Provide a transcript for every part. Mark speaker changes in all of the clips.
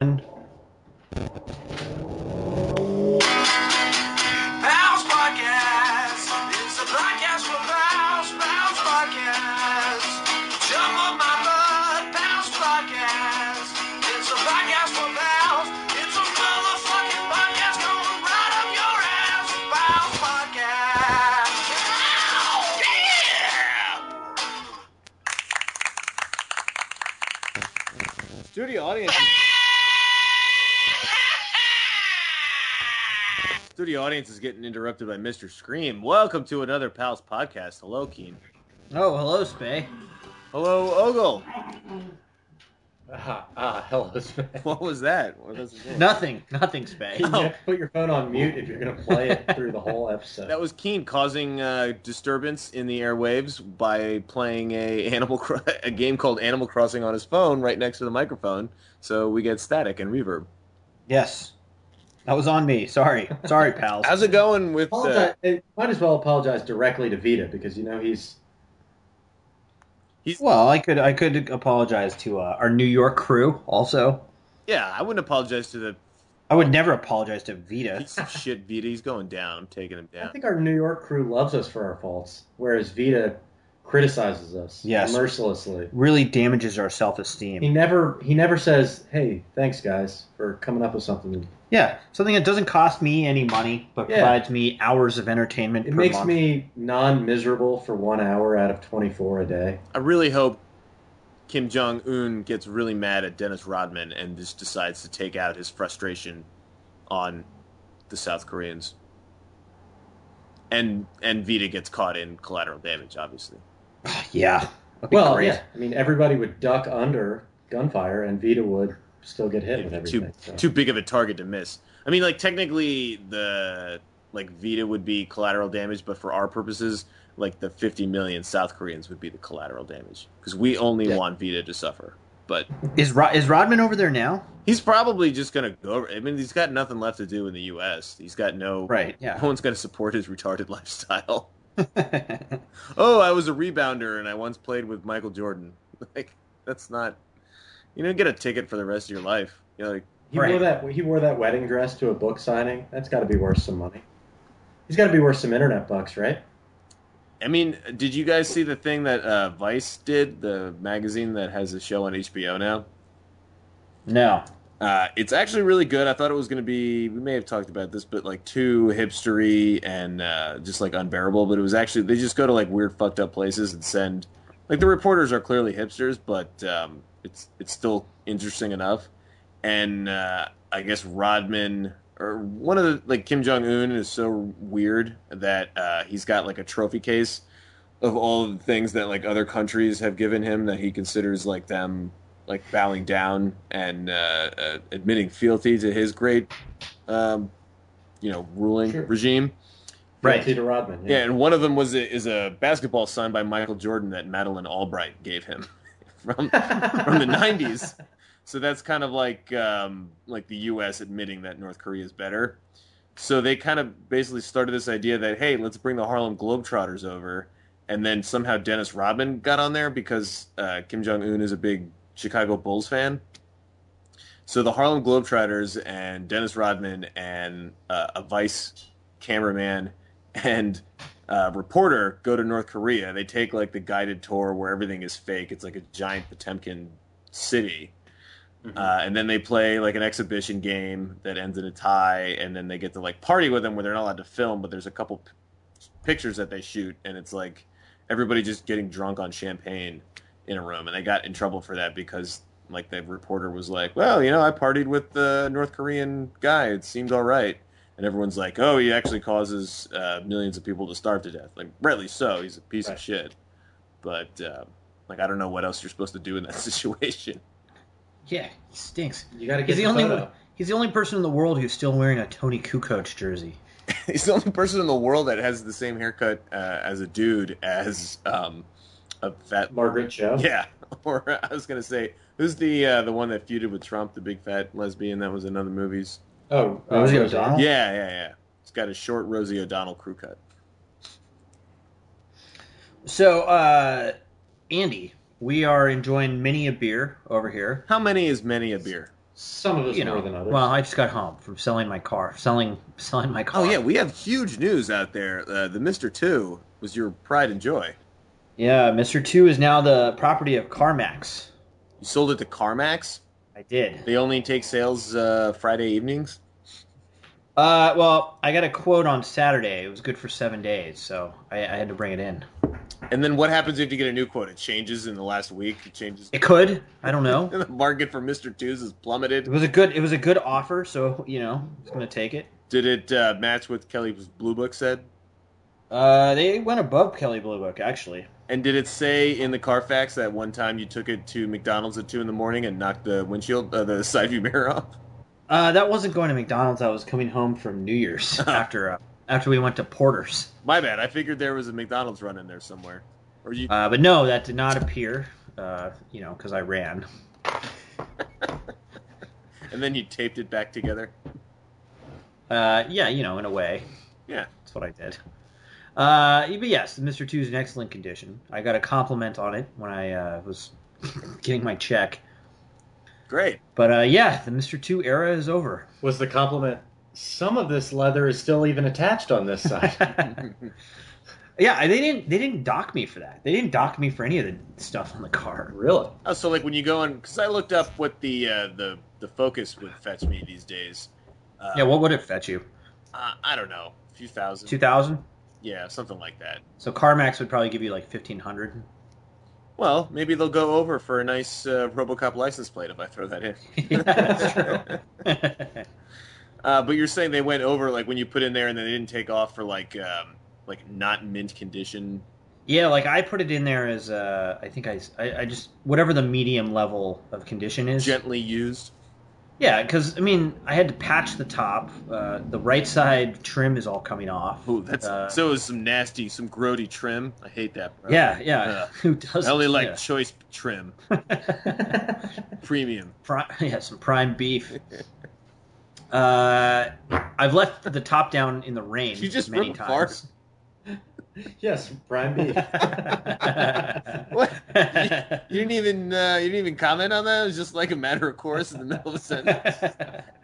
Speaker 1: one
Speaker 2: Bounce Podcast. It's a podcast from Bounce, Bounce Podcast. Jump up my butt, Bounce Podcast. It's a podcast from Bounce. It's a motherfucking podcast going right up your ass. Bounce Podcast. Ow, yeah!
Speaker 3: Studio audience. Studio audience is getting interrupted by Mr. Scream. Welcome to another Pals podcast. Hello, Keen.
Speaker 1: Oh, hello, Spay.
Speaker 3: Hello, Ogle.
Speaker 4: Ah, ah, hello, Spay.
Speaker 3: What was that? What was that?
Speaker 1: Nothing, nothing, Spay.
Speaker 4: You have to put your phone on mute if you're going to play it through the whole episode.
Speaker 3: That was Keen causing uh, disturbance in the airwaves by playing a animal Cro- a game called Animal Crossing on his phone right next to the microphone, so we get static and reverb.
Speaker 1: Yes, that was on me. Sorry, sorry, pals.
Speaker 3: How's it going with? Uh,
Speaker 4: Apologize, eh, might as well apologize directly to Vita because you know he's
Speaker 1: Well, I could I could apologize to uh, our New York crew. Also,
Speaker 3: yeah, I wouldn't apologize to the
Speaker 1: I would never apologize to Vita.
Speaker 3: piece of shit Vita. He's going down. I'm taking him
Speaker 4: I
Speaker 3: down.
Speaker 4: think our New York crew loves us for our faults, whereas Vita criticizes us
Speaker 1: Yes.
Speaker 4: mercilessly.
Speaker 1: Really damages our self
Speaker 4: He
Speaker 1: esteem.
Speaker 4: never he never says, "Hey, thanks guys for coming up with something."
Speaker 1: Yeah, something that doesn't cost me any money, but
Speaker 4: Yeah.
Speaker 1: provides me hours of entertainment.
Speaker 4: It
Speaker 1: per
Speaker 4: makes
Speaker 1: month.
Speaker 4: me non-miserable for 1 hour out of 24 a day.
Speaker 3: I really hope Kim Jong Un gets really mad at Dennis Rodman and just decides to take out his frustration on the South Koreans. And and Vita gets caught in collateral damage, obviously.
Speaker 1: Yeah. That'd be
Speaker 4: Well,
Speaker 1: great.
Speaker 4: yeah. I mean, everybody would duck under gunfire and Vita would still get hit with
Speaker 3: It'd be
Speaker 4: everything.
Speaker 3: too
Speaker 4: so.
Speaker 3: too big of a target to miss. I mean, like technically the like Vita would be collateral damage, but for our purposes, like the 50 million South Koreans would be the collateral damage because we only
Speaker 1: Yeah.
Speaker 3: want Vita to suffer. But
Speaker 1: Is Ro- is Rodman over there now?
Speaker 3: He's probably just gonna go. I mean, he's got nothing left to do in the U.S. He's got no.
Speaker 1: Right.
Speaker 3: No one's gonna support his retarded lifestyle.
Speaker 1: Yeah.
Speaker 3: Oh, I was a rebounder and I once played with Michael Jordan. Like that's not. You don't get a ticket for the rest of your life. You know, like,
Speaker 4: He
Speaker 1: Right.
Speaker 4: wore that. He wore that wedding dress to a book signing. That's got to be worth some money. He's got to be worth some internet bucks, right?
Speaker 3: I mean, did you guys see the thing that uh, Vice did, the magazine that has a show on HBO now?
Speaker 1: no.
Speaker 3: Uh, it's actually really good. I thought it was going to be. We may have talked about this, but like too hipstery and uh, just like unbearable. But it was actually they just go to like weird, fucked up places and send. Like the reporters are clearly hipsters, but um, it's it's still interesting enough. And uh, I guess Rodman or one of the like Kim Jong Un is so weird that uh, he's got like a trophy case of all of the things that like other countries have given him that he considers like them like bowing down and uh, uh, admitting fealty to his great, um, you know, ruling
Speaker 4: Sure.
Speaker 3: regime.
Speaker 1: Right.
Speaker 4: Peter Rodman.
Speaker 3: Yeah, and one of them was a, is a basketball signed by Michael Jordan that Madeline Albright gave him from from the '90s. So that's kind of like um, like the U.S. admitting that North Korea is better. So they kind of basically started this idea that hey, let's bring the Harlem Globetrotters over, and then somehow Dennis Rodman got on there because uh, Kim Jong Un is a big Chicago Bulls fan. So the Harlem Globetrotters and Dennis Rodman and uh, a Vice cameraman and uh, reporter go to North Korea. They take like the guided tour where everything is fake. It's like a giant Potemkin city. Uh, and then they play like an exhibition game that ends in a tie, and then they get to like party with them where they're not allowed to film, but there's a couple p- pictures that they shoot, and it's like everybody just getting drunk on champagne in a room, and they got in trouble for that because like the reporter was like, "Well, you know, I partied with the North Korean guy. It seemed all right," and everyone's like, "Oh, he actually causes uh, millions of people to starve to death. Like, rightly so. He's a piece
Speaker 4: Right.
Speaker 3: of shit." But uh, like, I don't know what else you're supposed to do in that situation.
Speaker 1: Yeah, he stinks.
Speaker 4: you got to
Speaker 1: He's
Speaker 4: get the,
Speaker 1: the only
Speaker 4: photo.
Speaker 1: he's the only person in the world who's still wearing a Tony Kukoc jersey.
Speaker 3: He's the only person in the world that has the same haircut uh, as a dude as um, a fat.
Speaker 4: Margaret Cho.
Speaker 3: Yeah, or I was gonna say, who's the uh, the one that feuded with Trump, the big fat lesbian that was in other movies?
Speaker 4: Oh, uh,
Speaker 1: Rosie
Speaker 4: Roseanne.
Speaker 1: O'Donnell?
Speaker 3: Yeah, yeah, yeah. He's got a short Rosie O'Donnell crew cut.
Speaker 1: So, uh, Andy, we are enjoying many a beer over here.
Speaker 3: How many is many a beer?
Speaker 4: Some of us
Speaker 1: you
Speaker 4: more
Speaker 1: know,
Speaker 4: than others.
Speaker 1: well, I just got home from selling my car, selling selling my car.
Speaker 3: Oh yeah, we have huge news out there. Uh, the Mister Two was your pride and joy.
Speaker 1: yeah. Mister Two is now the property of CarMax.
Speaker 3: You sold it to CarMax.
Speaker 1: I did.
Speaker 3: They only take sales uh, Friday evenings.
Speaker 1: Uh, well, I got a quote on Saturday. It was good for seven days, so I, I had to bring it in.
Speaker 3: And then what happens if you get a new quote? It changes in the last week. It changes.
Speaker 1: It could. I don't know.
Speaker 3: the market for Mister Twos has
Speaker 1: It
Speaker 3: plummeted.
Speaker 1: was a good. It was a good offer, so you know, I was gonna take it.
Speaker 3: Did it uh, match what Kelly's Blue Book said?
Speaker 1: Uh, they went above Kelly Blue Book actually.
Speaker 3: And did it say in the Carfax that one time you took it to McDonald's at two in the morning and knocked the windshield, uh, the side view mirror off?
Speaker 1: Uh, that wasn't going to McDonald's. I was coming home from New Year's after uh, after we went to Porter's.
Speaker 3: My bad. I figured there was a McDonald's run in there somewhere. Or you,
Speaker 1: Uh, but no, that did not appear. Uh, you know, because I ran.
Speaker 3: and then you taped it back together.
Speaker 1: Uh, yeah, you know, in a way,
Speaker 3: Yeah.
Speaker 1: that's what I did. Uh, but yes, Mr. Two's in excellent condition. I got a compliment on it when I uh, was getting my check.
Speaker 3: Great.
Speaker 1: But uh, yeah, the Mr. Two era is over.
Speaker 4: was the compliment. Some of this leather is still even attached on this side.
Speaker 1: yeah, they didn't they didn't dock me for that. They didn't dock me for any of the stuff on the car.
Speaker 4: really?
Speaker 3: Oh, so like when you go and because I looked up what the uh, the the Focus would fetch me these days. Uh,
Speaker 1: Yeah, what would it fetch you?
Speaker 3: uh, I don't know, a few thousand.
Speaker 1: Two thousand.
Speaker 3: Yeah, something like that.
Speaker 1: So CarMax would probably give you like fifteen hundred.
Speaker 3: Well, maybe they'll go over for a nice uh, RoboCop license plate if I throw that in.
Speaker 1: yeah, that's true.
Speaker 3: Uh, but you're saying they went over like when you put in there and then they didn't take off for like um, like not mint condition.
Speaker 1: yeah, like I put it in there as uh, I think I, I I just whatever the medium level of condition is.
Speaker 3: gently used.
Speaker 1: Yeah, because I mean, I had to patch the top. Uh, the right side trim is all coming off.
Speaker 3: Ooh, that's
Speaker 1: Uh,
Speaker 3: so is some nasty, some grody trim. I hate that. Bro.
Speaker 1: Yeah, yeah.
Speaker 3: Uh,
Speaker 1: Who does?
Speaker 3: I only like choice trim, premium.
Speaker 1: prime, yeah, some prime beef. Uh, I've left the top down in the rain
Speaker 3: You just
Speaker 1: many
Speaker 3: ripped apart.
Speaker 1: times.
Speaker 4: yes, prime beef.
Speaker 3: What? You, you didn't even uh, you didn't even comment on that. It was just like a matter of course in the middle of a sentence.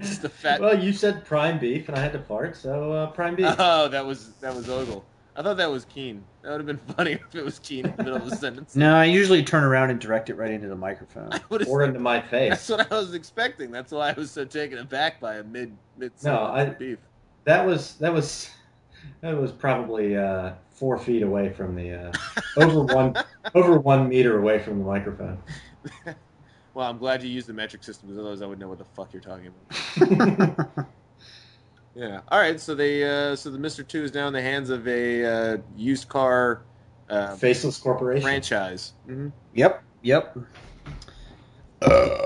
Speaker 3: Just a fat.
Speaker 4: well, you said prime beef, and I had to fart, so uh, prime beef.
Speaker 3: Oh, that was that was Ogle. I thought that was Keen. That would have been funny if it was Keen in the middle of a sentence.
Speaker 1: no, I usually turn around and direct it right into the microphone.
Speaker 3: What is-
Speaker 4: or into my face.
Speaker 3: that's what I was expecting. That's why I was so taken aback by a mid mid
Speaker 4: No, I-
Speaker 3: beef.
Speaker 4: That was that was that was probably uh, four feet away from the uh, over one over one meter away from the microphone.
Speaker 3: Well, I'm glad you used the metric system because otherwise I would know what the fuck you're talking about. Yeah. All right. So they uh, so the Mister Two is now in the hands of a uh, used car
Speaker 1: Um,
Speaker 3: uh,
Speaker 4: Faceless corporation.
Speaker 3: franchise.
Speaker 4: Mm-hmm.
Speaker 3: hmm
Speaker 1: Yep, yep.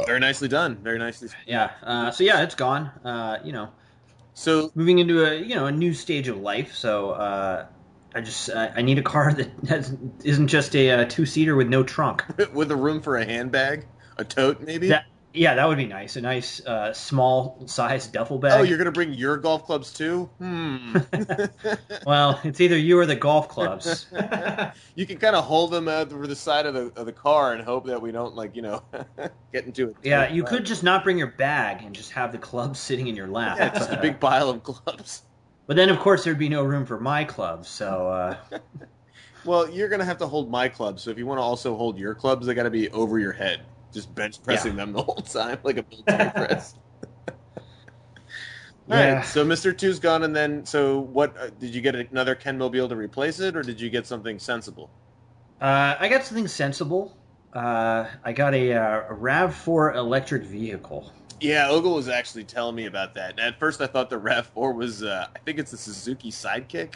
Speaker 3: Very nicely done. Very nicely.
Speaker 1: Yeah. Uh, so yeah, it's gone. Uh, you know,
Speaker 3: So
Speaker 1: moving into a you know a new stage of life. So uh, I just I, I need a car that has, isn't just a uh, two seater with no trunk.
Speaker 3: with a room for a handbag, a tote, maybe.
Speaker 1: That yeah, that would be nice. A nice uh, small size duffel bag.
Speaker 3: oh, you're gonna bring your golf clubs too? Hmm.
Speaker 1: well, it's either you or the golf clubs.
Speaker 3: you can kind of hold them out over the side of the of the car and hope that we don't like you know get into it.
Speaker 1: Yeah, you could just not bring your bag and just have the clubs sitting in your lap.
Speaker 3: Yeah, just a
Speaker 1: Uh,
Speaker 3: big pile of clubs.
Speaker 1: but then, of course, there'd be no room for my clubs. So uh,
Speaker 3: Well, you're gonna have to hold my clubs, so if you want to also hold your clubs, they got to be over your head, just bench pressing them the whole time like a military press. All right,
Speaker 1: Yeah.
Speaker 3: so Mr. Two's gone, and then so what? Uh, did you get another Ken Mobile to replace it, or did you get something sensible?
Speaker 1: uh, I got something sensible. Uh, I got a, uh, a Rav Four electric vehicle.
Speaker 3: Yeah, Ogle was actually telling me about that. And at first, I thought the Rav Four was, uh, I think it's a Suzuki Sidekick,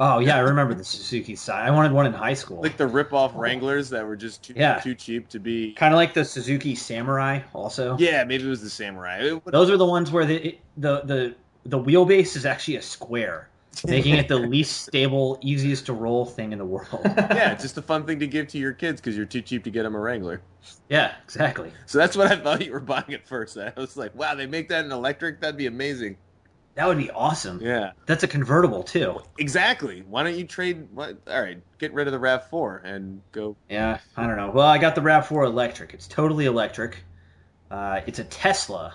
Speaker 1: Oh yeah, I remember the Suzuki side. I wanted one in high school,
Speaker 3: like the rip-off Wranglers that were just too
Speaker 1: Yeah.
Speaker 3: too cheap to be.
Speaker 1: kind of like the Suzuki Samurai. Also,
Speaker 3: Yeah, maybe it was the Samurai. It would-
Speaker 1: those are the ones where the the the the wheelbase is actually a square, making it the least stable, easiest to roll thing in the world.
Speaker 3: yeah, it's just a fun thing to give to your kids because you're too cheap to get them a Wrangler.
Speaker 1: Yeah, exactly.
Speaker 3: So that's what I thought you were buying at first. I was like, wow, they make that in electric? That'd be amazing.
Speaker 1: That would be awesome.
Speaker 3: Yeah.
Speaker 1: That's a convertible too.
Speaker 3: Exactly. Why don't you trade? What? All right, get rid of the RAV4 and go.
Speaker 1: Yeah, I don't know. Well, I got the Rav4 electric. It's totally electric. Uh, it's a Tesla,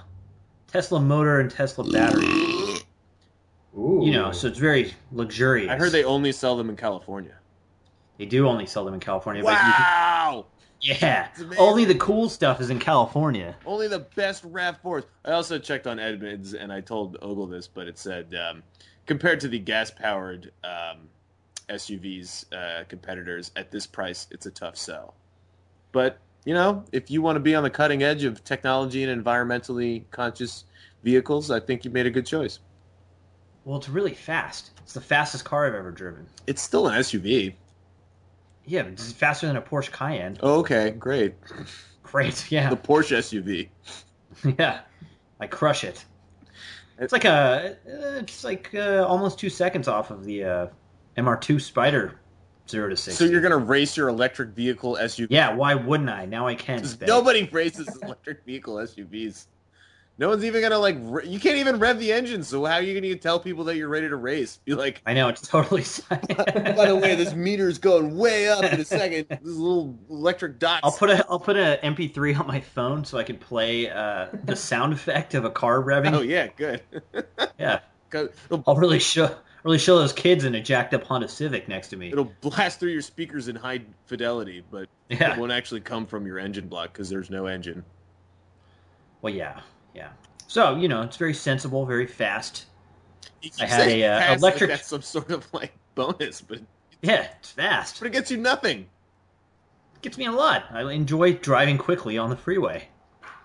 Speaker 1: Tesla motor and Tesla battery.
Speaker 4: Ooh.
Speaker 1: You know, so it's very luxurious.
Speaker 3: I heard they only sell them in California.
Speaker 1: they do only sell them in California. But you can-
Speaker 3: Wow!
Speaker 1: yeah,
Speaker 3: It's amazing.
Speaker 1: only the cool stuff is in California.
Speaker 3: Only the best rav 4s I also checked on Edmunds, and I told Ogle this, but it said um, compared to the gas-powered um, SUVs uh, competitors at this price, it's a tough sell. But you know, if you want to be on the cutting edge of technology and environmentally conscious vehicles, I think you made a good choice.
Speaker 1: Well, it's really fast. It's the fastest car I've ever driven.
Speaker 3: It's still an SUV.
Speaker 1: Yeah, but it's faster than a Porsche Cayenne.
Speaker 3: Oh, okay, great.
Speaker 1: Great, yeah,
Speaker 3: The Porsche SUV.
Speaker 1: yeah. I crush it. It's like a, uh, it's like uh, almost two seconds off of the uh, MR2 Spider zero to six.
Speaker 3: So you're gonna race your electric vehicle SUV?
Speaker 1: Yeah, why wouldn't I? Now I can.
Speaker 3: 'Cause
Speaker 1: Ben.
Speaker 3: Nobody races electric vehicle SUVs. No one's even gonna like. Re- you can't even rev the engine. So how are you gonna tell people that you're ready to race? Be like, "Oh,
Speaker 1: I know it's totally.
Speaker 3: by the way, this meter's going way up in a second. This little electric dot.
Speaker 1: I'll put a I'll put a MP3 on my phone so I can play uh, the sound effect of a car revving.
Speaker 3: oh yeah, good.
Speaker 1: Yeah,
Speaker 3: 'Cause it'll,
Speaker 1: I'll really show really show those kids in a jacked up Honda Civic next to me.
Speaker 3: it'll blast through your speakers in high fidelity, but it
Speaker 1: Yeah.
Speaker 3: won't actually come from your engine block because there's no engine.
Speaker 1: Well, yeah, yeah. So you know, it's very sensible, very fast.
Speaker 3: You
Speaker 1: I
Speaker 3: keep
Speaker 1: had
Speaker 3: saying
Speaker 1: a, uh,
Speaker 3: fast like
Speaker 1: electric-
Speaker 3: that's some sort of like bonus, but
Speaker 1: Yeah, it's fast.
Speaker 3: but it gets you nothing.
Speaker 1: gets me a lot. I enjoy driving quickly on the freeway.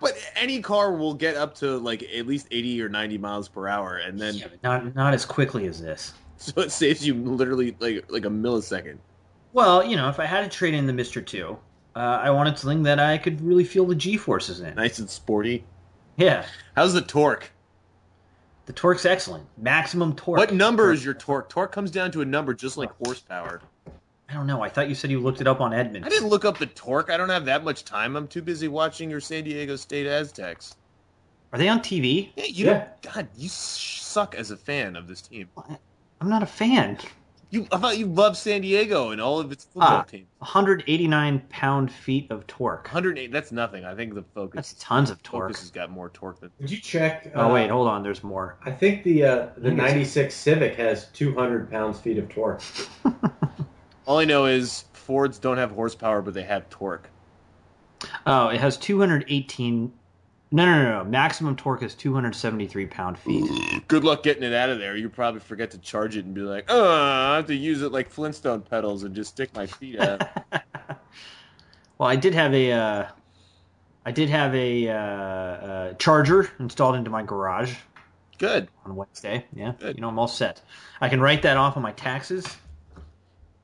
Speaker 3: But any car will get up to like at least 80 or 90 miles per hour, and then
Speaker 1: Yeah, but not not as quickly as this.
Speaker 3: so it saves you literally like like a millisecond.
Speaker 1: Well, you know, if I had to trade in the Mister Two, uh, I wanted something that I could really feel the G forces in.
Speaker 3: Nice and sporty.
Speaker 1: Yeah,
Speaker 3: How's the torque?
Speaker 1: the torque's excellent. Maximum torque.
Speaker 3: What number is your torque? Torque comes down to a number just like horsepower.
Speaker 1: I don't know. I thought you said you looked it up on Edmunds.
Speaker 3: I didn't look up the torque. I don't have that much time. I'm too busy watching your San Diego State Aztecs.
Speaker 1: Are they on TV?
Speaker 3: Yeah, you
Speaker 4: Yeah.
Speaker 3: Don't, God, you suck as a fan of this team.
Speaker 1: I'm not a fan.
Speaker 3: You, I thought you loved San Diego and all of its football
Speaker 1: Ah.
Speaker 3: teams.
Speaker 1: 189 pound feet of torque.
Speaker 3: 108. That's nothing. I think the
Speaker 1: That's
Speaker 3: focus
Speaker 1: tons of torque.
Speaker 3: focus has got more torque than
Speaker 4: Did you check?
Speaker 1: Oh
Speaker 4: uh,
Speaker 1: wait, hold on. There's more.
Speaker 4: I think the uh, the
Speaker 1: Yes.
Speaker 4: '96 Civic has 200 pounds feet of torque.
Speaker 3: All I know is Fords don't have horsepower, but they have torque.
Speaker 1: Oh, it has 218. No, no, no, no. Maximum torque is 273 pound feet.
Speaker 3: Good luck getting it out of there. You probably forget to charge it and be like, oh, I have to use it like Flintstone pedals and just stick my feet out.
Speaker 1: Well, I did have a, uh, I did have a uh, uh, charger installed into my garage
Speaker 3: Good.
Speaker 1: on Wednesday. Yeah,
Speaker 3: Good.
Speaker 1: you know I'm all set. I can write that off on my taxes.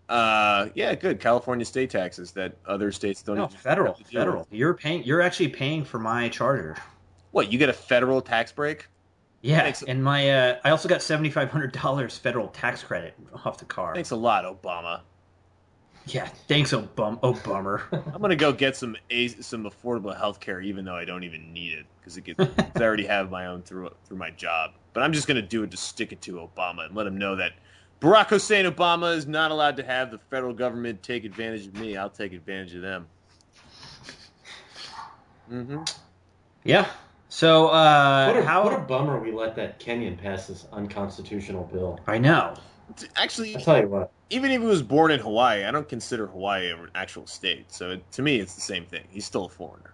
Speaker 3: Uh, yeah, good. California state taxes that other states don't.
Speaker 1: No,
Speaker 3: even
Speaker 1: federal,
Speaker 3: have to deal
Speaker 1: federal.
Speaker 3: with.
Speaker 1: You're paying. You're actually paying for my charger.
Speaker 3: What? You get a federal tax break?
Speaker 1: Yeah,
Speaker 3: Thanks.
Speaker 1: and my uh, I also got seventy five hundred dollars federal tax credit off the car.
Speaker 3: Thanks a lot, Obama.
Speaker 1: Yeah, thanks, oh bum, oh bummer.
Speaker 3: I'm gonna go get some a- some affordable health care, even though I don't even need it because it gets 'cause I already have my own through through my job. But I'm just gonna do it to stick it to Obama and let him know that Barack Hussein Obama is not allowed to have the federal government take advantage of me. I'll take advantage of them. hmm
Speaker 1: yeah. So uh,
Speaker 4: What a,
Speaker 1: how?
Speaker 4: what a bummer we let that Kenyan pass this unconstitutional bill.
Speaker 1: I know.
Speaker 3: Actually,
Speaker 4: I'll tell you what.
Speaker 3: even if he was born in Hawaii, I don't consider Hawaii an actual state. So it, to me, it's the same thing. He's still a foreigner.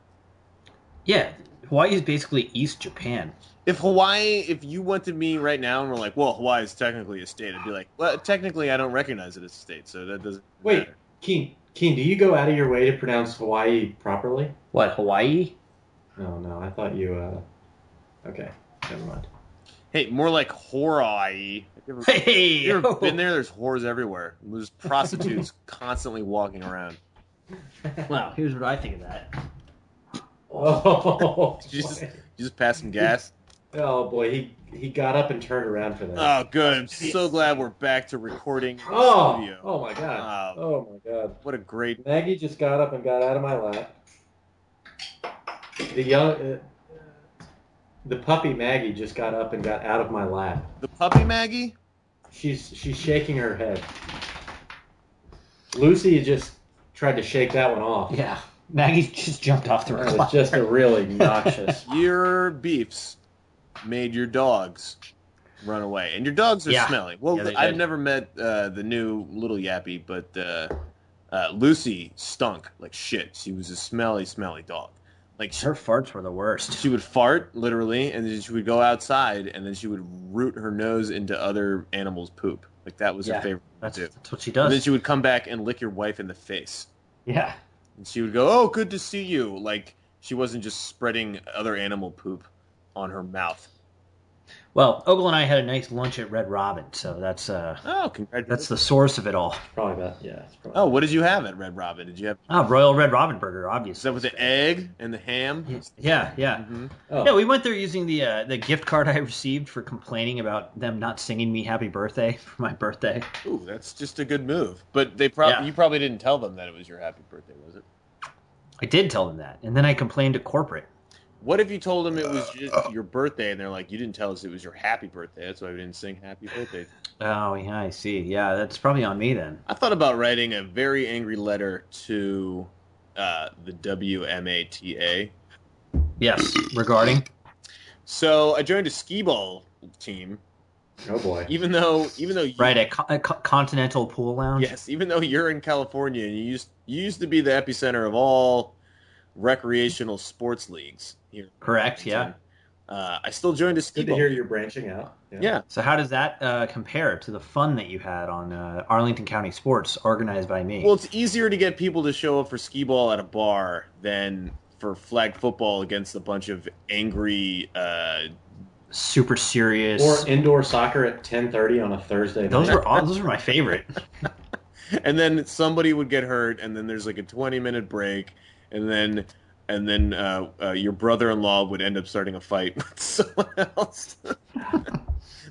Speaker 1: Yeah, Hawaii is basically East Japan.
Speaker 3: If Hawaii, if you went to me right now and were like, "Well, Hawaii is technically a state," I'd be like, "Well, technically, I don't recognize it as a state, so that doesn't."
Speaker 4: Wait.
Speaker 3: matter."
Speaker 4: Keen, Keen, do you go out of your way to pronounce Hawaii properly?
Speaker 1: What Hawaii?
Speaker 4: No, no, I thought you. Uh, okay, never mind.
Speaker 3: Hey, more like Hawaii. Have you ever,
Speaker 1: Hey,
Speaker 3: you ever
Speaker 1: oh.
Speaker 3: been there? There's whores everywhere. There's prostitutes constantly walking around.
Speaker 1: Wow, here's what I think of that.
Speaker 4: Oh,
Speaker 3: Did you just,
Speaker 4: boy.
Speaker 3: you just pass some gas?
Speaker 4: oh boy, he he got up and turned around for that.
Speaker 3: Oh, good. I'm so glad we're back to recording in the
Speaker 4: oh,
Speaker 3: studio.
Speaker 4: oh my god.
Speaker 3: Uh,
Speaker 4: Oh my god.
Speaker 3: what a great.
Speaker 4: Maggie just got up and got out of my lap. The young, uh, the puppy Maggie just got up and got out of my lap.
Speaker 3: The puppy Maggie.
Speaker 4: She's she's shaking her head. Lucy just tried to shake that one off.
Speaker 1: Yeah, Maggie just jumped off the
Speaker 4: That was
Speaker 1: recliner.
Speaker 4: just a really noxious.
Speaker 3: Your beefs made your dogs run away, and your dogs are
Speaker 1: Yeah.
Speaker 3: smelly. Well,
Speaker 1: Yeah, they
Speaker 3: I've
Speaker 1: did.
Speaker 3: never met uh, the new little yappy, but uh, uh, Lucy stunk like shit. She was a smelly, smelly dog. Like she,
Speaker 1: Her farts were the worst.
Speaker 3: she would fart literally, and then she would go outside, and then she would root her nose into other animals' poop. Like that was
Speaker 1: Yeah,
Speaker 3: her favorite thing
Speaker 1: That's,
Speaker 3: to do.
Speaker 1: that's what she
Speaker 3: And then
Speaker 1: does.
Speaker 3: she would come back and lick your wife in the face.
Speaker 1: yeah.
Speaker 3: And she would go, "Oh, good to see you." Like she wasn't just spreading other animal poop on her mouth.
Speaker 1: Well, Ogle and I had a nice lunch at Red Robin, so that's uh,
Speaker 3: Oh, congratulations!
Speaker 1: that's the source of it all.
Speaker 4: probably about yeah. It's probably,
Speaker 3: Oh, what did you have at Red Robin? Did you have
Speaker 1: Ah, Royal Red Robin Burger,
Speaker 3: is
Speaker 1: obviously.
Speaker 3: that with the egg and the ham?
Speaker 1: Yeah, yeah.
Speaker 3: hmm
Speaker 4: oh,
Speaker 1: Yeah, we went there using the uh, the gift card I received for complaining about them not singing me happy birthday for my birthday.
Speaker 3: Ooh, that's just a good move. But they probably
Speaker 1: Yeah.
Speaker 3: you probably didn't tell them that it was your happy birthday, was it?
Speaker 1: I did tell them that, and then I complained to corporate.
Speaker 3: What if you told them it
Speaker 1: Uh,
Speaker 3: was just your birthday and they're like, "You didn't tell us it was your happy birthday. That's why we didn't sing happy birthday."
Speaker 1: Oh, yeah, I see. Yeah, that's probably on me then.
Speaker 3: I thought about writing a very angry letter to uh, the WMATA.
Speaker 1: Yes, regarding.
Speaker 3: So I joined a skee ball team,
Speaker 4: oh boy.
Speaker 3: even though even though you,
Speaker 1: Right at co- at Co- Continental Pool Lounge.
Speaker 3: Yes, even though you're in California and you used you used to be the epicenter of all recreational sports leagues here. in
Speaker 1: Correct. Yeah.
Speaker 3: Washington, Uh, I still joined a ski
Speaker 4: Good to
Speaker 3: ball.
Speaker 4: hear you're branching out.
Speaker 3: Yeah.
Speaker 1: So how does that uh, compare to the fun that you had on uh, Arlington County Sports organized by me?
Speaker 3: Well, it's easier to get people to show up for skee ball at a bar than for flag football against a bunch of angry. Uh,
Speaker 1: Super serious.
Speaker 4: Or indoor soccer at 10:30 on a Thursday.
Speaker 1: those
Speaker 4: night.
Speaker 1: were all, those were my favorite.
Speaker 3: and then somebody would get hurt, and then there's like a 20 minute break, and then and then uh, uh, your brother-in-law would end up starting a fight with someone else.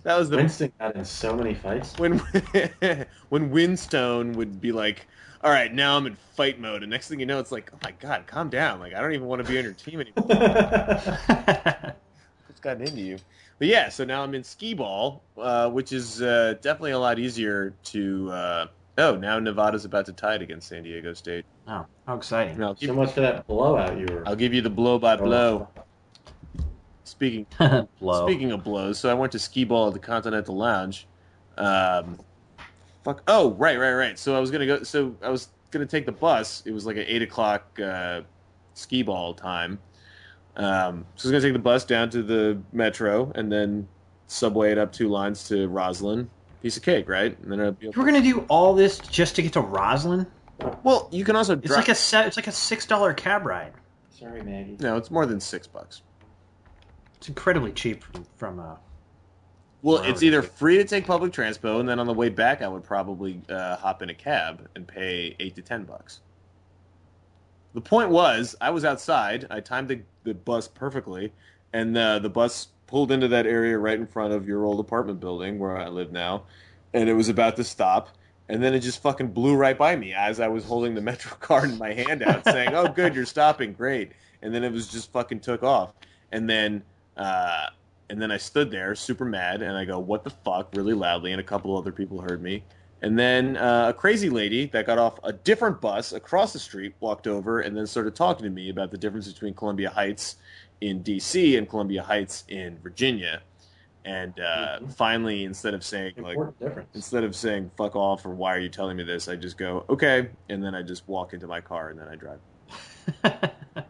Speaker 3: that was the
Speaker 4: Winston got in so many fights.
Speaker 3: when when Winstone would be like, "All right, now I'm in fight mode," and next thing you know, it's like, "Oh my god, calm down! Like I don't even want to be on your team anymore. What's gotten into you?" But yeah, so now I'm in skee ball, uh, which is uh, definitely a lot easier to. Uh, oh, now Nevada's about to tie it against San Diego State.
Speaker 1: oh, how exciting!
Speaker 3: And I'll,
Speaker 4: so
Speaker 3: give,
Speaker 4: much for that blowout you were.
Speaker 3: I'll give you the blow by blow. Speaking
Speaker 1: Blow.
Speaker 3: Speaking of blows, so I went to skee ball at the Continental Lounge. Um, fuck. Oh, right, right, right. So I was gonna go. So I was gonna take the bus. It was like an eight o'clock uh, skee ball time. Um, so I was gonna take the bus down to the metro and then subway it up two lines to Roslyn. Piece of cake, right? And then I'd be
Speaker 1: You were gonna do all this just to get to Roslyn?
Speaker 3: well. You can also
Speaker 1: It's
Speaker 3: drive.
Speaker 1: like a se- it's like a six dollar cab ride.
Speaker 4: Sorry, Maggie.
Speaker 3: no, it's more than six bucks.
Speaker 1: It's incredibly cheap from, from uh,
Speaker 3: Well,
Speaker 1: Wow.
Speaker 3: it's either free to take public transpo, and then on the way back, I would probably uh, hop in a cab and pay eight to ten bucks. The point was, I was outside. I timed the, the bus perfectly, and uh, the bus pulled into that area right in front of your old apartment building where I live now, and it was about to stop. And then it just fucking blew right by me as I was holding the Metro card in my hand out, saying, "Oh, good, you're stopping, great." And then it was just fucking took off. And then uh, and then I stood there, super mad, and I go, "What the fuck?" really loudly, and a couple other people heard me. And then uh, a crazy lady that got off a different bus across the street walked over and then started talking to me about the difference between Columbia Heights in D.C. and Columbia Heights in Virginia. And uh,
Speaker 4: Mhm.
Speaker 3: finally, instead of saying like
Speaker 4: Important difference.
Speaker 3: instead of saying "fuck off" or "why are you telling me this," I just go "okay," and then I just walk into my car and then I drive.
Speaker 1: uh,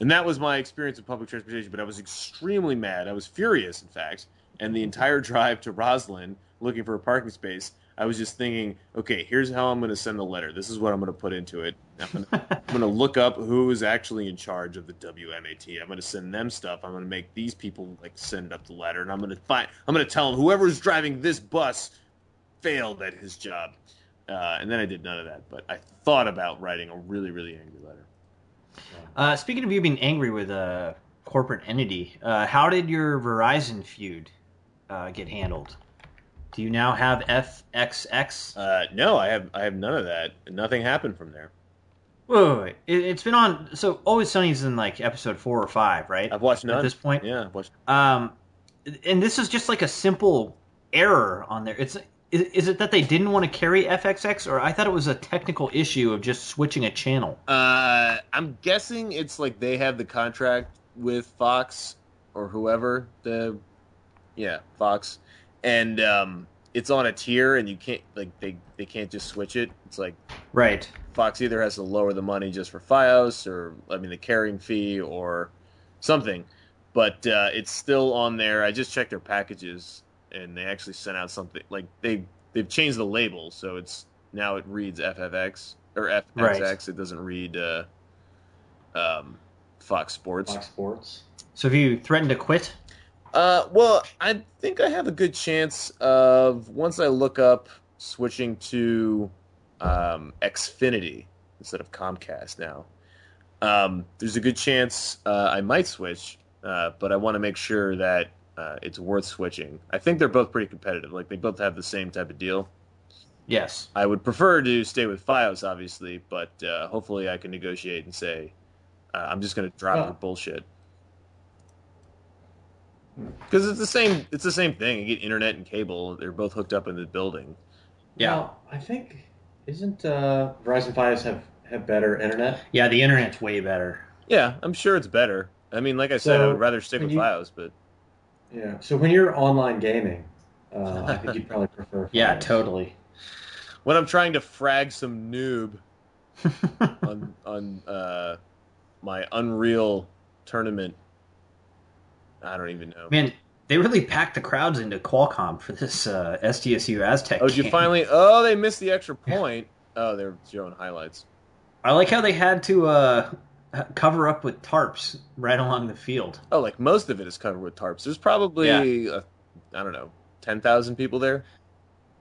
Speaker 3: And that was my experience of public transportation, but I was extremely mad. I was furious, in fact. And the entire drive to Roslyn looking for a parking space, I was just thinking, okay, here's how I'm going to send the letter. This is what I'm going to put into it. I'm going to I'm going to look up who is actually in charge of the WMAT. I'm going to send them stuff. I'm going to make these people like send up the letter, and I'm going to find. I'm going to tell them whoever is driving this bus failed at his job. Uh, and then I did none of that, but I thought about writing a really, really angry letter.
Speaker 1: uh, speaking of you being angry with a corporate entity, uh, how did your Verizon feud uh, get handled? Do you now have FXX?
Speaker 3: Uh, no, I have I have none of that. Nothing happened from there.
Speaker 1: Wait, wait, wait. It, it's been on. So Always Sunny is in like episode four or five, right?
Speaker 3: I've watched
Speaker 1: At
Speaker 3: none.
Speaker 1: this point,
Speaker 3: Yeah, I've watched.
Speaker 1: Um, and this is just like a simple error on there. It's is, is it that they didn't want to carry FXX, or I thought it was a technical issue of just switching a channel?
Speaker 3: Uh, I'm guessing it's like they have the contract with Fox or whoever the, yeah, Fox, and um, it's on a tier, and you can't like they they can't just switch it. It's like
Speaker 1: Right.
Speaker 3: Fox either has to lower the money just for FiOS or I mean the carrying fee or something, but uh, it's still on there. I just checked their packages and they actually sent out something like they they've changed the label so it's now it reads FFX or FXX.
Speaker 1: Right.
Speaker 3: It doesn't read uh, um, Fox Sports.
Speaker 4: Fox Sports.
Speaker 1: So if you threaten to quit,
Speaker 3: Uh, well, I think I have a good chance of once I look up switching to um, Xfinity instead of Comcast now. Um, there's a good chance uh, I might switch, uh, but I want to make sure that uh, it's worth switching. I think they're both pretty competitive. Like they both have the same type of deal.
Speaker 1: yes.
Speaker 3: I would prefer to stay with FiOS, obviously, but uh, hopefully I can negotiate and say uh, I'm just going to drop
Speaker 4: Well-
Speaker 3: your bullshit because it's the same. It's the same thing. You get internet and cable; they're both hooked up in the building.
Speaker 1: Yeah.
Speaker 4: Now, I think isn't uh, Verizon Fios have have better internet?
Speaker 1: Yeah, the internet's way better.
Speaker 3: Yeah, I'm sure it's better. I mean, like I said, I
Speaker 4: So,
Speaker 3: would rather stick
Speaker 4: when
Speaker 3: with
Speaker 4: you-
Speaker 3: FiOS, but
Speaker 4: Yeah. So when you're online gaming, uh, I think you probably prefer.
Speaker 1: Yeah,
Speaker 4: Fios.
Speaker 1: totally.
Speaker 3: when I'm trying to frag some noob on on uh, my Unreal tournament, I don't even know.
Speaker 1: Man, they really packed the crowds into Qualcomm for this uh, SDSU Aztec.
Speaker 3: oh, did you
Speaker 1: game.
Speaker 3: finally? Oh, they missed the extra point. Oh, they're showing highlights.
Speaker 1: I like how they had to uh, cover up with tarps right along the field.
Speaker 3: Oh, like most of it is covered with tarps. There's probably uh, I don't know, ten thousand people there.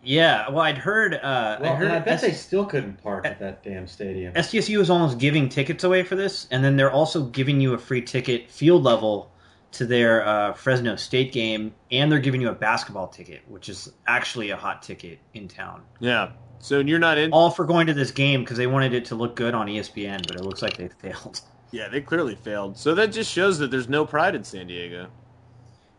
Speaker 1: Yeah, well, I'd heard. Uh,
Speaker 4: Well,
Speaker 1: I
Speaker 4: and
Speaker 1: heard.
Speaker 4: I bet
Speaker 1: S-
Speaker 4: they still couldn't park at that damn stadium.
Speaker 1: SDSU is almost giving tickets away for this, and then they're also giving you a free ticket field level to their uh, Fresno State game, and they're giving you a basketball ticket, which is actually a hot ticket in town.
Speaker 3: Yeah. So you're not in.
Speaker 1: All for going to this game because they wanted it to look good on E ESPN, but it looks like they failed.
Speaker 3: Yeah, they clearly failed. So that just shows that there's no pride in San Diego.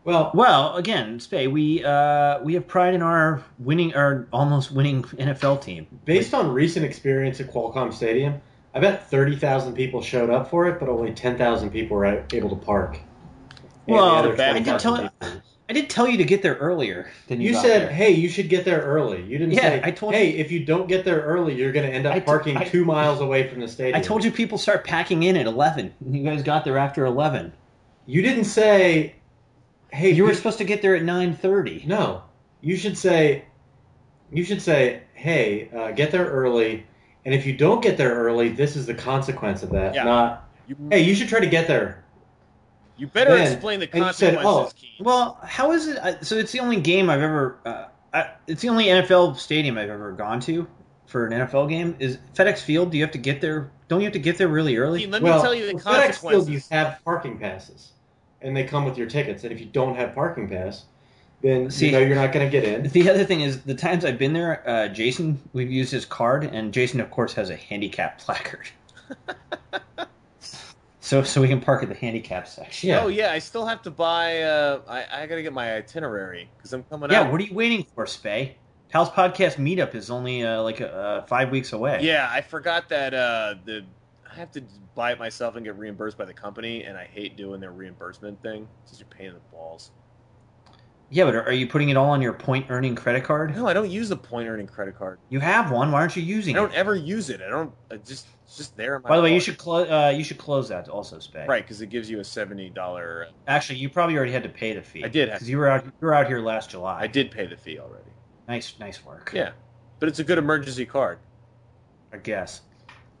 Speaker 4: Well,
Speaker 1: Well, again, Spay, we uh, we have pride in our winning, our almost winning NFL team.
Speaker 4: based on recent experience at Qualcomm Stadium, I bet thirty thousand people showed up for it, but only ten thousand people were a- able to park. And
Speaker 1: Well,
Speaker 4: the other
Speaker 3: I did
Speaker 4: 20,000
Speaker 1: tell-
Speaker 4: people-
Speaker 1: I did tell you to get there earlier than you.
Speaker 4: You
Speaker 1: got
Speaker 4: said,
Speaker 1: there.
Speaker 4: "Hey, you should get there early." You didn't
Speaker 1: Yeah,
Speaker 4: say,
Speaker 1: I told
Speaker 4: "Hey, if you don't get there early, you're going to end up
Speaker 1: I t-
Speaker 4: parking
Speaker 1: I-
Speaker 4: two miles away from the stadium."
Speaker 1: I told you people start packing in at eleven. You guys got there after eleven.
Speaker 4: You didn't say, "Hey,
Speaker 1: You were
Speaker 4: pe-
Speaker 1: supposed to get there at nine thirty.
Speaker 4: No, you should say, you should say, "Hey, uh, get there early." And if you don't get there early, this is the consequence of that.
Speaker 3: Yeah.
Speaker 4: Not,
Speaker 3: You,
Speaker 4: hey, you should try to get there.
Speaker 3: you better
Speaker 4: Ben,
Speaker 3: explain the
Speaker 4: and you said,
Speaker 3: consequences,
Speaker 4: oh,
Speaker 3: Keith.
Speaker 1: Well, how is it? I- So it's the only game I've ever. Uh, I, it's the only NFL stadium I've ever gone to for an NFL game. Is FedEx Field? Do you have to get there? Don't you have to get there really
Speaker 3: Keith,
Speaker 1: early?
Speaker 3: let
Speaker 4: well,
Speaker 3: me tell you the
Speaker 4: with FedEx Field, you
Speaker 3: consequences.
Speaker 4: have parking passes, and they come with your tickets. And if you don't have parking pass, then
Speaker 1: See-
Speaker 4: you know you're not going to get in.
Speaker 1: The other thing is the times I've been there, uh, Jason, we've used his card, and Jason, of course, has a handicap placard. so, so we can park at the handicap section.
Speaker 4: Yeah.
Speaker 3: Oh yeah, I still have to buy. Uh, I I gotta get my itinerary because I'm coming
Speaker 1: Yeah,
Speaker 3: out.
Speaker 1: what are you waiting for, Spay? Pals Podcast Meetup is only uh, like uh, five weeks away.
Speaker 3: Yeah, I forgot that uh, the I have to buy it myself and get reimbursed by the company, and I hate doing their reimbursement thing. It's just a pain in the balls.
Speaker 1: Yeah, but are are you putting it all on your point earning credit card?
Speaker 3: No, I don't use the point earning credit card.
Speaker 1: You have one. Why aren't you
Speaker 3: I
Speaker 1: using
Speaker 3: don't
Speaker 1: it?
Speaker 3: ever use it. I don't. I just it's just there. In my
Speaker 1: By the way, you
Speaker 3: wallet.
Speaker 1: should close. Uh, you should close that also, Spay.
Speaker 3: right because it gives you a seventy dollar.
Speaker 1: Actually, you probably already had to pay the fee.
Speaker 3: I did,
Speaker 1: because you were out. You were out here last July.
Speaker 3: I did pay the fee already.
Speaker 1: Nice, nice work.
Speaker 3: Yeah, but it's a good emergency card.
Speaker 1: I guess.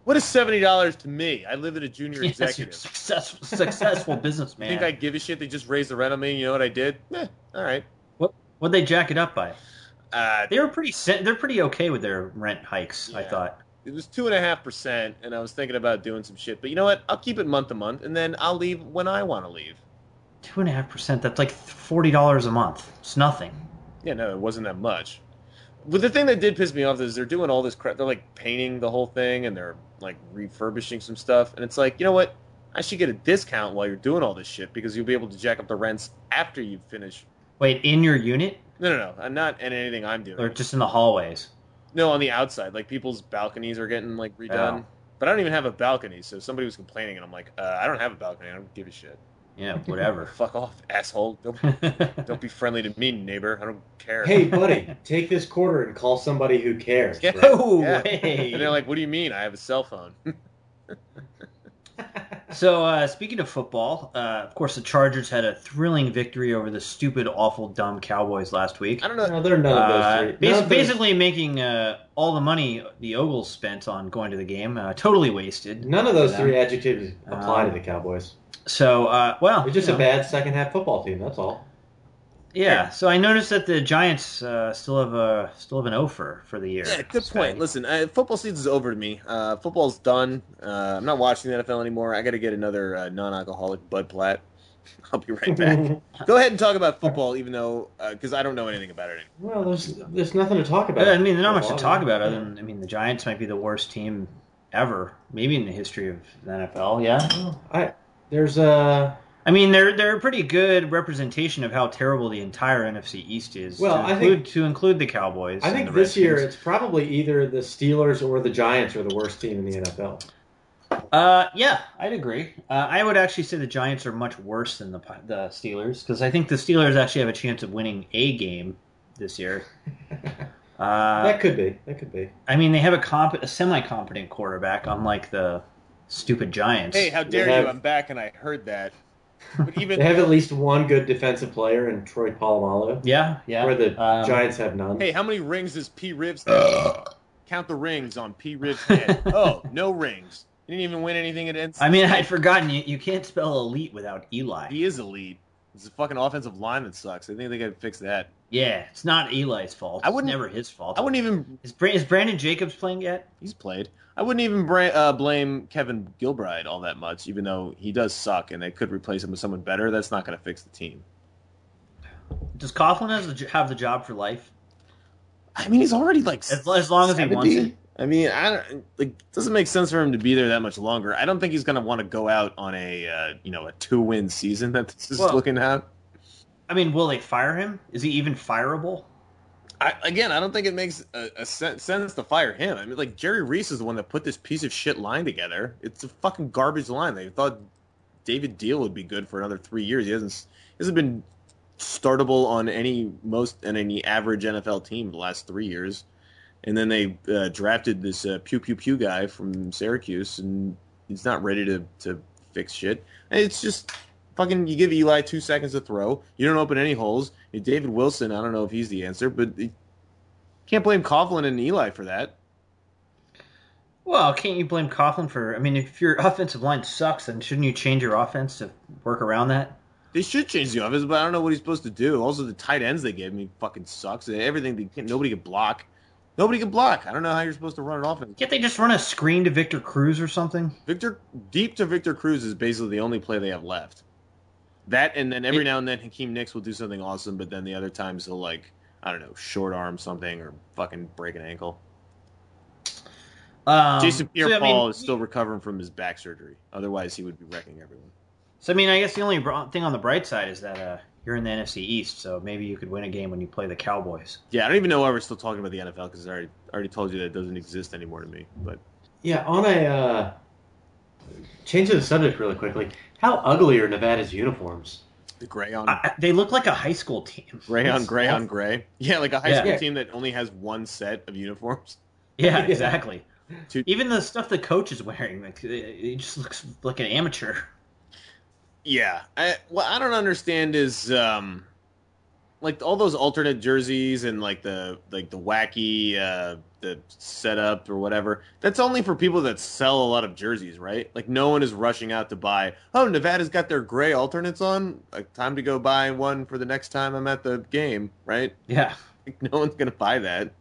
Speaker 3: What is seventy dollars to me? I live at a junior
Speaker 1: Yes, you're
Speaker 3: executive.
Speaker 1: a successful, successful businessman.
Speaker 3: You think I give a shit? They just raised the rent on me. You know what I did? Eh, all right.
Speaker 1: What? What'd they jack it up by?
Speaker 3: Uh,
Speaker 1: They were pretty. sen- They're pretty okay with their rent hikes. I
Speaker 3: Yeah.
Speaker 1: thought.
Speaker 3: it was two and a half percent, and I was thinking about doing some shit. But you know what? I'll keep it month to month, and then I'll leave when I want to leave.
Speaker 1: Two and a half percent. That's like forty dollars a month. It's nothing.
Speaker 3: Yeah, no, it wasn't that much. But the thing that did piss me off is they're doing all this crap. They're like painting the whole thing, and they're like refurbishing some stuff. And it's like, you know what? I should get a discount while you're doing all this shit because you'll be able to jack up the rents after you finish
Speaker 1: Wait, in your unit?
Speaker 3: No, no, no. I'm not in anything I'm doing.
Speaker 1: or just in the hallways.
Speaker 3: No, on the outside, like people's balconies are getting like redone.
Speaker 1: Yeah.
Speaker 3: But I don't even have a balcony, so somebody was complaining, and I'm like, uh, I don't have a balcony. I don't give a shit.
Speaker 1: Yeah, whatever.
Speaker 3: Fuck off, asshole. Don't don't be friendly to me, neighbor. I don't care.
Speaker 4: Hey, buddy, take this quarter and call somebody who cares.
Speaker 3: Yeah.
Speaker 4: bro.
Speaker 1: no
Speaker 3: Yeah.
Speaker 1: way.
Speaker 3: And they're like, what do you mean? I have a cell phone.
Speaker 1: So, uh, speaking of football, uh, of course, the Chargers had a thrilling victory over the stupid, awful, dumb Cowboys last week.
Speaker 3: I don't know.
Speaker 4: No, they're none
Speaker 1: Uh,
Speaker 4: of those three.
Speaker 1: bas-
Speaker 4: None of those-
Speaker 1: basically, making uh, all the money the Ogles spent on going to the game uh, totally wasted.
Speaker 4: none of those
Speaker 1: Yeah.
Speaker 4: three adjectives apply
Speaker 1: Um,
Speaker 4: to the Cowboys.
Speaker 1: So, uh, well,
Speaker 4: They're just
Speaker 1: you
Speaker 4: a
Speaker 1: know,
Speaker 4: bad second half football team. That's all.
Speaker 1: yeah. So I noticed that the Giants uh, still have a still have an offer for the year.
Speaker 3: Yeah, good
Speaker 1: So-
Speaker 3: point. Listen, uh, football season is over to me. Uh, football's done. Uh, I'm not watching the NFL anymore. I got to get another uh, non-alcoholic Bud Platt. I'll be right back. Go ahead and talk about football, even though because I don't know anything about it. anymore.
Speaker 4: well, there's there's nothing to talk about.
Speaker 1: Yeah, I mean, there's not much
Speaker 4: Football,
Speaker 1: to talk about
Speaker 4: yeah.
Speaker 1: other than I mean, the Giants might be the worst team ever, maybe in the history of the NFL. Yeah.
Speaker 4: Well, I there's uh
Speaker 1: I mean, they're they're a pretty good representation of how terrible the entire NFC East is.
Speaker 4: Well,
Speaker 1: to
Speaker 4: I
Speaker 1: include,
Speaker 4: think-
Speaker 1: to include the Cowboys.
Speaker 4: I
Speaker 1: and
Speaker 4: think
Speaker 1: the
Speaker 4: this year
Speaker 1: Redskins.
Speaker 4: it's probably either the Steelers or the Giants are the worst team in the NFL.
Speaker 1: Uh, yeah, I'd agree. Uh, I would actually say the Giants are much worse than the Pi- the Steelers because I think the Steelers actually have a chance of winning a game this year. Uh,
Speaker 4: that could be. That could be.
Speaker 1: I mean, they have a comp- a semi competent quarterback, unlike the stupid Giants.
Speaker 3: Hey, how dare
Speaker 4: They have-
Speaker 3: you? I'm back, and I heard that. But
Speaker 4: They
Speaker 3: even
Speaker 4: have at least one good defensive player in Troy Polamalu,
Speaker 1: yeah, yeah.
Speaker 4: where the
Speaker 1: Um,
Speaker 4: Giants have none.
Speaker 3: hey, how many rings does P Ribs? Count the rings on P Ribs' head. oh, no rings. He didn't even win anything at NC.
Speaker 1: I mean, I'd forgotten you, you can't spell elite without Eli.
Speaker 3: he is elite. It's a fucking offensive line that sucks. I think they got to fix that.
Speaker 1: Yeah, it's not Eli's fault.
Speaker 3: I wouldn't-
Speaker 1: it's never his fault.
Speaker 3: I wouldn't even.
Speaker 1: Is, Bra- is Brandon Jacobs playing yet?
Speaker 3: He's played. I wouldn't even bra- uh, blame Kevin Gilbride all that much, even though he does suck, and they could replace him with someone better. That's not going to fix the team.
Speaker 1: Does Coughlin has the, jo- have the job for life?
Speaker 3: I mean, he's already like
Speaker 1: As, as long as he wants it.
Speaker 3: I mean, I don't, like it doesn't make sense for him to be there that much longer. I don't think he's going to want to go out on a uh, you know a two win season that this is
Speaker 1: Well-
Speaker 3: looking at.
Speaker 1: I mean, will they fire him? Is he even fireable?
Speaker 3: I, again, I don't think it makes a, a sen- sense to fire him. I mean, like Jerry Reese is the one that put this piece of shit line together. It's a fucking garbage line. They thought David Deal would be good for another three years. He hasn't s- he hasn't been startable on any most and any average NFL team the last three years. And then they uh, drafted this uh, pew pew pew guy from Syracuse, and he's not ready to to fix shit. And it's just fucking you give Eli two seconds to throw. You don't open any holes. And David Wilson, I don't know if he's the answer, but you can't blame Coughlin and Eli for that.
Speaker 1: Well, can't you blame Coughlin for? I mean, if your offensive line sucks, then shouldn't you change your offense to work around that?
Speaker 3: They should change the offense, but I don't know what he's supposed to do. Also, the tight ends they gave me fucking sucks. Everything they can't, nobody can block. Nobody can block. I don't know how you're supposed to run an offense.
Speaker 1: Can't they just run a screen to Victor Cruz or something?
Speaker 3: Victor deep to Victor Cruz is basically the only play they have left. That and then every now and then Hakeem Nicks will do something awesome, but then the other times he'll like I don't know short arm something or fucking break an ankle.
Speaker 1: Um,
Speaker 3: Jason
Speaker 1: so, I mean,
Speaker 3: Pierre-Paul is still recovering from his back surgery. Otherwise, he would be wrecking everyone.
Speaker 1: So I mean, I guess the only bro- thing on the bright side is that uh, you're in the NFC East, so maybe you could win a game when you play the Cowboys.
Speaker 3: Yeah, I don't even know why we're still talking about the NFL because I already, I already told you that it doesn't exist anymore to me. But
Speaker 4: Yeah, on a uh, change of the subject really quickly. How ugly are Nevada's uniforms?
Speaker 3: the gray on
Speaker 1: I, I- they look like a high school team.
Speaker 3: gray on
Speaker 4: it's
Speaker 3: gray on
Speaker 4: awful.
Speaker 3: gray. Yeah, like a high
Speaker 1: Yeah.
Speaker 3: school
Speaker 4: Yeah.
Speaker 3: team that only has one set of uniforms.
Speaker 1: Yeah, exactly.
Speaker 3: Two-
Speaker 1: Even the stuff the coach is wearing, like, it it just looks like an amateur.
Speaker 3: Yeah. I, what I don't understand is um like all those alternate jerseys and like the like the wacky uh the setup or whatever. That's only for people that sell a lot of jerseys, right? Like no one is rushing out to buy. Oh, Nevada's got their gray alternates on. Like time to go buy one for the next time I'm at the game, right?
Speaker 1: Yeah.
Speaker 3: Like, no one's gonna buy that.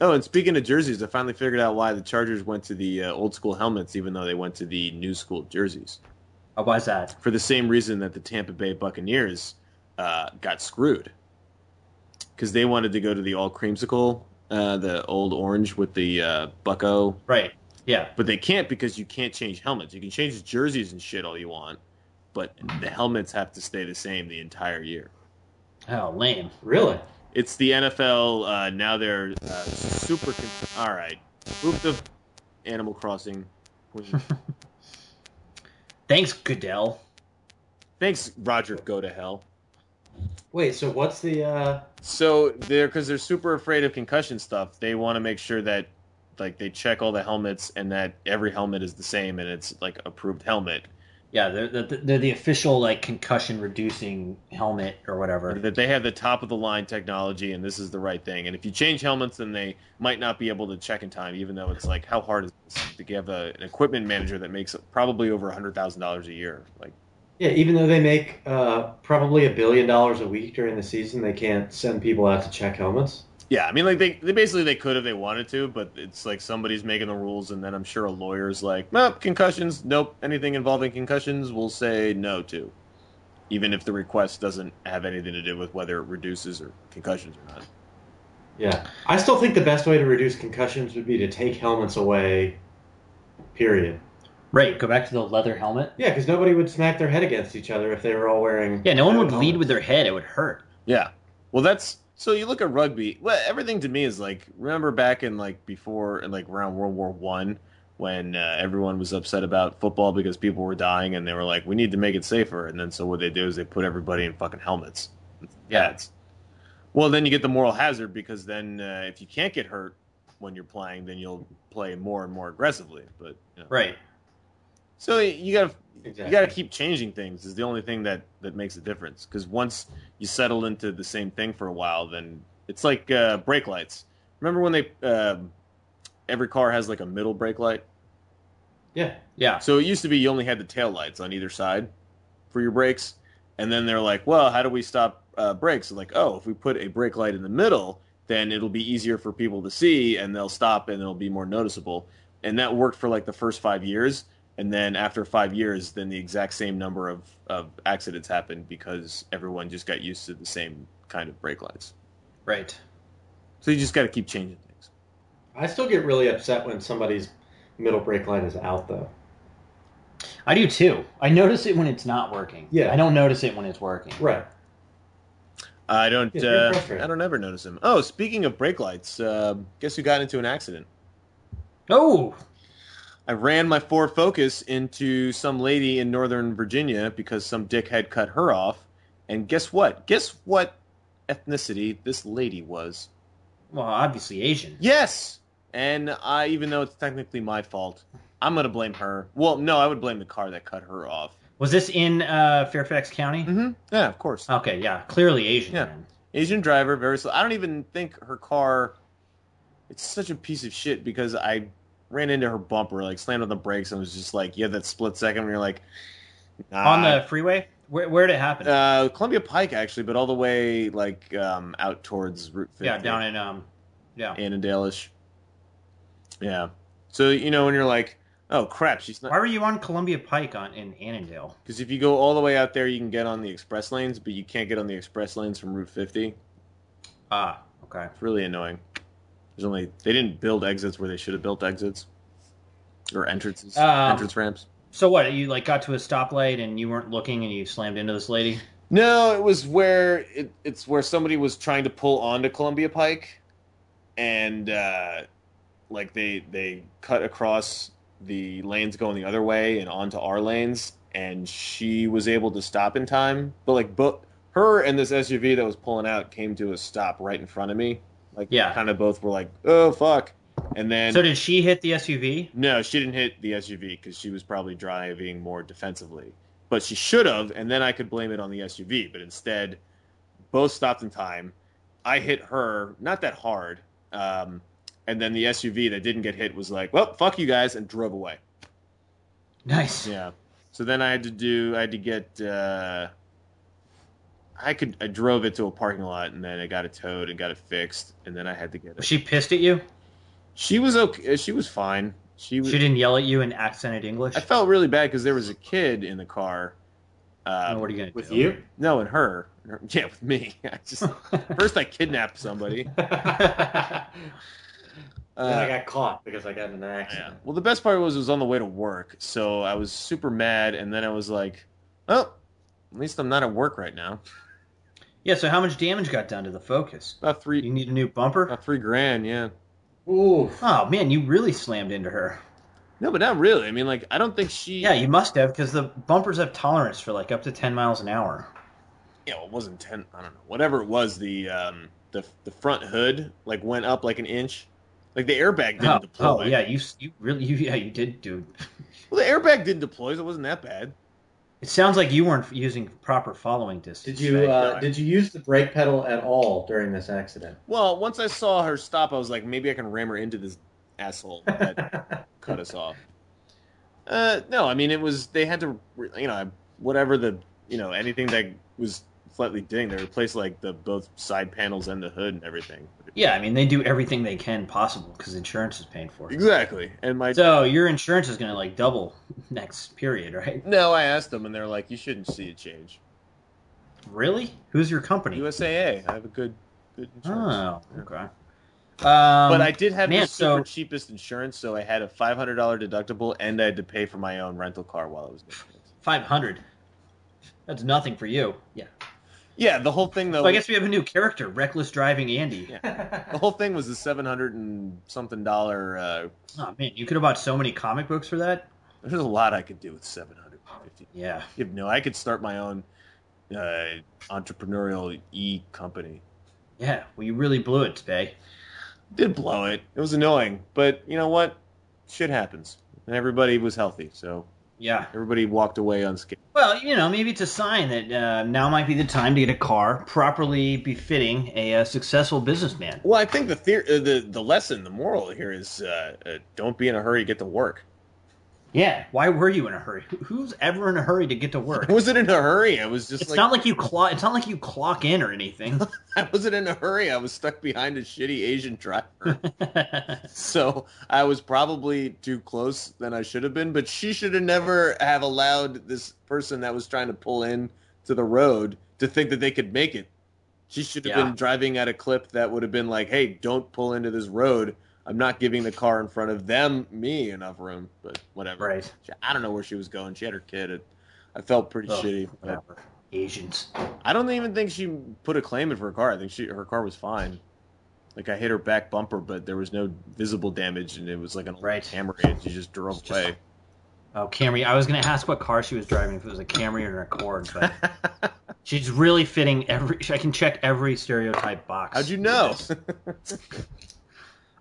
Speaker 3: Oh, and speaking of jerseys, I finally figured out why the Chargers went to the uh, old school helmets, even though they went to the new school jerseys
Speaker 1: Oh, why is that?
Speaker 3: for the same reason that the Tampa Bay Buccaneers uh, got screwed because they wanted to go to the all creamsicle, uh, the old orange with the uh, bucko,
Speaker 1: Right. Yeah.
Speaker 3: but they can't because you can't change helmets. You can change jerseys and shit all you want, but the helmets have to stay the same the entire year.
Speaker 1: Oh, lame.
Speaker 4: Really?
Speaker 3: It's the NFL. Uh, now they're uh, super. Con- All right, move the Animal Crossing.
Speaker 1: Thanks, Goodell.
Speaker 3: Thanks, Roger. Go to hell.
Speaker 4: Wait, so what's the uh
Speaker 3: So they're because they're super afraid of concussion stuff. They want to make sure that like they check all the helmets and that every helmet is the same and it's like approved helmet.
Speaker 1: Yeah, they're, they're, they're the official like concussion reducing helmet or whatever.
Speaker 3: That they have the top of the line technology and this is the right thing. And if you change helmets, then they might not be able to check in time, even though it's like how hard is this to have a, an equipment manager that makes probably over a hundred thousand dollars a year? Like
Speaker 4: yeah, even though they make uh, probably a billion dollars a week during the season, they can't send people out to check helmets.
Speaker 3: Yeah, I mean, like they, they basically they could if they wanted to, but it's like somebody's making the rules, and then I'm sure a lawyer's like, nope, concussions, nope, anything involving concussions, we'll say no to, even if the request doesn't have anything to do with whether it reduces or concussions or not.
Speaker 4: Yeah, I still think the best way to reduce concussions would be to take helmets away. Period.
Speaker 1: Right, go back to the leather helmet.
Speaker 4: Yeah, because nobody would smack their head against each other if they were all wearing.
Speaker 1: Yeah, no one would
Speaker 4: helmets.
Speaker 1: lead with their head. It would hurt.
Speaker 3: Yeah, well, that's so you look at rugby. Well, everything to me is like remember back in like before in like around World War One when uh, everyone was upset about football because people were dying, and they were like, we need to make it safer, and then so what they do is they put everybody in fucking helmets. Yeah. It's, well, then you get the moral hazard because then uh, if you can't get hurt when you're playing, then you'll play more and more aggressively. But you know.
Speaker 1: Right.
Speaker 3: So you gotta
Speaker 4: Exactly.
Speaker 3: you gotta keep changing things is the only thing that that makes a difference. Because once you settle into the same thing for a while, then it's like uh, brake lights. Remember when they um, every car has like a middle brake light?
Speaker 4: Yeah.
Speaker 1: Yeah.
Speaker 3: So it used to be you only had the tail lights on either side for your brakes, and then they're like, "Well, how do we stop uh, brakes?" Like, oh, if we put a brake light in the middle, then it'll be easier for people to see, and they'll stop, and it'll be more noticeable. And that worked for like the first five years, and then after five years, then the exact same number of of accidents happened because everyone just got used to the same kind of brake lights.
Speaker 1: Right.
Speaker 3: So you just got to keep changing things.
Speaker 4: I still get really upset when somebody's middle brake line is out, though.
Speaker 1: I do too. I notice it when it's not working.
Speaker 4: Yeah.
Speaker 1: I don't notice it when it's working.
Speaker 4: Right.
Speaker 3: I don't.
Speaker 4: Yeah, very
Speaker 3: Uh,
Speaker 4: frustrating.
Speaker 3: I don't ever notice them. Oh, speaking of brake lights, uh, guess who got into an accident?
Speaker 1: Oh,
Speaker 3: I ran my Ford Focus into some lady in Northern Virginia because some dick had cut her off. And guess what? Guess what ethnicity this lady was?
Speaker 1: well, obviously Asian.
Speaker 3: Yes. And I, even though it's technically my fault, I'm gonna blame her. Well, no, I would blame the car that cut her off.
Speaker 1: Was this in uh, Fairfax County?
Speaker 3: Mm-hmm. Yeah, of course.
Speaker 1: Okay, yeah, clearly Asian.
Speaker 3: Yeah.
Speaker 1: then.
Speaker 3: Asian driver, very slow. I don't even think her car. It's such a piece of shit because I ran into her bumper, like slammed on the brakes, and was just like, yeah, that split second when you're like, nah,
Speaker 1: On the freeway? Where where'd it happen?
Speaker 3: Uh, Columbia Pike actually, but all the way like um, out towards Route 50.
Speaker 1: yeah, down in um, yeah.
Speaker 3: Annandale-ish. Yeah. So you know when you're like, oh crap, she's not
Speaker 1: Why were you on Columbia Pike on in Annandale?
Speaker 3: because if you go all the way out there, you can get on the express lanes, but you can't get on the express lanes from Route 50.
Speaker 1: Ah, okay.
Speaker 3: It's really annoying. There's only they didn't build exits where they should have built exits or entrances,
Speaker 1: Um,
Speaker 3: entrance ramps.
Speaker 1: So what? You like got to a stoplight and you weren't looking and you slammed into this lady?
Speaker 3: No, it was where it, it's where somebody was trying to pull onto Columbia Pike, and uh, like they they cut across the lanes going the other way and onto our lanes, and she was able to stop in time. But like, but her and this SUV that was pulling out came to a stop right in front of me. Like,
Speaker 1: Yeah.
Speaker 3: kind of both were like, "Oh fuck," and then
Speaker 1: so did she hit the SUV?
Speaker 3: no, she didn't hit the SUV because she was probably driving more defensively. But she should have, and then I could blame it on the SUV. But instead, both stopped in time. I hit her, not that hard. Um, and then the SUV that didn't get hit was like, well, fuck you guys, and drove away.
Speaker 1: Nice.
Speaker 3: Yeah. So then I had to do, I had to get, uh, I could, I drove it to a parking lot, and then I got it towed and got it fixed, and then I had to get
Speaker 1: Was
Speaker 3: it.
Speaker 1: she pissed at you?
Speaker 3: She was okay. She was fine. She was.
Speaker 1: She didn't yell at you in accented English.
Speaker 3: I felt really bad because there was a kid in the car.
Speaker 1: Oh,
Speaker 3: Uh,
Speaker 1: what are you gonna
Speaker 4: With
Speaker 1: do?
Speaker 4: you?
Speaker 3: no, and her. Yeah, with me. I just first I kidnapped somebody.
Speaker 4: then I
Speaker 3: Uh,
Speaker 4: got caught because I got in an
Speaker 3: yeah.
Speaker 4: accident.
Speaker 3: Well, the best part was it was on the way to work, so I was super mad, and then I was like, "Well, at least I'm not at work right now."
Speaker 1: Yeah. So how much damage got done to the Focus?
Speaker 3: About
Speaker 1: You
Speaker 3: three,
Speaker 1: need a new bumper.
Speaker 3: about three grand, yeah.
Speaker 4: Ooh,
Speaker 1: Oh man, you really slammed into her.
Speaker 3: No, but not really. I mean, like, I don't think she.
Speaker 1: Yeah, you must have because the bumpers have tolerance for like up to ten miles an hour.
Speaker 3: you know, it wasn't ten. I don't know. Whatever it was, the um, the the front hood like went up like an inch. Like the airbag didn't
Speaker 1: Oh,
Speaker 3: deploy.
Speaker 1: oh yeah, you you really you, yeah you did do.
Speaker 3: Well, the airbag didn't deploy, so it wasn't that bad.
Speaker 1: It sounds like you weren't using proper following distance.
Speaker 4: did you uh, did you use the brake pedal at all during this accident?
Speaker 3: Well, once I saw her stop, I was like, maybe I can ram her into this asshole that cut us off. Uh, no, I mean it was they had to, you know, whatever the you know anything that was slightly ding, they replaced like the both side panels and the hood and everything.
Speaker 1: Yeah, I mean they do everything they can possible because insurance is paying for it.
Speaker 3: Exactly, and my
Speaker 1: So your insurance is going to like double next period, right?
Speaker 3: no, I asked them, and they're like, you shouldn't see a change.
Speaker 1: Really? Who's your company?
Speaker 3: USAA, I have a good good insurance.
Speaker 1: Oh, okay. Um,
Speaker 3: but I did have
Speaker 1: man,
Speaker 3: the super
Speaker 1: so-
Speaker 3: cheapest insurance, so I had a five hundred dollar deductible, and I had to pay for my own rental car while I was doing it.
Speaker 1: five hundred. That's nothing for you. Yeah.
Speaker 3: Yeah, the whole thing though.
Speaker 1: So I guess we have a new character, reckless driving Andy.
Speaker 3: Yeah. the whole thing was the seven hundred and something dollar. Uh,
Speaker 1: Oh man, you could have bought so many comic books for that.
Speaker 3: there's a lot I could do with seven hundred fifty.
Speaker 1: Yeah.
Speaker 3: You know, I could start my own uh, entrepreneurial e company.
Speaker 1: Yeah. Well, you really blew it, Spay.
Speaker 3: Did blow it. It was annoying, but you know what? Shit happens, and everybody was healthy, so
Speaker 1: Yeah.
Speaker 3: everybody walked away unscathed.
Speaker 1: Well, you know, maybe it's a sign that uh, now might be the time to get a car properly befitting a, uh successful businessman.
Speaker 3: Well, I think the theor- uh, the the lesson, the moral here is uh, uh, don't be in a hurry, get to work.
Speaker 1: Yeah. Why were you in a hurry? Who- Who's ever in a hurry to get to work?
Speaker 3: I wasn't in a hurry. I was just
Speaker 1: It's
Speaker 3: like
Speaker 1: not like you clock. It's not like you clock in or anything.
Speaker 3: I wasn't in a hurry. I was stuck behind a shitty Asian driver, so I was probably too close than I should have been. But she should have never have allowed this person that was trying to pull in to the road to think that they could make it. She should have
Speaker 1: Yeah.
Speaker 3: been driving at a clip that would have been like, "Hey, don't pull into this road. I'm not giving the car in front of them me enough room." But whatever.
Speaker 1: right.
Speaker 3: She- I don't know where she was going. She had her kid. It, I felt pretty
Speaker 1: Ugh,
Speaker 3: shitty. but
Speaker 1: Oh, Whatever. Asians.
Speaker 3: I don't even think she put a claim in for her car. I think she her car was fine. Like I hit her back bumper, but there was no visible damage, and it was like an old
Speaker 1: Right.
Speaker 3: Camry, and she just drove
Speaker 1: It's just-
Speaker 3: away.
Speaker 1: Oh, Camry. I was going to ask what car she was driving, if it was a Camry or an Accord, but she's really fitting every. I can check every stereotype box.
Speaker 3: How'd you know?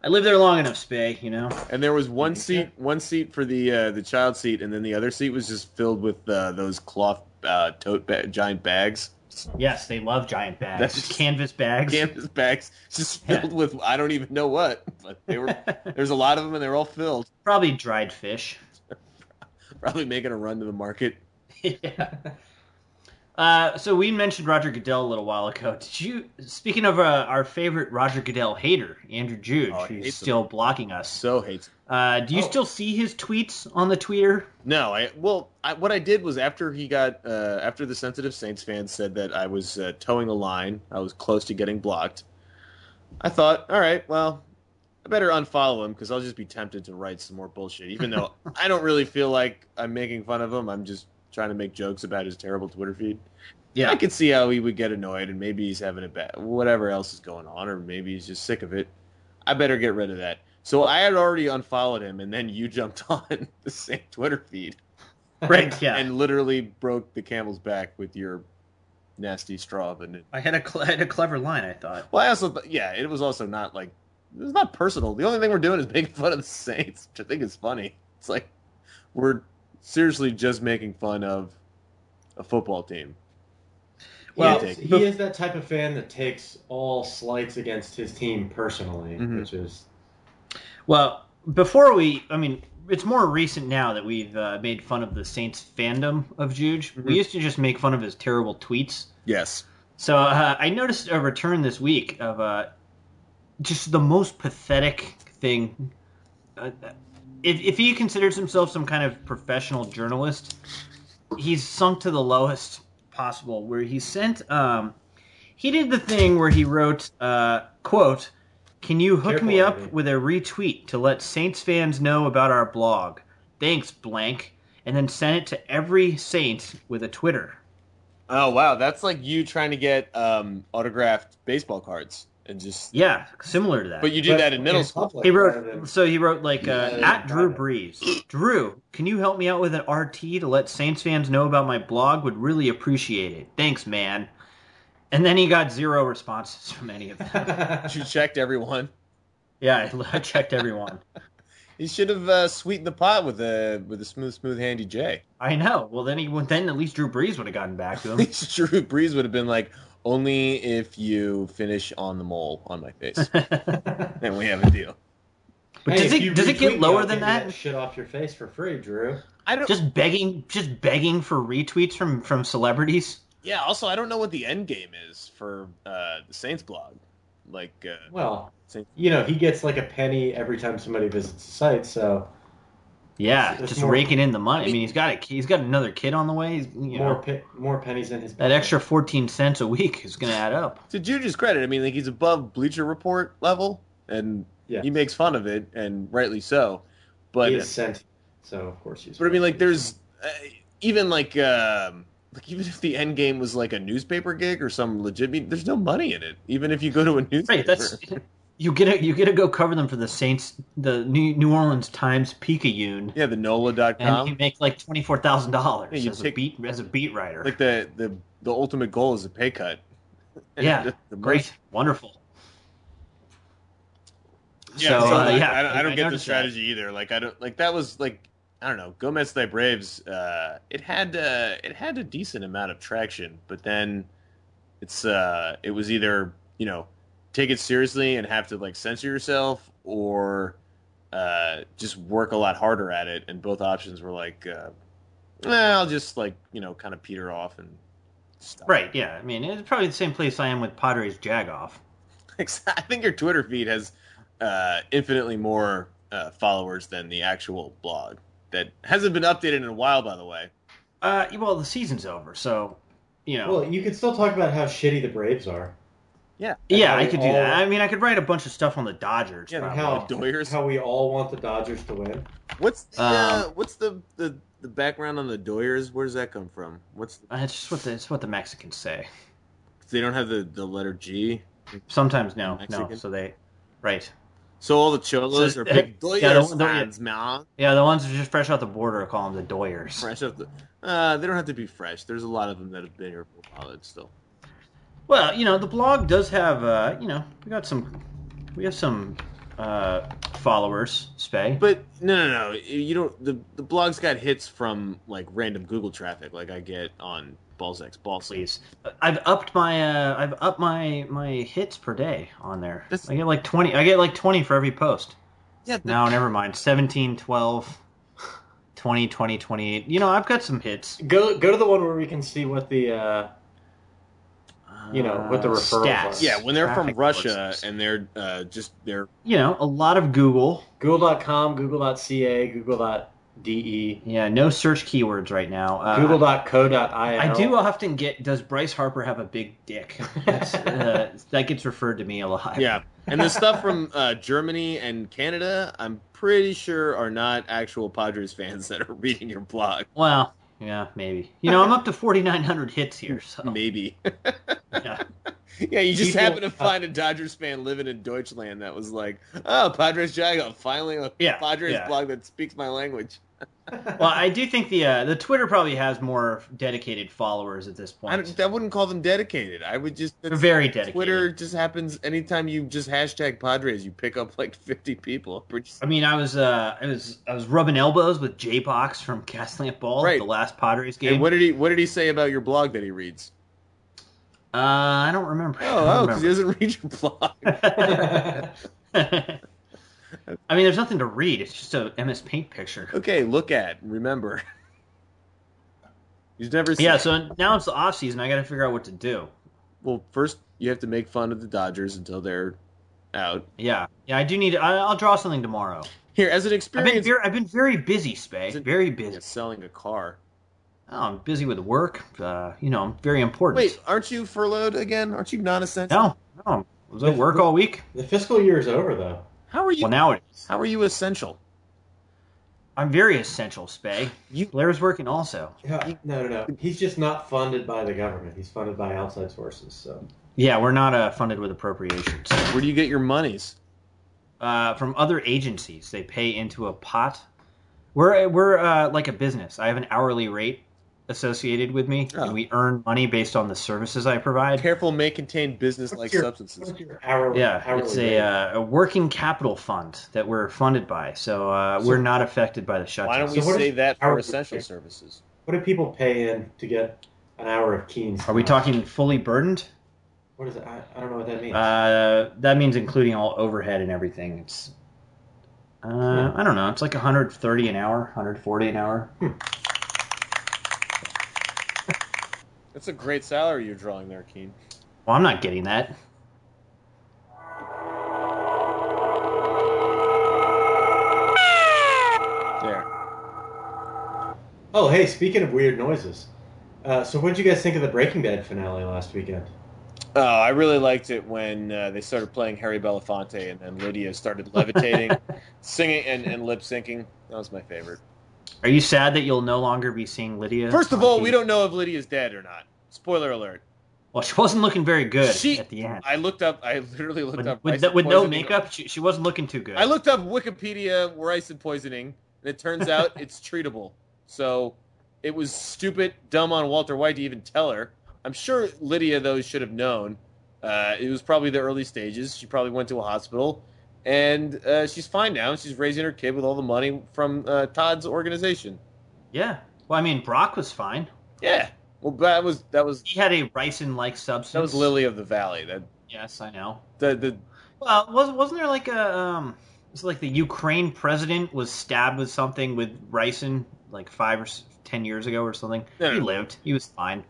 Speaker 1: I lived there long enough, Spay, you know?
Speaker 3: and there was one seat, one seat for the uh, the child seat, and then the other seat was just filled with uh, those cloth uh, tote ba- giant bags,
Speaker 1: Yes, they love giant bags.
Speaker 3: That's
Speaker 1: Just
Speaker 3: just-
Speaker 1: canvas bags.
Speaker 3: canvas bags, just
Speaker 1: Yeah.
Speaker 3: filled with I don't even know what, but they were. There's a lot of them, and they're all filled.
Speaker 1: Probably dried fish.
Speaker 3: Probably making a run to the market.
Speaker 1: yeah. Uh, so we mentioned Roger Goodell a little while ago. Did you, speaking of uh, our favorite Roger Goodell hater, Andrew Juge,
Speaker 3: Oh, I hate him.
Speaker 1: who's still blocking us,
Speaker 3: So hates
Speaker 1: uh, do you
Speaker 4: Oh.
Speaker 1: still see his tweets on the tweeter?
Speaker 3: No, I well, I, what I did was after he got uh, after the sensitive Saints fan said that I was uh, towing a line, I was close to getting blocked. I thought, all right, well, I better unfollow him because I'll just be tempted to write some more bullshit. Even though I don't really feel like I'm making fun of him, I'm just trying to make jokes about his terrible Twitter feed.
Speaker 1: Yeah.
Speaker 3: I could see how he would get annoyed, and maybe he's having a bad whatever else is going on, or maybe he's just sick of it. I better get rid of that. So I had already unfollowed him, and then you jumped on the same Twitter feed
Speaker 1: Right, yeah.
Speaker 3: and literally broke the camel's back with your nasty straw of a noon.
Speaker 1: I had a, cle I had a clever line, I thought.
Speaker 3: Well, I also th- yeah, it was also not like it was not personal. The only thing we're doing is making fun of the Saints, which I think is funny. It's like we're seriously just making fun of a football team.
Speaker 1: Well,
Speaker 4: he, is,
Speaker 3: Take-
Speaker 4: he is that type of fan that takes all slights against his team personally,
Speaker 3: Mhm.
Speaker 4: which is
Speaker 1: Well, before we, I mean, it's more recent now that we've uh, made fun of the Saints fandom of Juge.
Speaker 3: Mhm.
Speaker 1: We used to just make fun of his terrible tweets.
Speaker 3: yes,
Speaker 1: So uh, I noticed a return this week of uh, just the most pathetic thing. Uh, if, if he considers himself some kind of professional journalist, he's sunk to the lowest possible. Where he sent, um, he did the thing where he wrote, uh, "quote Can you hook
Speaker 4: Careful,
Speaker 1: me up
Speaker 4: Andy.
Speaker 1: with a retweet to let Saints fans know about our blog? Thanks, blank." And then sent it to every Saint with a Twitter.
Speaker 3: Oh wow, that's like you trying to get um, autographed baseball cards and just.
Speaker 1: Yeah, similar to that.
Speaker 3: But you did
Speaker 4: But
Speaker 3: that in middle school.
Speaker 4: public
Speaker 1: he
Speaker 4: rather than-
Speaker 1: wrote so he wrote like uh,
Speaker 4: Yeah,
Speaker 1: at Drew Brees. Drew, can you help me out with an RT to let Saints fans know about my blog? Would really appreciate it. Thanks, man. And then he got zero responses from any of them.
Speaker 3: You checked everyone.
Speaker 1: yeah, I, I checked everyone.
Speaker 3: You should have uh, sweetened the pot with a with a smooth, smooth, handy J.
Speaker 1: I know. Well, then he well, then at least Drew Brees would have gotten back to
Speaker 3: At
Speaker 1: him.
Speaker 3: least Drew Brees would have been like, "Only if you finish on the mole on my face,
Speaker 1: but
Speaker 3: then we have a deal."
Speaker 4: Hey,
Speaker 1: does
Speaker 4: if
Speaker 1: it
Speaker 4: you
Speaker 1: does it
Speaker 4: retweet
Speaker 1: get
Speaker 4: me,
Speaker 1: lower
Speaker 4: I'll
Speaker 1: than
Speaker 4: give you
Speaker 1: that?
Speaker 4: Shit off your face for free, Drew.
Speaker 3: I don't.
Speaker 1: Just begging, just begging for retweets from from celebrities.
Speaker 3: yeah. Also, I don't know what the end game is for uh, the Saints blog. Like, uh,
Speaker 4: Well,
Speaker 3: Saints-
Speaker 4: you know, he gets like a penny every time somebody visits the site, so
Speaker 1: Yeah,
Speaker 4: It's- it's
Speaker 1: just
Speaker 4: more-
Speaker 1: raking in the money. I mean, he's got a he's got another kid on the way. He's, you know,
Speaker 4: more pe- more pennies in his
Speaker 1: that
Speaker 4: pocket.
Speaker 1: extra 14 cents a week is going to add up.
Speaker 3: to Juju's credit, I mean, like he's above Bleacher Report level, and
Speaker 4: Yeah.
Speaker 3: he makes fun of it, and rightly so. But
Speaker 4: he is sent. So of course he's.
Speaker 3: But I mean, like, there's uh, even like um, like even if the end game was like a newspaper gig or some legit, I mean, there's no money in it. Even if you go to a newspaper,
Speaker 1: Right, that's you get to you get to go cover them for the Saints, the New, New Orleans Times Picayune,
Speaker 3: yeah, the
Speaker 1: and you
Speaker 3: NOLA.com.
Speaker 1: make like twenty four thousand
Speaker 3: Uh-huh. Yeah,
Speaker 1: dollars
Speaker 3: you
Speaker 1: as a
Speaker 3: take-
Speaker 1: beat as a beat writer.
Speaker 3: Like the the the ultimate goal is a pay cut. And
Speaker 1: Yeah,
Speaker 3: the- the
Speaker 1: Great,
Speaker 3: most-
Speaker 1: wonderful.
Speaker 3: Yeah, so,
Speaker 1: so, uh,
Speaker 3: like,
Speaker 1: yeah,
Speaker 3: I don't, I don't
Speaker 1: I
Speaker 3: get the
Speaker 1: noticed that.
Speaker 3: strategy either. Like I don't like that was like I don't know. Gomez Thy Braves. Uh, it had uh, it had a decent amount of traction, but then it's uh, it was either you know take it seriously and have to like censor yourself or uh, just work a lot harder at it. And both options were like, uh, eh, I'll just like you know kind of peter off and stop.
Speaker 1: Right, yeah. I mean, it's probably the same place I am with Pottery's Jagoff.
Speaker 3: I think your Twitter feed has uh, infinitely more uh, followers than the actual blog that hasn't been updated in a while, by the way.
Speaker 1: Uh, well, the season's over, so you know.
Speaker 4: Well, you could still talk about how shitty the Braves are.
Speaker 1: yeah,
Speaker 4: how
Speaker 1: I
Speaker 4: we
Speaker 1: could do
Speaker 4: all-
Speaker 1: that. I mean, I could write a bunch of stuff on the Dodgers.
Speaker 3: Yeah,
Speaker 1: probably.
Speaker 4: How
Speaker 3: Doyers.
Speaker 4: how we all want the Dodgers to win.
Speaker 3: What's the,
Speaker 1: Um,
Speaker 3: uh, what's the, the the background on the Doyers? Where does that come from? What's
Speaker 1: Uh, It's just what the, it's what the Mexicans say.
Speaker 3: they don't have the, the letter G,
Speaker 1: Sometimes no, no.
Speaker 3: Mexican?
Speaker 1: So they, right?
Speaker 3: so all the cholos
Speaker 1: So- uh,
Speaker 3: are big
Speaker 1: yeah,
Speaker 3: Doyers
Speaker 1: the- the-
Speaker 3: fans, man.
Speaker 1: Yeah, the ones that are just fresh out the border call them the Doyers.
Speaker 3: Fresh off the, uh, they don't have to be fresh. There's a lot of them that have been here for college still.
Speaker 1: Well, you know, the blog does have, uh, you know, we got some, we have some uh, followers. Spay.
Speaker 3: But no, no, no. You don't. The the blog's got hits from like random Google traffic, like I get on Balzac's Ball Sleep.
Speaker 1: please. I've upped my uh, I've upped my my hits per day on there.
Speaker 3: This-
Speaker 1: I get like 20 I get like 20 for every post.
Speaker 3: Yeah,
Speaker 1: No, never mind. 17, 12, 20, 20, 28. You know, I've got some hits.
Speaker 4: Go go to the one where we can see what the. Uh, You know,
Speaker 1: Uh,
Speaker 4: what the referrals are.
Speaker 1: stats.
Speaker 3: Yeah, when they're from
Speaker 1: Traffic
Speaker 3: Russia
Speaker 1: listings.
Speaker 3: and they're uh, just they're
Speaker 1: you know, a lot of Google.
Speaker 4: Google.com, Google.ca, Google.de,
Speaker 1: Yeah, no search keywords right now. Uh,
Speaker 4: Google.co.il.
Speaker 1: I do often get. Does Bryce Harper have a big dick? That's, uh, that gets referred to me a lot.
Speaker 3: yeah, and the stuff from uh, Germany and Canada, I'm pretty sure are not actual Padres fans that are reading your blog.
Speaker 1: Well, yeah, maybe. You know, I'm up to 4,900 hits here. So
Speaker 3: Maybe.
Speaker 1: Oh. yeah. uh,
Speaker 3: yeah, you just
Speaker 4: People-
Speaker 3: happen to find a Dodgers fan living in Deutschland that was like, "Oh, Padres Jago, finally a
Speaker 1: Yeah,
Speaker 3: Padres
Speaker 1: yeah.
Speaker 3: blog that speaks my language."
Speaker 1: Well, I do think the uh, the Twitter probably has more dedicated followers at this
Speaker 3: I, don't,
Speaker 1: point.
Speaker 3: I wouldn't call them dedicated. I would just
Speaker 1: They're very dedicated.
Speaker 3: Twitter just happens anytime you just hashtag Padres, you pick up like 50 people. We're just-
Speaker 1: I mean, I was uh, I was I was rubbing elbows with J Box from Castlamp Ball at
Speaker 3: Right.
Speaker 1: the last Padres game.
Speaker 3: And what did he What did he say about your blog that he reads?
Speaker 1: uh, I don't remember. I don't
Speaker 3: Oh, oh, because he
Speaker 1: remember.
Speaker 3: doesn't read your blog.
Speaker 1: I mean, there's nothing to read. It's just a MS Paint picture.
Speaker 3: Okay, look at, remember. He's never seen.
Speaker 1: Yeah. So now it's the off season. I got to figure out what to do.
Speaker 3: Well, first you have to make fun of the Dodgers until they're out.
Speaker 1: Yeah. Yeah. I do need. I, I'll draw something tomorrow.
Speaker 3: Here, as an
Speaker 1: I've been
Speaker 3: experience,
Speaker 1: very, I've been very busy, Spay.
Speaker 3: Isn't-
Speaker 1: Very busy.
Speaker 3: selling a car.
Speaker 1: Oh, I'm busy with work. Uh, you know, I'm very important.
Speaker 3: Wait, aren't you furloughed again? Aren't you non-essential?
Speaker 1: No, no. I was at work all week.
Speaker 4: The fiscal year is over, though.
Speaker 3: How are you?
Speaker 1: Well, now it is.
Speaker 3: How are you essential?
Speaker 1: I'm very essential, Spay.
Speaker 3: You-
Speaker 1: Blair's working also.
Speaker 4: Yeah, no, no, no. He's just not funded by the government. He's funded by outside sources. So
Speaker 1: Yeah, we're not uh, funded with appropriations.
Speaker 3: Where do you get your monies?
Speaker 1: Uh, from other agencies, they pay into a pot. We're we're uh, like a business. I have an hourly rate associated with me,
Speaker 3: Oh.
Speaker 1: and we earn money based on the services I provide.
Speaker 3: Careful may contain business-like
Speaker 4: Sure.
Speaker 3: substances.
Speaker 4: what's your hourly?
Speaker 1: Yeah,
Speaker 4: hourly
Speaker 1: it's
Speaker 4: rate?
Speaker 1: a, uh, a working capital fund that we're funded by, so uh,
Speaker 4: So-
Speaker 1: we're not affected by the shutdown.
Speaker 3: Why don't we
Speaker 4: So what
Speaker 3: say
Speaker 4: is-
Speaker 3: that for
Speaker 4: our-
Speaker 3: essential services?
Speaker 4: What do people pay in to get an hour of Keen's?
Speaker 1: Are we talking fully burdened?
Speaker 4: What is it? I, I don't know what that means.
Speaker 1: Uh, that means including all overhead and everything. It's uh, I don't know. It's like 130 an hour, 140 an hour.
Speaker 3: That's a great salary you're drawing there, Keen.
Speaker 1: Well, I'm not getting that.
Speaker 3: There.
Speaker 4: oh, hey, speaking of weird noises, uh, so what did you guys think of the Breaking Bad finale last weekend?
Speaker 3: Oh, I really liked it when uh, they started playing Harry Belafonte and then Lydia started levitating, singing, and, and lip syncing. That was my favorite.
Speaker 1: Are you sad that you'll no longer be seeing Lydia?
Speaker 3: First of
Speaker 1: on
Speaker 3: all,
Speaker 1: TV?
Speaker 3: we don't know if Lydia's dead or not. Spoiler alert.
Speaker 1: Well, she wasn't looking very good
Speaker 3: She-
Speaker 1: at the end.
Speaker 3: I looked up. I literally looked
Speaker 1: With,
Speaker 3: up
Speaker 1: with,
Speaker 3: rice
Speaker 1: the-
Speaker 3: and
Speaker 1: with no
Speaker 3: poisoning.
Speaker 1: makeup, she, she wasn't looking too good.
Speaker 3: I looked up Wikipedia rice and poisoning, and it turns out it's treatable. So it was stupid, dumb on Walter White to even tell her. I'm sure Lydia though should have known. Uh, it was probably the early stages. She probably went to a hospital, and uh, she's fine now. She's raising her kid with all the money from uh, Todd's organization.
Speaker 1: Yeah. Well, I mean, Brock was fine.
Speaker 3: Yeah. Well, that was that was
Speaker 1: He had a ricin-like substance.
Speaker 3: that was Lily of the Valley. That
Speaker 1: Yes, I know.
Speaker 3: the the
Speaker 1: Well, was, wasn't there like a um, it's like the Ukraine president was stabbed with something with ricin like five or s- ten years ago or something.
Speaker 3: No, no.
Speaker 1: He lived. He was fine.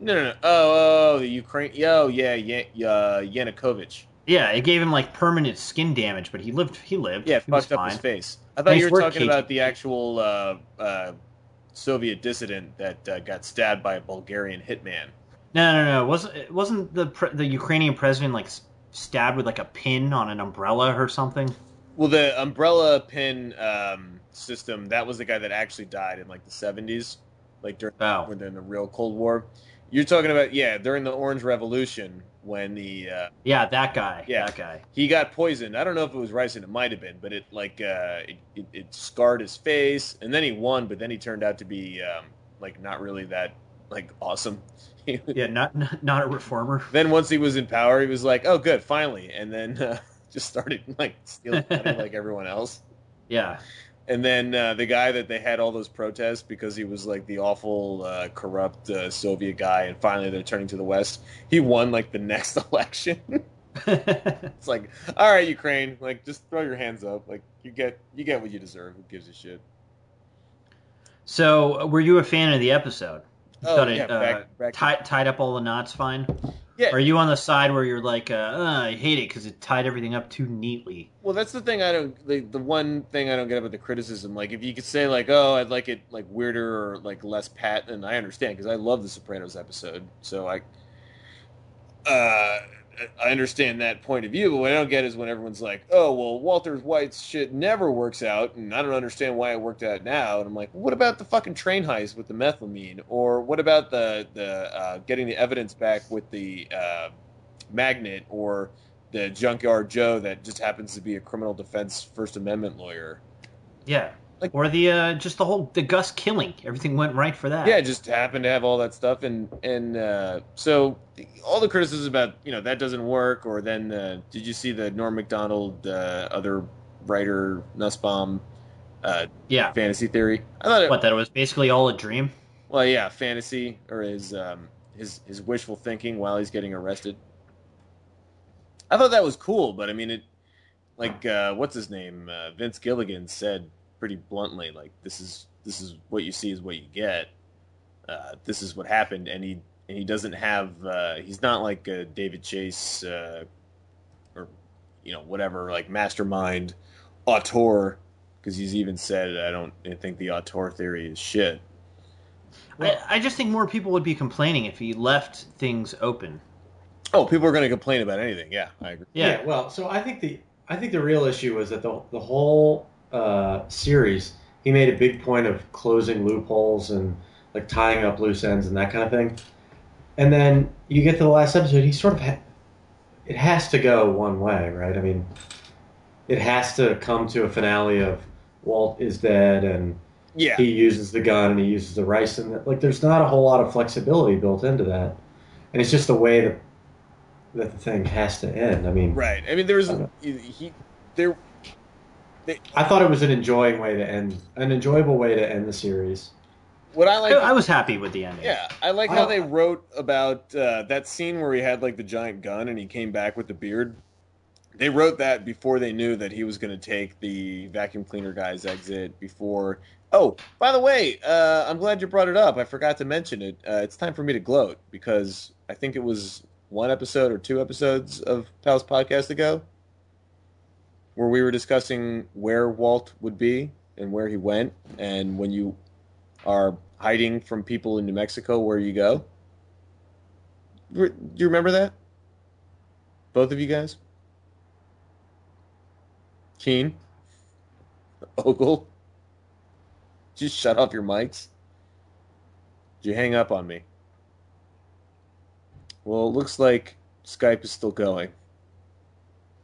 Speaker 3: no no no oh oh the Ukraine yo yeah yeah uh, Yanukovych.
Speaker 1: Yeah, it gave him like permanent skin damage, but he lived. He lived.
Speaker 3: Yeah,
Speaker 1: he was
Speaker 3: fucked up
Speaker 1: fine.
Speaker 3: his face. I thought
Speaker 1: Nice
Speaker 3: you were
Speaker 1: work,
Speaker 3: talking
Speaker 1: KG.
Speaker 3: about the actual uh, uh, Soviet dissident that uh, got stabbed by a Bulgarian hitman.
Speaker 1: No, no, no. Wasn't it- wasn't the pre- the Ukrainian president like s- stabbed with like a pin on an umbrella or something?
Speaker 3: Well, the umbrella pin um, system that was the guy that actually died in like the seventies, like during
Speaker 1: Oh,
Speaker 3: during the real Cold War. You're talking about yeah during the Orange Revolution when the uh,
Speaker 1: yeah, that guy.
Speaker 3: Yeah.
Speaker 1: that guy.
Speaker 3: he got poisoned. I don't know if it was ricin. It might have been, but it like uh, it, it, it scarred his face, and then he won. But then he turned out to be um, like not really that like awesome.
Speaker 1: Yeah, not not, not a reformer.
Speaker 3: then once he was in power, he was like, "Oh, good, finally!" And then uh, just started like stealing money like everyone else.
Speaker 1: Yeah,
Speaker 3: And then uh, the guy that they had all those protests because he was like the awful, uh, corrupt uh, Soviet guy, and finally they're turning to the West. He won like the next election. it's like, all right, Ukraine, like just throw your hands up. Like you get you get what you deserve. Who gives a shit?
Speaker 1: so, were you a fan of the episode? You
Speaker 3: Oh
Speaker 1: thought
Speaker 3: yeah,
Speaker 1: it, uh,
Speaker 3: back, back
Speaker 1: Tie, tied up all the knots fine?
Speaker 3: Yeah.
Speaker 1: Or are you on the side where you're like, uh, uh, I hate it because it tied everything up too neatly?
Speaker 3: Well, that's the thing I don't. The, the one thing I don't get about the criticism, like if you could say like, "Oh, I'd like it like weirder or like less pat," and I understand because I love the Sopranos episode, so I, uh, I understand that point of view. But what I don't get is when everyone's like, "Oh, well, Walter White's shit never works out," and I don't understand why it worked out now. And I'm like, "What about the fucking train heist with the methylamine, or what about the the uh, getting the evidence back with the uh, magnet, or?" the junkyard Joe that just happens to be a criminal defense First Amendment lawyer.
Speaker 1: Yeah.
Speaker 3: Like-
Speaker 1: or the uh, just the whole the Gus killing, everything went right for that.
Speaker 3: Yeah, just happened to have all that stuff, and and uh, so all the criticism about you know that doesn't work, or then uh, did you see the Norm Macdonald uh, other writer Nussbaum uh,
Speaker 1: yeah.
Speaker 3: fantasy theory? I thought it,
Speaker 1: What that it was basically all a dream.
Speaker 3: well, yeah, fantasy or his um, his his wishful thinking while he's getting arrested. I thought that was cool, but I mean it. Like, uh, what's his name? Uh, Vince Gilligan said pretty bluntly, like, this is this is what you see is what you get. Uh, this is what happened, and he and he doesn't have. Uh, he's not like a David Chase uh, or you know whatever like mastermind auteur because he's even said I don't think the auteur theory is shit.
Speaker 1: I, I just think more people would be complaining if he left things open.
Speaker 3: Oh, people are going to complain about anything. Yeah, I agree.
Speaker 1: Yeah.
Speaker 4: Well, so I think the I think the real issue was that the the whole uh, series, he made a big point of closing loopholes and like tying up loose ends and that kind of thing. And then you get to the last episode, he sort of ha- it has to go one way, right? I mean, it has to come to a finale of Walt is dead and
Speaker 3: Yeah.
Speaker 4: he uses the gun and he uses the rice and that, like there's not a whole lot of flexibility built into that and it's just the way that that the thing has to end i mean
Speaker 3: Right. I mean, there was
Speaker 4: Okay.
Speaker 3: he, he there. They,
Speaker 4: i thought it was an enjoying way to end an enjoyable way to end the series
Speaker 3: what I like,
Speaker 1: I, I was happy with the ending.
Speaker 3: yeah, I like how they wrote about uh, that scene where he had like the giant gun and he came back with the beard. They wrote that before they knew that he was going to take the vacuum cleaner guy's exit. Before, oh, by the way, uh, I'm glad you brought it up. I forgot to mention it. Uh, it's time for me to gloat because I think it was one episode or two episodes of Pals Podcast ago where we were discussing where Walt would be and where he went, and when you are hiding from people in New Mexico, where you go. Re- Do you remember that? Both of you guys? Keen? Ogle? Just shut off your mics? Did you hang up on me? Well, it looks like Skype is still going.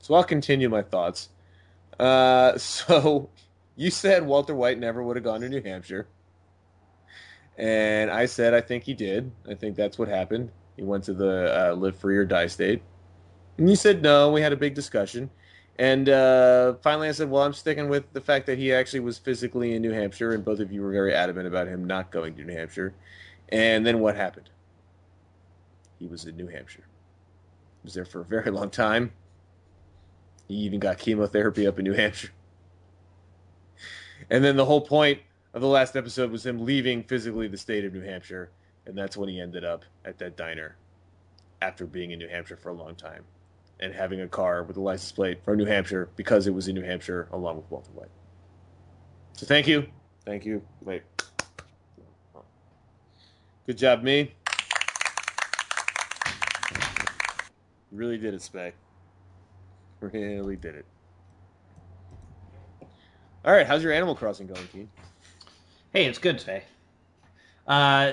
Speaker 3: So I'll continue my thoughts. Uh, so you said Walter White never would have gone to New Hampshire. And I said I think he did. I think that's what happened. He went to the uh, live free or die state. And you said no. We had a big discussion. And uh, finally I said, well, I'm sticking with the fact that he actually was physically in New Hampshire. And both of you were very adamant about him not going to New Hampshire. And then what happened? He was in New Hampshire. He was there for a very long time. He even got chemotherapy up in New Hampshire. And then the whole point of the last episode was him leaving physically the state of New Hampshire, and that's when he ended up at that diner after being in New Hampshire for a long time and having a car with a license plate from New Hampshire because it was in New Hampshire along with Walter White. So thank you. Thank you. Wait. Good job, me. You really did it, Spec. Really did it. All right, how's your Animal Crossing going, Keith?
Speaker 1: Hey, it's good, Faye. Uh,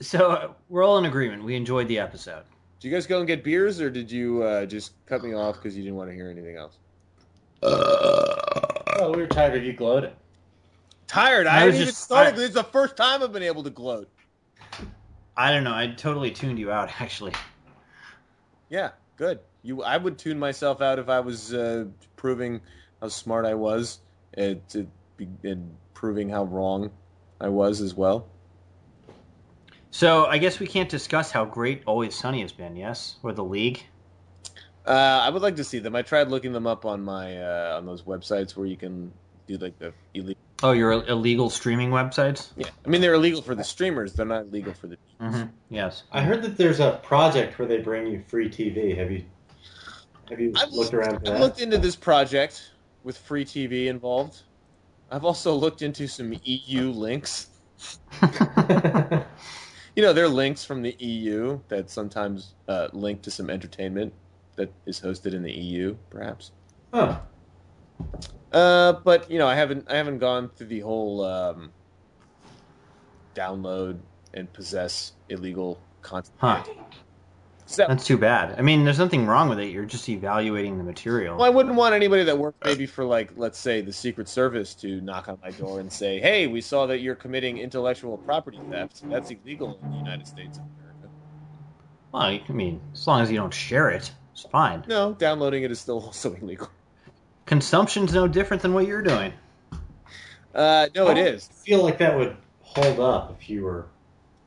Speaker 1: so uh, we're all in agreement. We enjoyed the episode.
Speaker 3: Did you guys go and get beers, or did you uh, just cut me off because you didn't want to hear anything else?
Speaker 4: oh we were tired of you gloating
Speaker 3: Tired.
Speaker 1: I
Speaker 3: I, haven't
Speaker 1: was
Speaker 3: even
Speaker 1: just-
Speaker 3: started.
Speaker 1: I-
Speaker 3: This is the first time I've been able to gloat.
Speaker 1: I don't know. I totally tuned you out, actually.
Speaker 3: Yeah, good. You, I would tune myself out if I was uh, proving how smart I was, and, to be, and proving how wrong I was as well.
Speaker 1: So I guess we can't discuss how great Always Sunny has been, yes, or the league.
Speaker 3: Uh, I would like to see them. I tried looking them up on my uh, on those websites where you can do like the illegal.
Speaker 1: Oh, your illegal streaming websites.
Speaker 3: Yeah, I mean they're illegal for the streamers. They're not legal for the.
Speaker 1: Mm-hmm. Yes.
Speaker 4: i heard that there's a project where they bring you free tv have you have you
Speaker 3: I've
Speaker 4: looked around for
Speaker 3: I've
Speaker 4: that
Speaker 3: looked into this project with free TV involved. I've also looked into some EU links. You know, they're links from the EU that sometimes uh, link to some entertainment that is hosted in the EU, perhaps.
Speaker 4: Huh.
Speaker 3: Uh, but you know, I haven't I haven't gone through the whole um, download and possess illegal content.
Speaker 1: Huh.
Speaker 3: So that,
Speaker 1: That's too bad. I mean, there's nothing wrong with it. You're just evaluating the material.
Speaker 3: Well, I wouldn't want anybody that worked maybe for like, let's say, the Secret Service to knock on my door and say, "Hey, we saw that you're committing intellectual property theft. That's illegal in the United States of America."
Speaker 1: Well, I mean, as long as you don't share it, it's fine.
Speaker 3: No, downloading it is still also illegal.
Speaker 1: Consumption's no different than what you're doing.
Speaker 3: Uh, no,
Speaker 1: Oh.
Speaker 3: it
Speaker 4: I
Speaker 3: is.
Speaker 4: feel like that would hold up if you were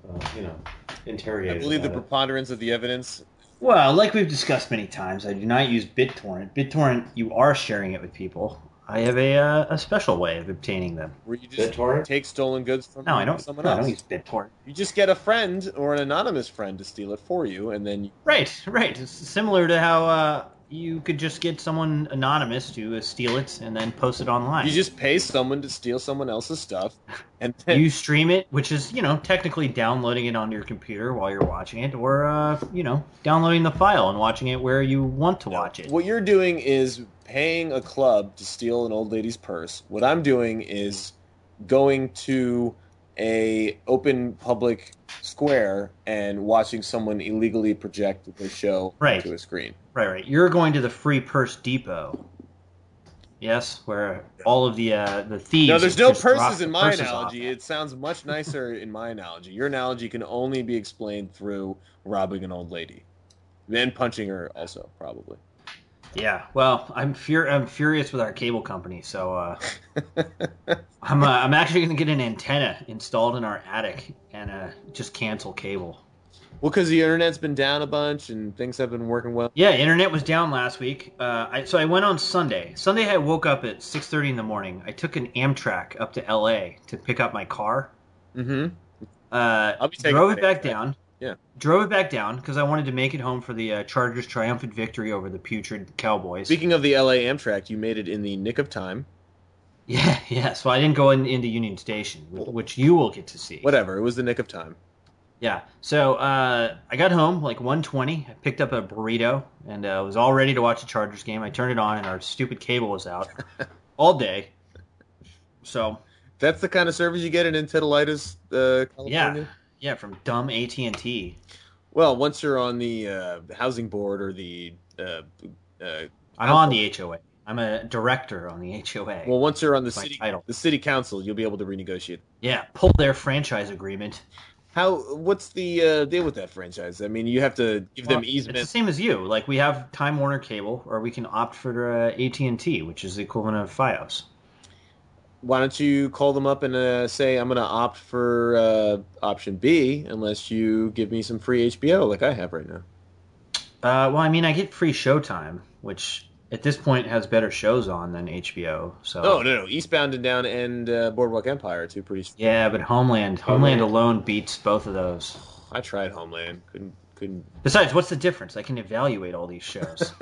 Speaker 4: uh, you know
Speaker 3: I
Speaker 4: interrogated
Speaker 3: believe the
Speaker 4: about it.
Speaker 3: preponderance of the evidence.
Speaker 1: Well, like we've discussed many times, I do not use BitTorrent. BitTorrent, you are sharing it with people. I have a uh, a special way of obtaining them.
Speaker 3: Where you just
Speaker 4: BitTorrent?
Speaker 3: take stolen goods from
Speaker 1: No, I don't.
Speaker 3: someone
Speaker 1: no, I
Speaker 3: else.
Speaker 1: don't use BitTorrent.
Speaker 3: You just get a friend or an anonymous friend to steal it for you, and then
Speaker 1: Right, right. It's similar to how uh, you could just get someone anonymous to uh, steal it and then post it online.
Speaker 3: You just pay someone to steal someone else's stuff, and then
Speaker 1: you stream it, which is you know technically downloading it onto your computer while you're watching it, or uh, you know downloading the file and watching it where you want to watch it.
Speaker 3: What you're doing is paying a club to steal an old lady's purse. What I'm doing is going to a open public square and watching someone illegally project their show
Speaker 1: Right.
Speaker 3: to a screen.
Speaker 1: Right, right. You're going to the Free Purse Depot. Yes, where all of the uh, the thieves.
Speaker 3: No, there's no
Speaker 1: just drop
Speaker 3: purses
Speaker 1: the
Speaker 3: in my
Speaker 1: purses off
Speaker 3: analogy.
Speaker 1: at.
Speaker 3: It sounds much nicer in my analogy. Your analogy can only be explained through robbing an old lady, then punching her. Also, probably.
Speaker 1: Yeah. Well, I'm fur- I'm furious with our cable company, so uh, I'm uh, I'm actually going to get an antenna installed in our attic and uh, just cancel cable.
Speaker 3: Well, because the internet's been down a bunch and things have been working well.
Speaker 1: Yeah, internet was down last week. Uh, I, so I went on Sunday. Sunday I woke up at 6:30 in the morning. I took an Amtrak up to LA to pick up my car.
Speaker 3: Mm-hmm.
Speaker 1: Uh,
Speaker 3: I'll be taking
Speaker 1: drove it
Speaker 3: that
Speaker 1: back
Speaker 3: Amtrak.
Speaker 1: down.
Speaker 3: Yeah.
Speaker 1: Drove it back down because I wanted to make it home for the uh, Chargers' triumphant victory over the putrid Cowboys.
Speaker 3: Speaking of the LA Amtrak, you made it in the nick of time.
Speaker 1: yeah, yeah. So I didn't go in, into Union Station, wh- which you will get to see.
Speaker 3: Whatever, it was the nick of time.
Speaker 1: Yeah. So uh, I got home like 1:20. I picked up a burrito and uh, was all ready to watch the Chargers game. I turned it on and our stupid cable was out all day. So
Speaker 3: That's the kind of service you get in Entitleitis, uh, California.
Speaker 1: yeah, yeah, from dumb AT and T.
Speaker 3: Well, once you're on the uh, housing board or the uh, uh,
Speaker 1: I'm on the HOA. I'm a director on the HOA.
Speaker 3: well, once you're on the
Speaker 1: My
Speaker 3: city
Speaker 1: title.
Speaker 3: the city council, you'll be able to renegotiate.
Speaker 1: yeah, pull their franchise agreement.
Speaker 3: How? What's the uh, deal with that franchise? I mean, you have to give them
Speaker 1: Well, It's
Speaker 3: easement.
Speaker 1: the same as you. Like we have Time Warner Cable, or we can opt for uh, AT and T, which is the equivalent of FiOS.
Speaker 3: Why don't you call them up and uh, say, "I'm going to opt for uh, option B, unless you give me some free HBO like I have right now."
Speaker 1: Uh, well, I mean, I get free Showtime, which at this point has better shows on than HBO. So
Speaker 3: Oh no, no, Eastbound and Down and uh, Boardwalk Empire are two pretty.
Speaker 1: yeah, but Homeland,
Speaker 3: Oh,
Speaker 1: Homeland alone beats both of those.
Speaker 3: I tried Homeland, couldn't couldn't
Speaker 1: Besides, what's the difference? I can evaluate all these shows.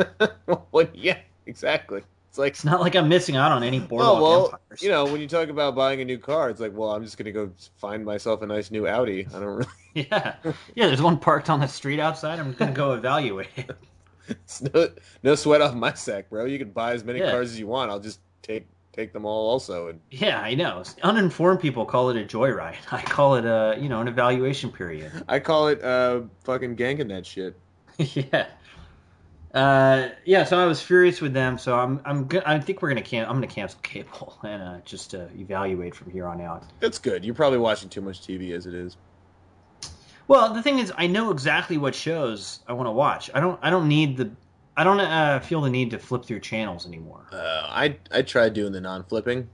Speaker 3: well, yeah, exactly. It's like,
Speaker 1: it's not like I'm missing out on any Boardwalk
Speaker 3: oh well,
Speaker 1: Empires.
Speaker 3: you know, when you talk about buying a new car, it's like, well, I'm just gonna go find myself a nice new Audi. I don't really,
Speaker 1: yeah, yeah. There's one parked on the street outside. I'm gonna go evaluate it.
Speaker 3: it's no, no sweat off my sack, bro. You can buy as many
Speaker 1: Yeah.
Speaker 3: cars as you want. I'll just take take them all, also. And
Speaker 1: Yeah, I know. Uninformed people call it a joyride. I call it a you know an evaluation period.
Speaker 3: I call it uh, fucking ganking that shit.
Speaker 1: yeah. Uh, yeah, so I was furious with them. So I'm, I'm, go- I think we're gonna can, I'm gonna cancel cable and uh, just uh, evaluate from here on out.
Speaker 3: That's good. You're probably watching too much TV as it is.
Speaker 1: Well, the thing is, I know exactly what shows I want to watch. I don't, I don't need the, I don't uh, feel the need to flip through channels anymore.
Speaker 3: Uh, I I tried doing the non-flipping.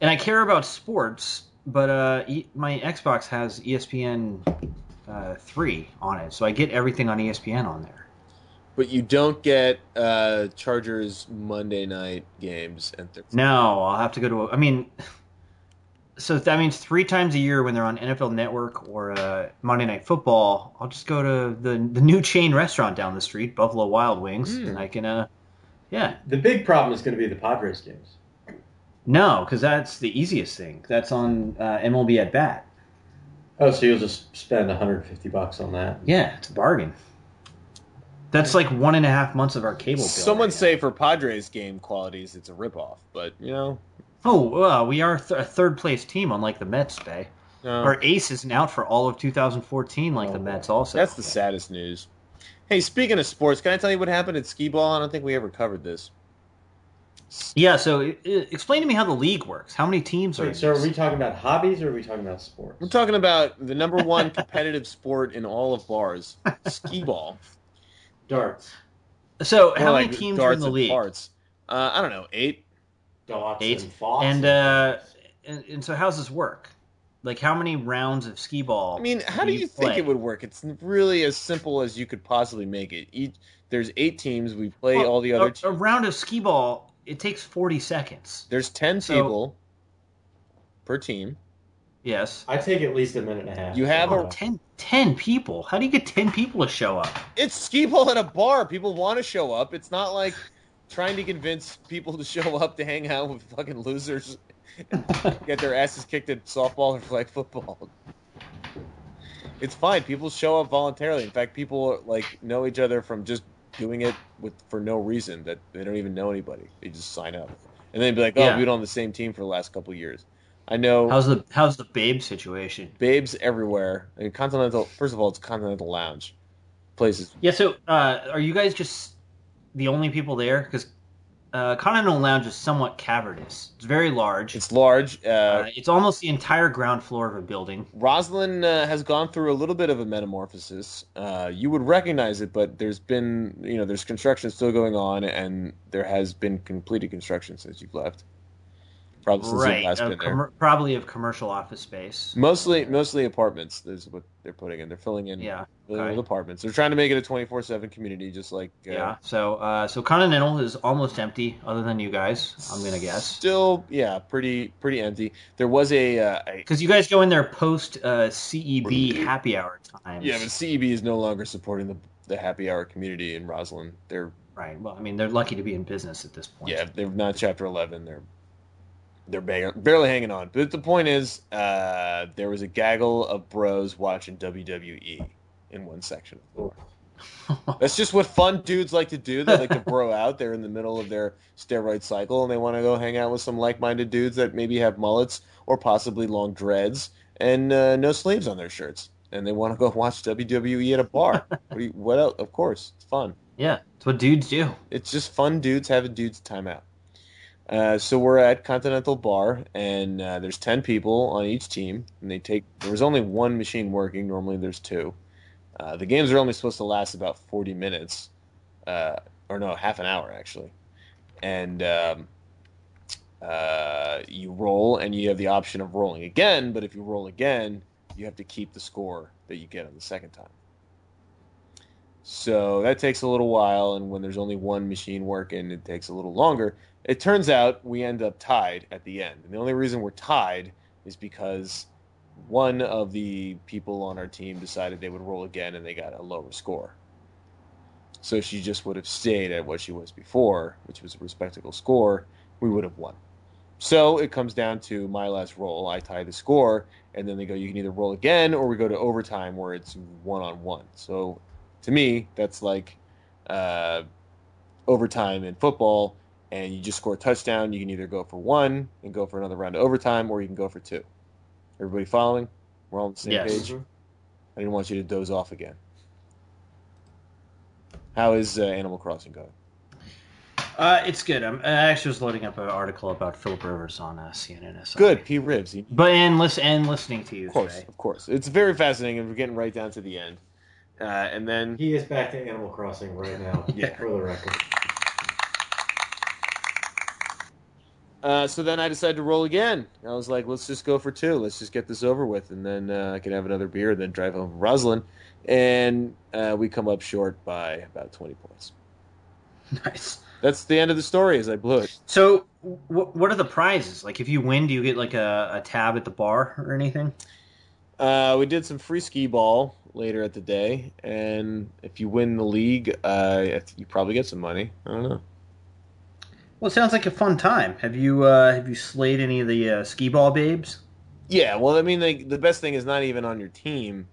Speaker 1: And I care about sports, but uh, e- my Xbox has E ESPN uh, three on it, so I get everything on E ESPN on there.
Speaker 3: But you don't get uh, Chargers Monday night games and Thursday.
Speaker 1: No, I'll have to go to. A, I mean, so that means three times a year when they're on NFL Network or uh, Monday Night Football, I'll just go to the the new chain restaurant down the street, Buffalo Wild Wings,
Speaker 3: Mm.
Speaker 1: and I can. Uh, yeah,
Speaker 4: The big problem is going to be the Padres games.
Speaker 1: no, because that's the easiest thing. That's on uh, MLB at bat.
Speaker 4: Oh, so you'll just spend 150 bucks on that?
Speaker 1: Yeah, it's a bargain. That's like one and a half months of our cable bill.
Speaker 3: Someone
Speaker 1: right now.
Speaker 3: say for Padres game qualities, it's a ripoff, but you know,
Speaker 1: "Oh, well, we are th- a third place team, unlike the Mets." Bay
Speaker 3: no.
Speaker 1: our ace isn't out for all of 2014, like
Speaker 4: Oh,
Speaker 1: the
Speaker 4: boy.
Speaker 1: Mets. Also,
Speaker 3: that's the saddest news. Hey, speaking of sports, can I tell you what happened at skee ball? I don't think we ever covered this.
Speaker 1: Yeah, so i i- explain to me how the league works. How many teams are? in
Speaker 4: Wait, so are
Speaker 1: this?
Speaker 4: we talking about hobbies or are we talking about sports?
Speaker 3: We're talking about the number one competitive sport in all of bars, skee ball.
Speaker 4: darts,
Speaker 1: So
Speaker 3: More
Speaker 1: how many
Speaker 3: like
Speaker 1: teams are
Speaker 3: darts
Speaker 1: in the
Speaker 3: and
Speaker 1: league?
Speaker 3: Parts. Uh, I don't know, eight.
Speaker 4: dots,
Speaker 1: Eight.
Speaker 4: and fox,
Speaker 1: And, uh, And, and so how's this work? Like how many rounds of skee ball?
Speaker 3: I mean, how do
Speaker 1: do
Speaker 3: you,
Speaker 1: you
Speaker 3: think
Speaker 1: play?
Speaker 3: it would work? It's really as simple as you could possibly make it. Each, there's eight teams. We play
Speaker 1: Well, oh,
Speaker 3: all the other.
Speaker 1: a, a
Speaker 3: teams.
Speaker 1: round of skee ball it takes forty seconds.
Speaker 3: There's ten
Speaker 1: so-
Speaker 3: people per team.
Speaker 1: Yes.
Speaker 4: I take at least a minute and a half. Uh,
Speaker 3: You have
Speaker 1: Oh,
Speaker 3: a-
Speaker 1: ten. ten people. How do you get ten people to show up?
Speaker 3: It's skee ball at a bar. People want to show up. It's not like trying to convince people to show up to hang out with fucking losers and get their asses kicked at softball or flag football. It's fine. People show up voluntarily. In fact, people like know each other from just doing it with for no reason that they don't even know anybody. They just sign up. And then be like, "Oh,
Speaker 1: Yeah.
Speaker 3: we've been on the same team for the last couple of years." I know
Speaker 1: How's the how's the babe situation?
Speaker 3: babes everywhere. And Continental, first of all, it's Continental Lounge. Places
Speaker 1: Yeah. So, uh, are you guys just the only people there? Because uh, Continental Lounge is somewhat cavernous. It's very large.
Speaker 3: it's large. Uh,
Speaker 1: uh, it's almost the entire ground floor of a building.
Speaker 3: Rosalind uh, has gone through a little bit of a metamorphosis. Uh, you would recognize it, but there's been, you know, there's construction still going on, and there has been completed construction since you've left. Probably since you've
Speaker 1: right.
Speaker 3: last
Speaker 1: of
Speaker 3: been there. Mm-hmm.
Speaker 1: commer- probably of commercial office space.
Speaker 3: Mostly, mostly apartments is what they're putting in. They're filling in,
Speaker 1: Yeah.
Speaker 3: filling
Speaker 1: okay.
Speaker 3: with apartments. They're trying to make it a twenty four seven community, just like uh,
Speaker 1: Yeah. So, uh, so Continental is almost empty, other than you guys. I'm gonna guess.
Speaker 3: Still, yeah, pretty, pretty empty. There was a, uh, a
Speaker 1: Because you guys go in there post uh, CEB happy hour times.
Speaker 3: Yeah, but CEB is no longer supporting the the happy hour community in Roslyn. They're
Speaker 1: right. Well, I mean, they're lucky to be in business at this point.
Speaker 3: yeah, they're not chapter eleven. They're they're ba- barely hanging on. But the point is, uh, there was a gaggle of bros watching WWE in one section. of the floor. That's just what fun dudes like to do. They like to bro out. They're in the middle of their steroid cycle, and they want to go hang out with some like-minded dudes that maybe have mullets or possibly long dreads and uh, no sleeves on their shirts. And they want to go watch WWE at a bar. what, do you, what else? Of course, it's fun.
Speaker 1: Yeah. It's what dudes do.
Speaker 3: It's just fun dudes having dudes time out. Uh, so we're at Continental Bar, and uh, there's ten people on each team, and they take. There was only one machine working. Normally, there's two. Uh, the games are only supposed to last about forty minutes, uh, or no, half an hour actually. And um, uh, you roll, and you have the option of rolling again. But if you roll again, you have to keep the score that you get on the second time. So that takes a little while, and when there's only one machine working, it takes a little longer. It turns out we end up tied at the end. And the only reason we're tied is because one of the people on our team decided they would roll again and they got a lower score. So she just would have stayed at what she was before, which was a respectable score. We would have won. So it comes down to my last roll. I tie the score, and then they go, you can either roll again or we go to overtime where it's one on one. So to me, that's like uh, overtime in football, and you just score a touchdown. You can either go for one and go for another round of overtime, or you can go for two. Everybody following? We're all on the same
Speaker 1: Yes.
Speaker 3: page. I didn't want you to doze off again. How is uh, Animal Crossing going?
Speaker 1: Uh, it's good. I'm, I actually was loading up an article about Philip Rivers on uh, CNN. so-
Speaker 3: Good, P. Ribs. you-
Speaker 1: But and listen and listening to you.
Speaker 3: Of course,
Speaker 1: today.
Speaker 3: of course. It's very fascinating, and we're getting right down to the end. Uh, and then
Speaker 4: He is back to Animal Crossing right now.
Speaker 3: Yeah.
Speaker 4: For the record.
Speaker 3: Uh, so then I decided to roll again. I was like, let's just go for two. Let's just get this over with, and then uh, I can have another beer, and then drive home from Roslyn. And uh, we come up short by about twenty points.
Speaker 1: Nice.
Speaker 3: That's the end of the story. As I blew it.
Speaker 1: So, wh- what are the prizes? Like, if you win, do you get like a, a tab at the bar or anything?
Speaker 3: Uh, we did some free skee ball later at the day, and if you win the league, uh, if- you probably get some money. I don't know.
Speaker 1: Well, it sounds like a fun time. Have you uh, have you slayed any of the uh, skee ball babes?
Speaker 3: Yeah, well, I mean, like the best thing is not even on your team,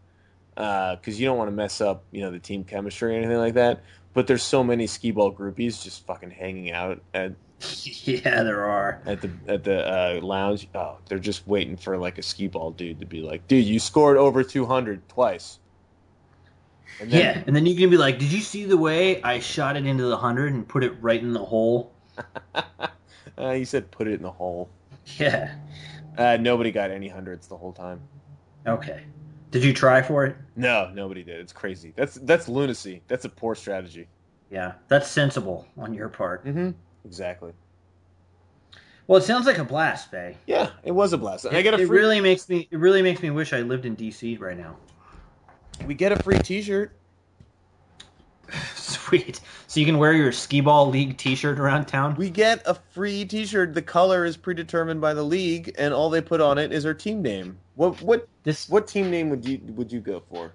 Speaker 3: because you don't want to mess up, you know, the team chemistry or anything like that. But there's so many skee ball groupies just fucking hanging out at
Speaker 1: yeah, there are.
Speaker 3: at the at the uh, lounge. Oh, they're just waiting for like a skee ball dude to be like, dude, you scored over 200 twice. And then,
Speaker 1: yeah, and then you can be like, "Did you see the way I shot it into the hundred and put it right in the hole?"
Speaker 3: uh, you said put it in the hole.
Speaker 1: Yeah.
Speaker 3: Uh, nobody got any hundreds the whole time.
Speaker 1: Okay. Did you try for it?
Speaker 3: No, nobody did. It's crazy. That's that's lunacy. That's a poor strategy.
Speaker 1: Yeah, that's sensible on your part.
Speaker 3: Mm-hmm. Exactly.
Speaker 1: Well, it sounds like a blast, Bay.
Speaker 3: Yeah, it was a blast. And
Speaker 1: It,
Speaker 3: I get a
Speaker 1: it
Speaker 3: free
Speaker 1: really makes me. It really makes me wish I lived in DC right now.
Speaker 3: We get a free T-shirt.
Speaker 1: Sweet. So you can wear your skee ball league T-shirt around town.
Speaker 3: We get a free T-shirt. The color is predetermined by the league, and all they put on it is our team name. What what
Speaker 1: This
Speaker 3: what team name would you would you go for?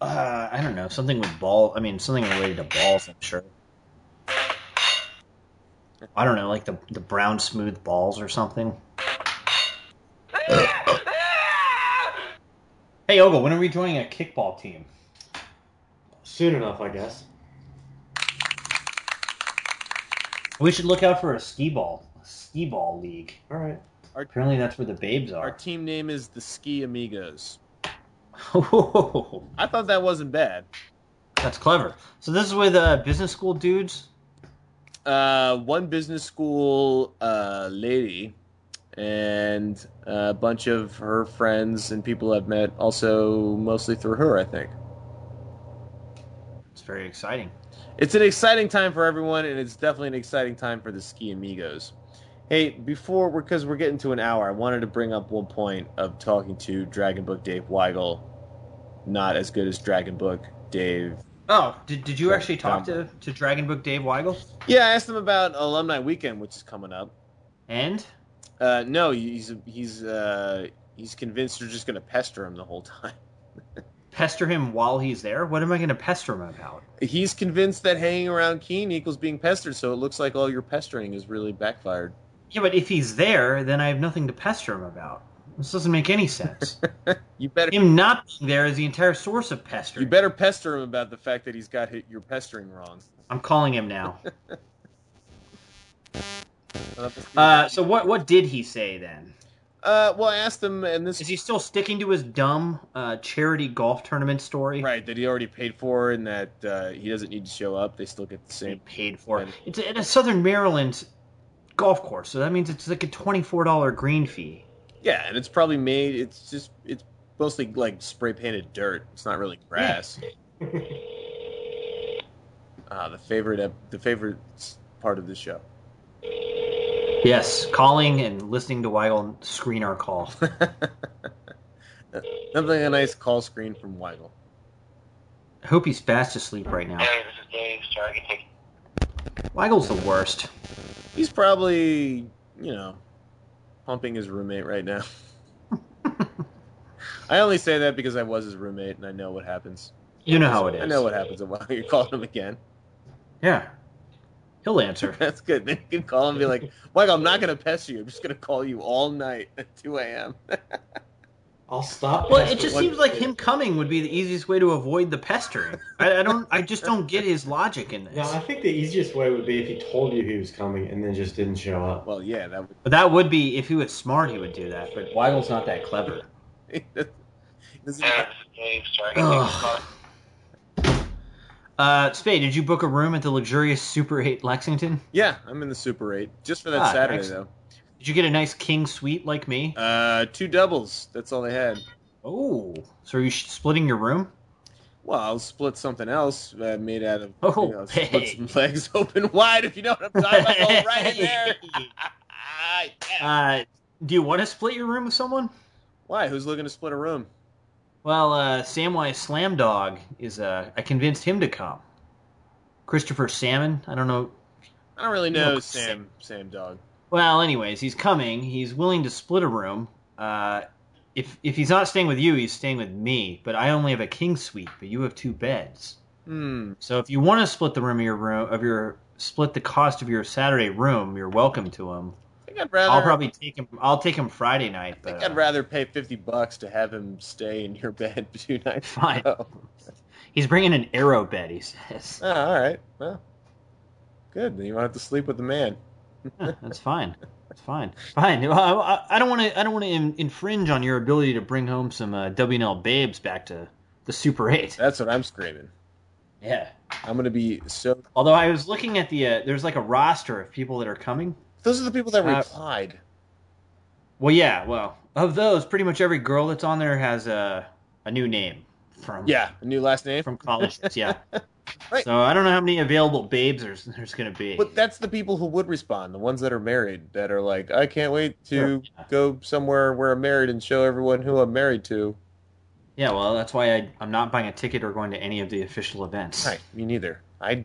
Speaker 1: uh, I don't know something with ball. I mean something related to balls. I'm sure. I don't know, like the the brown smooth balls or something. Hey Ogle, when are we joining a kickball team?
Speaker 4: Soon enough, I guess.
Speaker 1: We should look out for a skee ball, a skee ball league.
Speaker 4: All right.
Speaker 1: Apparently, that's where the babes
Speaker 3: Our
Speaker 1: are.
Speaker 3: team name is the Ski Amigos.
Speaker 1: Oh,
Speaker 3: I thought that wasn't bad.
Speaker 1: that's clever. So this is with uh, business school dudes.
Speaker 3: Uh, one business school uh, lady and a bunch of her friends and people I've met, also mostly through her, I think.
Speaker 1: It's very exciting.
Speaker 3: It's an exciting time for everyone, and it's definitely an exciting time for the Ski Amigos. Hey, before we're because we're getting to an hour, I wanted to bring up one point of talking to Dragon Book Dave Weigel, not as good as Dragon Book Dave.
Speaker 1: Oh, did, did you
Speaker 3: Yeah,
Speaker 1: actually talk to, to Dragon Book Dave Weigel?
Speaker 3: Yeah, I asked him about Alumni Weekend, which is coming up.
Speaker 1: And
Speaker 3: Uh, no, he's he's uh, he's convinced you're just gonna pester him the whole time.
Speaker 1: pester him while he's there? What am I going to pester him about?
Speaker 3: He's convinced that hanging around Keen equals being pestered, so it looks like all your pestering is really backfired.
Speaker 1: Yeah, but if he's there, then I have nothing to pester him about. This doesn't make any sense.
Speaker 3: You better
Speaker 1: him not being there is the entire source of pestering.
Speaker 3: you better pester him about the fact that he's got hit your pestering wrong.
Speaker 1: I'm calling him now. Uh, so what what did he say then?
Speaker 3: Uh, well, I asked him, and this
Speaker 1: Is he still sticking to his dumb uh, charity golf tournament story?
Speaker 3: right that he already paid for, and that uh, he doesn't need to show up. They still get the
Speaker 1: He
Speaker 3: same.
Speaker 1: paid for it. It's at a Southern Maryland golf course, so that means it's like a twenty four dollar green fee.
Speaker 3: Yeah, and it's probably made. It's just it's mostly like spray painted dirt. It's not really grass. Ah, the favorite ep- the favorite s- part of the show.
Speaker 1: Yes, calling and listening to Weigel screen our call.
Speaker 3: Nothing like a nice call screen from Weigel.
Speaker 1: I hope he's fast asleep right now.
Speaker 5: Hey, this is Dave. Sorry, I can take
Speaker 1: Weigel's the worst.
Speaker 3: He's probably you know pumping his roommate right now. I only say that because I was his roommate and I know what happens.
Speaker 1: You know how it is.
Speaker 3: I know what happens a while you call him again.
Speaker 1: Yeah, he'll answer.
Speaker 3: That's good. Then you can call him and be like, Michael, I'm not going to pester you. I'm just going to call you all night at 2 a.m.
Speaker 4: I'll stop.
Speaker 1: Well,
Speaker 4: pestering
Speaker 1: it just
Speaker 4: you.
Speaker 1: seems like him coming would be the easiest way to avoid the pestering. I, I don't. I just don't get his logic in
Speaker 4: No,
Speaker 1: this.
Speaker 4: I think the easiest way would be if he told you he was coming and then just didn't show up.
Speaker 3: Well, yeah, that would.
Speaker 1: But that would be if he was smart, he would do that. But Weigel's not that clever.
Speaker 3: This
Speaker 5: Hey, this is
Speaker 3: is-
Speaker 5: Dave. Sorry, I can take your call.
Speaker 1: Ugh. Uh, Spade, did you book a room at the luxurious Super 8 Lexington?
Speaker 3: yeah, I'm in the Super 8. Just for that
Speaker 1: Ah,
Speaker 3: Saturday,
Speaker 1: excellent. Did you get a nice king suite like me?
Speaker 3: though. Uh, two doubles. That's all they had.
Speaker 1: Oh, so are you sh- splitting your room?
Speaker 3: Well, I'll split something else uh, made out of.
Speaker 1: Oh,
Speaker 3: you know, split
Speaker 1: hey.
Speaker 3: some legs open wide if you know what I'm talking about. Go right in there. Yeah.
Speaker 1: Uh, do you want to split your room with someone?
Speaker 3: Why? Who's looking to split a room?
Speaker 1: Well, uh, Samwise Slam Dog is. Uh, I convinced him to come. Christopher Salmon. I don't know.
Speaker 3: I don't really know
Speaker 1: Look,
Speaker 3: Sam. Sam Dog.
Speaker 1: Well, anyways, he's coming. He's willing to split a room. Uh, if if he's not staying with you, he's staying with me. But I only have a king suite, but you have two beds.
Speaker 3: Hmm.
Speaker 1: So if you want to split the room of your room of your split the cost of your Saturday room, you're welcome to him.
Speaker 3: I think I'd rather.
Speaker 1: I'll probably take him. I'll take him Friday night.
Speaker 3: Uh, I think
Speaker 1: But
Speaker 3: I'd
Speaker 1: uh,
Speaker 3: rather pay fifty bucks to have him stay in your bed two nights. Oh, in a
Speaker 1: Fine.
Speaker 3: row.
Speaker 1: he's bringing an arrow bed. He says
Speaker 3: Ah, all right. Well, good. Then you won't have to sleep with the man.
Speaker 1: Yeah, that's fine. That's fine. Fine. Well, I, I- I don't want to. I don't want to in, infringe on your ability to bring home some uh, WNL babes back to the Super Eight.
Speaker 3: That's what I'm screaming.
Speaker 1: Yeah.
Speaker 3: I'm gonna be so.
Speaker 1: Although I was looking at the uh, there's like a roster of people that are coming.
Speaker 3: Those are the people that
Speaker 1: Uh,
Speaker 3: replied.
Speaker 1: Well, yeah. Well, of those, pretty much every girl that's on there has a a new name from
Speaker 3: Yeah, a new last name.
Speaker 1: from colleges. Yeah.
Speaker 3: Right.
Speaker 1: So I don't know how many available babes there's there's gonna be.
Speaker 3: But that's the people who would respond, the ones that are married, that are like, I can't wait to
Speaker 1: Sure, yeah.
Speaker 3: go somewhere where I'm married and show everyone who I'm married to.
Speaker 1: yeah. Well, that's why I, I'm not buying a ticket or going to any of the official events.
Speaker 3: Hi, me neither. I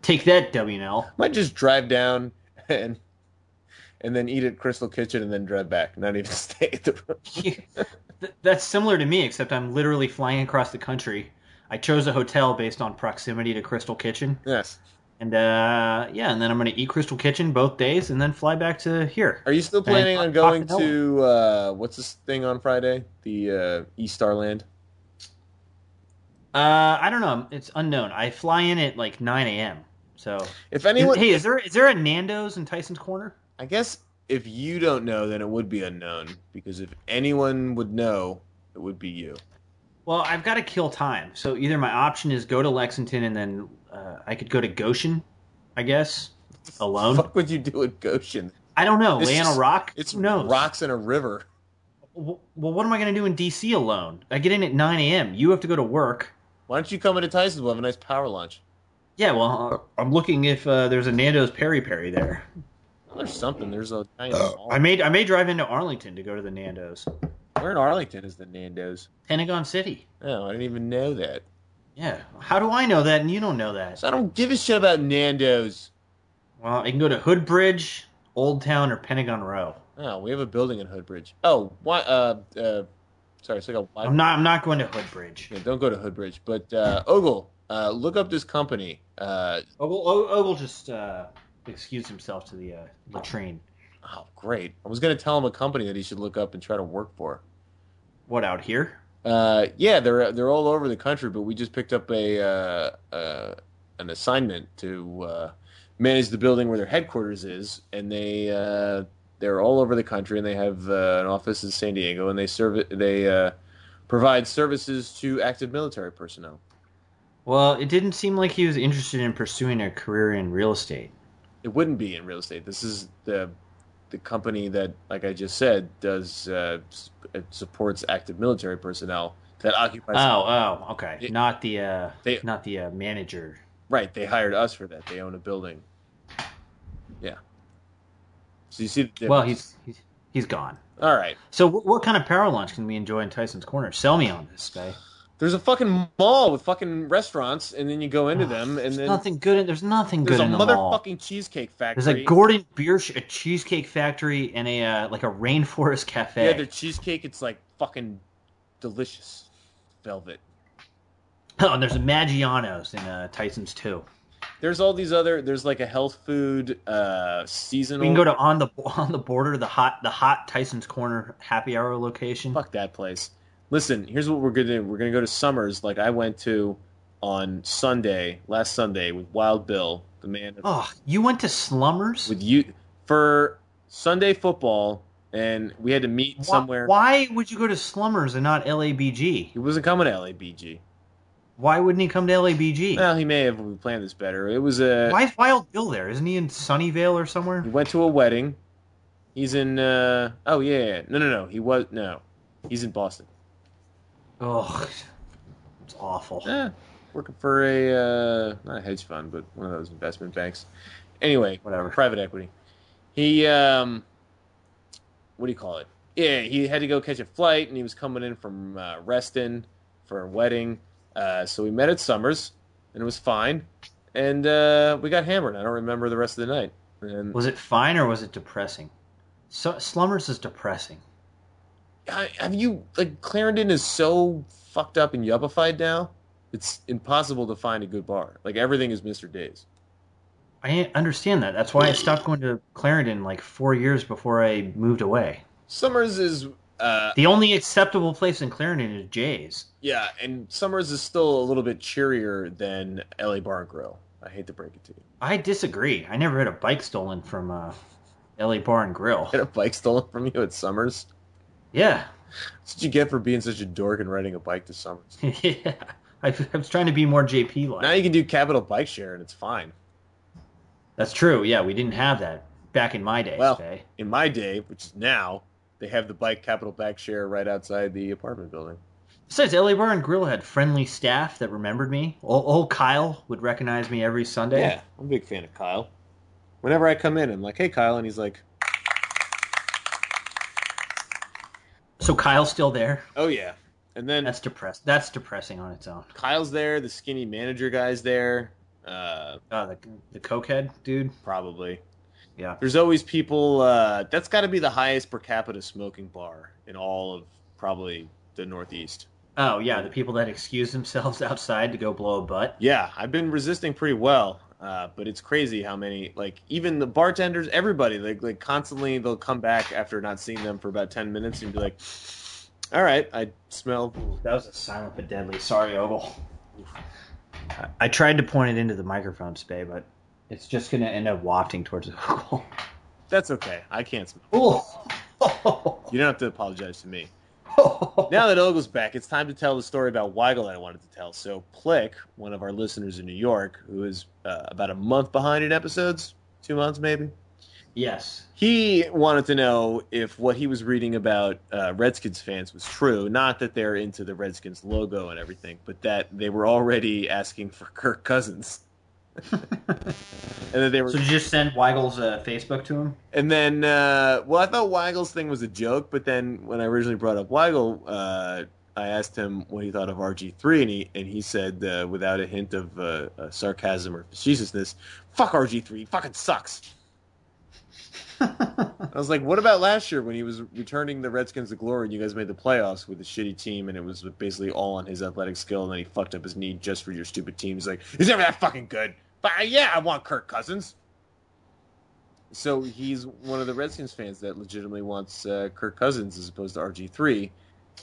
Speaker 1: Take that, WNL.
Speaker 3: might just drive down and and then eat at Crystal Kitchen and then drive back. Not even stay at the.
Speaker 1: Th- That's similar to me, except I'm literally flying across the country. I chose a hotel based on proximity to Crystal Kitchen,
Speaker 3: Yes.
Speaker 1: and uh, yeah, and then I'm going to eat Crystal Kitchen both days, and then fly back to here.
Speaker 3: Are you still planning on
Speaker 1: And
Speaker 3: going
Speaker 1: Cockatoo.
Speaker 3: to uh, what's this thing on Friday? The uh, East Starland.
Speaker 1: Uh, I don't know. It's unknown. I fly in at like 9 a.m. So,
Speaker 3: If anyone,
Speaker 1: hey, is there is there a Nando's in Tyson's Corner?
Speaker 3: I guess if you don't know, then it would be unknown because if anyone would know, it would be you.
Speaker 1: Well, I've got to kill time. So either my option is go to Lexington, and then uh, I could go to Goshen, I guess, alone.
Speaker 3: Fuck would you do at Goshen?
Speaker 1: I don't know.
Speaker 3: It's
Speaker 1: Lay on
Speaker 3: just-
Speaker 1: a rock.
Speaker 3: It's
Speaker 1: Who knows?
Speaker 3: rocks in a river.
Speaker 1: Well, what am I going to do in DC alone? I get in at 9 a.m. You have to go to work.
Speaker 3: Why don't you come into Tyson's? We'll have a nice power lunch.
Speaker 1: Yeah, well, uh, I'm looking if uh, there's a Nando's Peri Peri there.
Speaker 3: Well, Oh, there's something. There's a giant. mall.
Speaker 1: I may I may drive into Arlington to go to the Nando's.
Speaker 3: Where in Arlington is the Nando's?
Speaker 1: Pentagon City.
Speaker 3: Oh, I didn't even know that.
Speaker 1: Yeah. How do I know that and you don't know that?
Speaker 3: So I don't give a shit about Nando's.
Speaker 1: Well, I can go to Hood Bridge, Old Town, or Pentagon Row.
Speaker 3: Oh, we have a building in Hoodbridge. Oh, why? Uh, uh, sorry, it's like a.
Speaker 1: I'm not I'm not going to Hood Bridge.
Speaker 3: Yeah, don't go to Hoodbridge, but uh, Ogle, uh, look up this company. Uh,
Speaker 1: Ogle, O- Ogle just uh, excused himself to the uh, latrine.
Speaker 3: oh, great! I was gonna tell him a company that he should look up and try to work for.
Speaker 1: What out here?
Speaker 3: Uh, yeah, they're they're all over the country, but we just picked up a uh, uh, an assignment to uh, manage the building where their headquarters is, and they uh, they're all over the country, and they have uh, an office in San Diego, and they serve they uh, provide services to active military personnel.
Speaker 1: Well, it didn't seem like he was interested in pursuing a career in real estate.
Speaker 3: it wouldn't be in real estate. This is the the company that, like I just said, does uh, s- it supports active military personnel that occupies.
Speaker 1: Oh, oh, okay.
Speaker 3: It-
Speaker 1: not the uh,
Speaker 3: They-
Speaker 1: not the uh, manager.
Speaker 3: Right, they hired us for that. They own a building. Yeah. So you see, the
Speaker 1: Well,
Speaker 3: difference.
Speaker 1: he's, he's he's gone.
Speaker 3: all right.
Speaker 1: So, what, what kind of power lunch can we enjoy in Tyson's Corner? Sell me on this guy.
Speaker 3: There's a fucking mall with fucking restaurants, and then you go into them, and
Speaker 1: Oh, there's
Speaker 3: then
Speaker 1: nothing good. In, there's nothing
Speaker 3: there's
Speaker 1: good
Speaker 3: a
Speaker 1: in the mall.
Speaker 3: motherfucking cheesecake factory.
Speaker 1: There's a Gordon Beer, sh- a cheesecake factory, and a uh, like a rainforest cafe.
Speaker 3: yeah, their cheesecake. It's like fucking delicious, velvet.
Speaker 1: Oh, and there's a Maggiano's in uh, Tyson's too.
Speaker 3: There's all these other. There's like a health food uh seasonal.
Speaker 1: We can go to on the on the border, the hot the hot Tyson's Corner happy hour location.
Speaker 3: Fuck that place. Listen, here's what we're gonna do. We're gonna go to Summers, like I went to on Sunday, last Sunday, with Wild Bill, the man of-
Speaker 1: Oh, you went to Slummers?
Speaker 3: with you for Sunday football, and we had to meet
Speaker 1: Wh-
Speaker 3: somewhere.
Speaker 1: Why would you go to Slummers and not LABG?
Speaker 3: He wasn't coming to LABG.
Speaker 1: Why wouldn't he come to LABG?
Speaker 3: Well, he may have. We planned this better. It Mm. was a.
Speaker 1: Why is Wild Bill there? Isn't he in Sunnyvale or somewhere?
Speaker 3: He went to a wedding. He's in. uh Oh yeah, yeah. No, no, no. He was no. He's in Boston.
Speaker 1: Ugh, it's awful.
Speaker 3: Eh, working for a uh, not a hedge fund, but one of those investment banks. Anyway,
Speaker 1: Whatever.
Speaker 3: private equity. He um, what do you call it? Yeah, he had to go catch a flight, and he was coming in from uh, Reston for a wedding. Uh, so we met at Summers, and it was fine. And uh, we got hammered. I don't remember the rest of the night. And
Speaker 1: Was it fine or was it depressing? So, Slummers is depressing.
Speaker 3: I, have you like Clarendon is so fucked up and yuppified now? It's impossible to find a good bar. Like everything is Mr. Days.
Speaker 1: I understand that. That's why I stopped going to Clarendon like four years before I moved away.
Speaker 3: Summers is uh
Speaker 1: The only acceptable place in Clarendon is Jay's.
Speaker 3: yeah, and Summers is still a little bit cheerier than LA Bar and Grill. I hate to break it to you.
Speaker 1: I disagree. I never had a bike stolen from uh, LA Bar and Grill.
Speaker 3: Get a bike stolen from you at Summers.
Speaker 1: Yeah.
Speaker 3: That's what you get for being such a dork and riding a bike to Summers.
Speaker 1: yeah. I, I was trying to be more JP
Speaker 3: Now
Speaker 1: like.
Speaker 3: you can do capital bike share and it's fine.
Speaker 1: That's true. Yeah, we didn't have that back in my day.
Speaker 3: Well.
Speaker 1: Faye.
Speaker 3: In my day, which is now, they have the bike capital bike share right outside the apartment building.
Speaker 1: Besides, LA Bar and Grill had friendly staff that remembered me. Old, old Kyle would recognize me every Sunday.
Speaker 3: Yeah, I'm a big fan of Kyle. Whenever I come in, I'm like, hey Kyle, and he's like,
Speaker 1: So Kyle's still there.
Speaker 3: Oh yeah. And then
Speaker 1: That's depressed. That's depressing on its own.
Speaker 3: Kyle's there, the skinny manager guy's there. Uh
Speaker 1: Uh, the the cokehead dude.
Speaker 3: probably.
Speaker 1: Yeah.
Speaker 3: There's always people. Uh, that's got to be the highest per capita smoking bar in all of probably the Northeast.
Speaker 1: Oh yeah, the people that excuse themselves outside to go blow a butt.
Speaker 3: Yeah, I've been resisting pretty well, uh, but it's crazy how many like even the bartenders, everybody like like constantly they'll come back after not seeing them for about ten minutes and be like, "All right, I smell."
Speaker 1: That was a silent but deadly. Sorry, Ogle. I- I tried to point it into the microphone, Spay, but it's just going to end up wafting towards Ogle.
Speaker 3: That's okay. I can't smell.
Speaker 1: Ooh.
Speaker 3: You don't have to apologize to me. Now that Ogle's back, it's time to tell the story about Weigel that I wanted to tell. So, Plick, one of our listeners in New York, who is uh, about a month behind in episodes, two months maybe,
Speaker 1: yes.
Speaker 3: he wanted to know if what he was reading about uh, Redskins fans was true. Not that they're into the Redskins logo and everything, but that they were already asking for Kirk Cousins. and that they were
Speaker 1: So did you just send Weigel's uh, Facebook to him?
Speaker 3: and then, uh, well, I thought Weigel's thing was a joke, but then when I originally brought up Weigel, uh, I asked him what he thought of RG3, and he and he said, uh, without a hint of uh, uh, sarcasm or facetiousness, "Fuck RG3, fucking sucks." I was like, "What about last year when he was returning the Redskins to glory, and you guys made the playoffs with a shitty team, and it was basically all on his athletic skill, and then he fucked up his knee just for your stupid team?" He's like, "He's never that fucking good." But uh, yeah, I want Kirk Cousins. So he's one of the Redskins fans that legitimately wants uh, Kirk Cousins as opposed to RG3.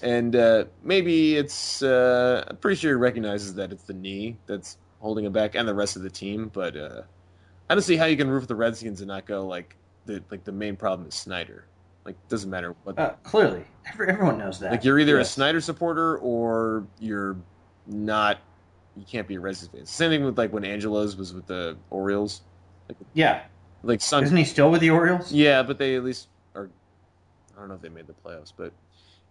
Speaker 3: And uh, maybe it's, uh, I'm pretty sure he recognizes that it's the knee that's holding him back and the rest of the team. But uh, I don't see how you can root for the Redskins and not go like the, like the main problem is Snyder. Like, doesn't matter what.
Speaker 1: Uh, clearly. Every, everyone knows that.
Speaker 3: like, you're either a
Speaker 1: Yes.
Speaker 3: Snyder supporter or you're not, you can't be a Redskins fan. Same thing with like when Angelos was with the Orioles.
Speaker 1: Yeah.
Speaker 3: Like, Sun
Speaker 1: Isn't he still with the Orioles?
Speaker 3: Yeah, but they at least are. I don't know if they made the playoffs, but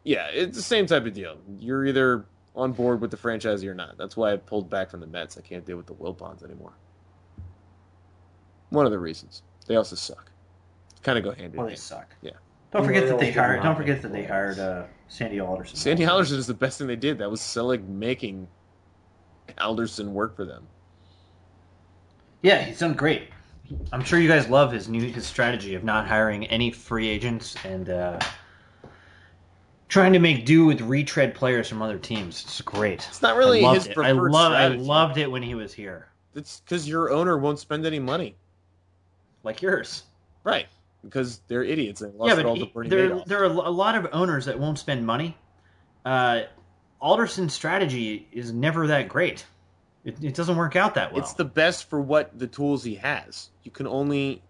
Speaker 3: yeah, it's the same type of deal. You're either on board with the franchise or you're not. That's why I pulled back from the Mets. I can't deal with the Wilpons anymore. One of the reasons they also suck. Kind of go hand in
Speaker 1: Well, they
Speaker 3: hand.
Speaker 1: suck.
Speaker 3: Yeah.
Speaker 1: Don't forget that they
Speaker 4: Orioles did
Speaker 1: hired.
Speaker 4: not
Speaker 1: Don't
Speaker 4: make
Speaker 1: forget that they
Speaker 4: playoffs.
Speaker 1: hired uh, Sandy Alderson.
Speaker 3: Sandy Alderson is the best thing they did. That was Selig making Alderson work for them.
Speaker 1: Yeah, he's done great. I'm sure you guys love his new his strategy of not hiring any free agents and uh, trying to make do with retread players from other teams. It's great.
Speaker 3: It's not really
Speaker 1: I loved
Speaker 3: his
Speaker 1: it. I
Speaker 3: preferred
Speaker 1: love. I
Speaker 3: strategy.
Speaker 1: loved it when he was here,
Speaker 3: It's because your owner won't spend any money,
Speaker 1: like yours.
Speaker 3: right? Because they're idiots and lost
Speaker 1: Yeah,
Speaker 3: it all
Speaker 1: but
Speaker 3: to
Speaker 1: he,
Speaker 3: Bernie
Speaker 1: there,
Speaker 3: Madoff.
Speaker 1: there are a lot of owners that won't spend money. Uh, Alderson's strategy is never that great. It, it doesn't work out that well.
Speaker 3: It's the best for what the tools he has. You can only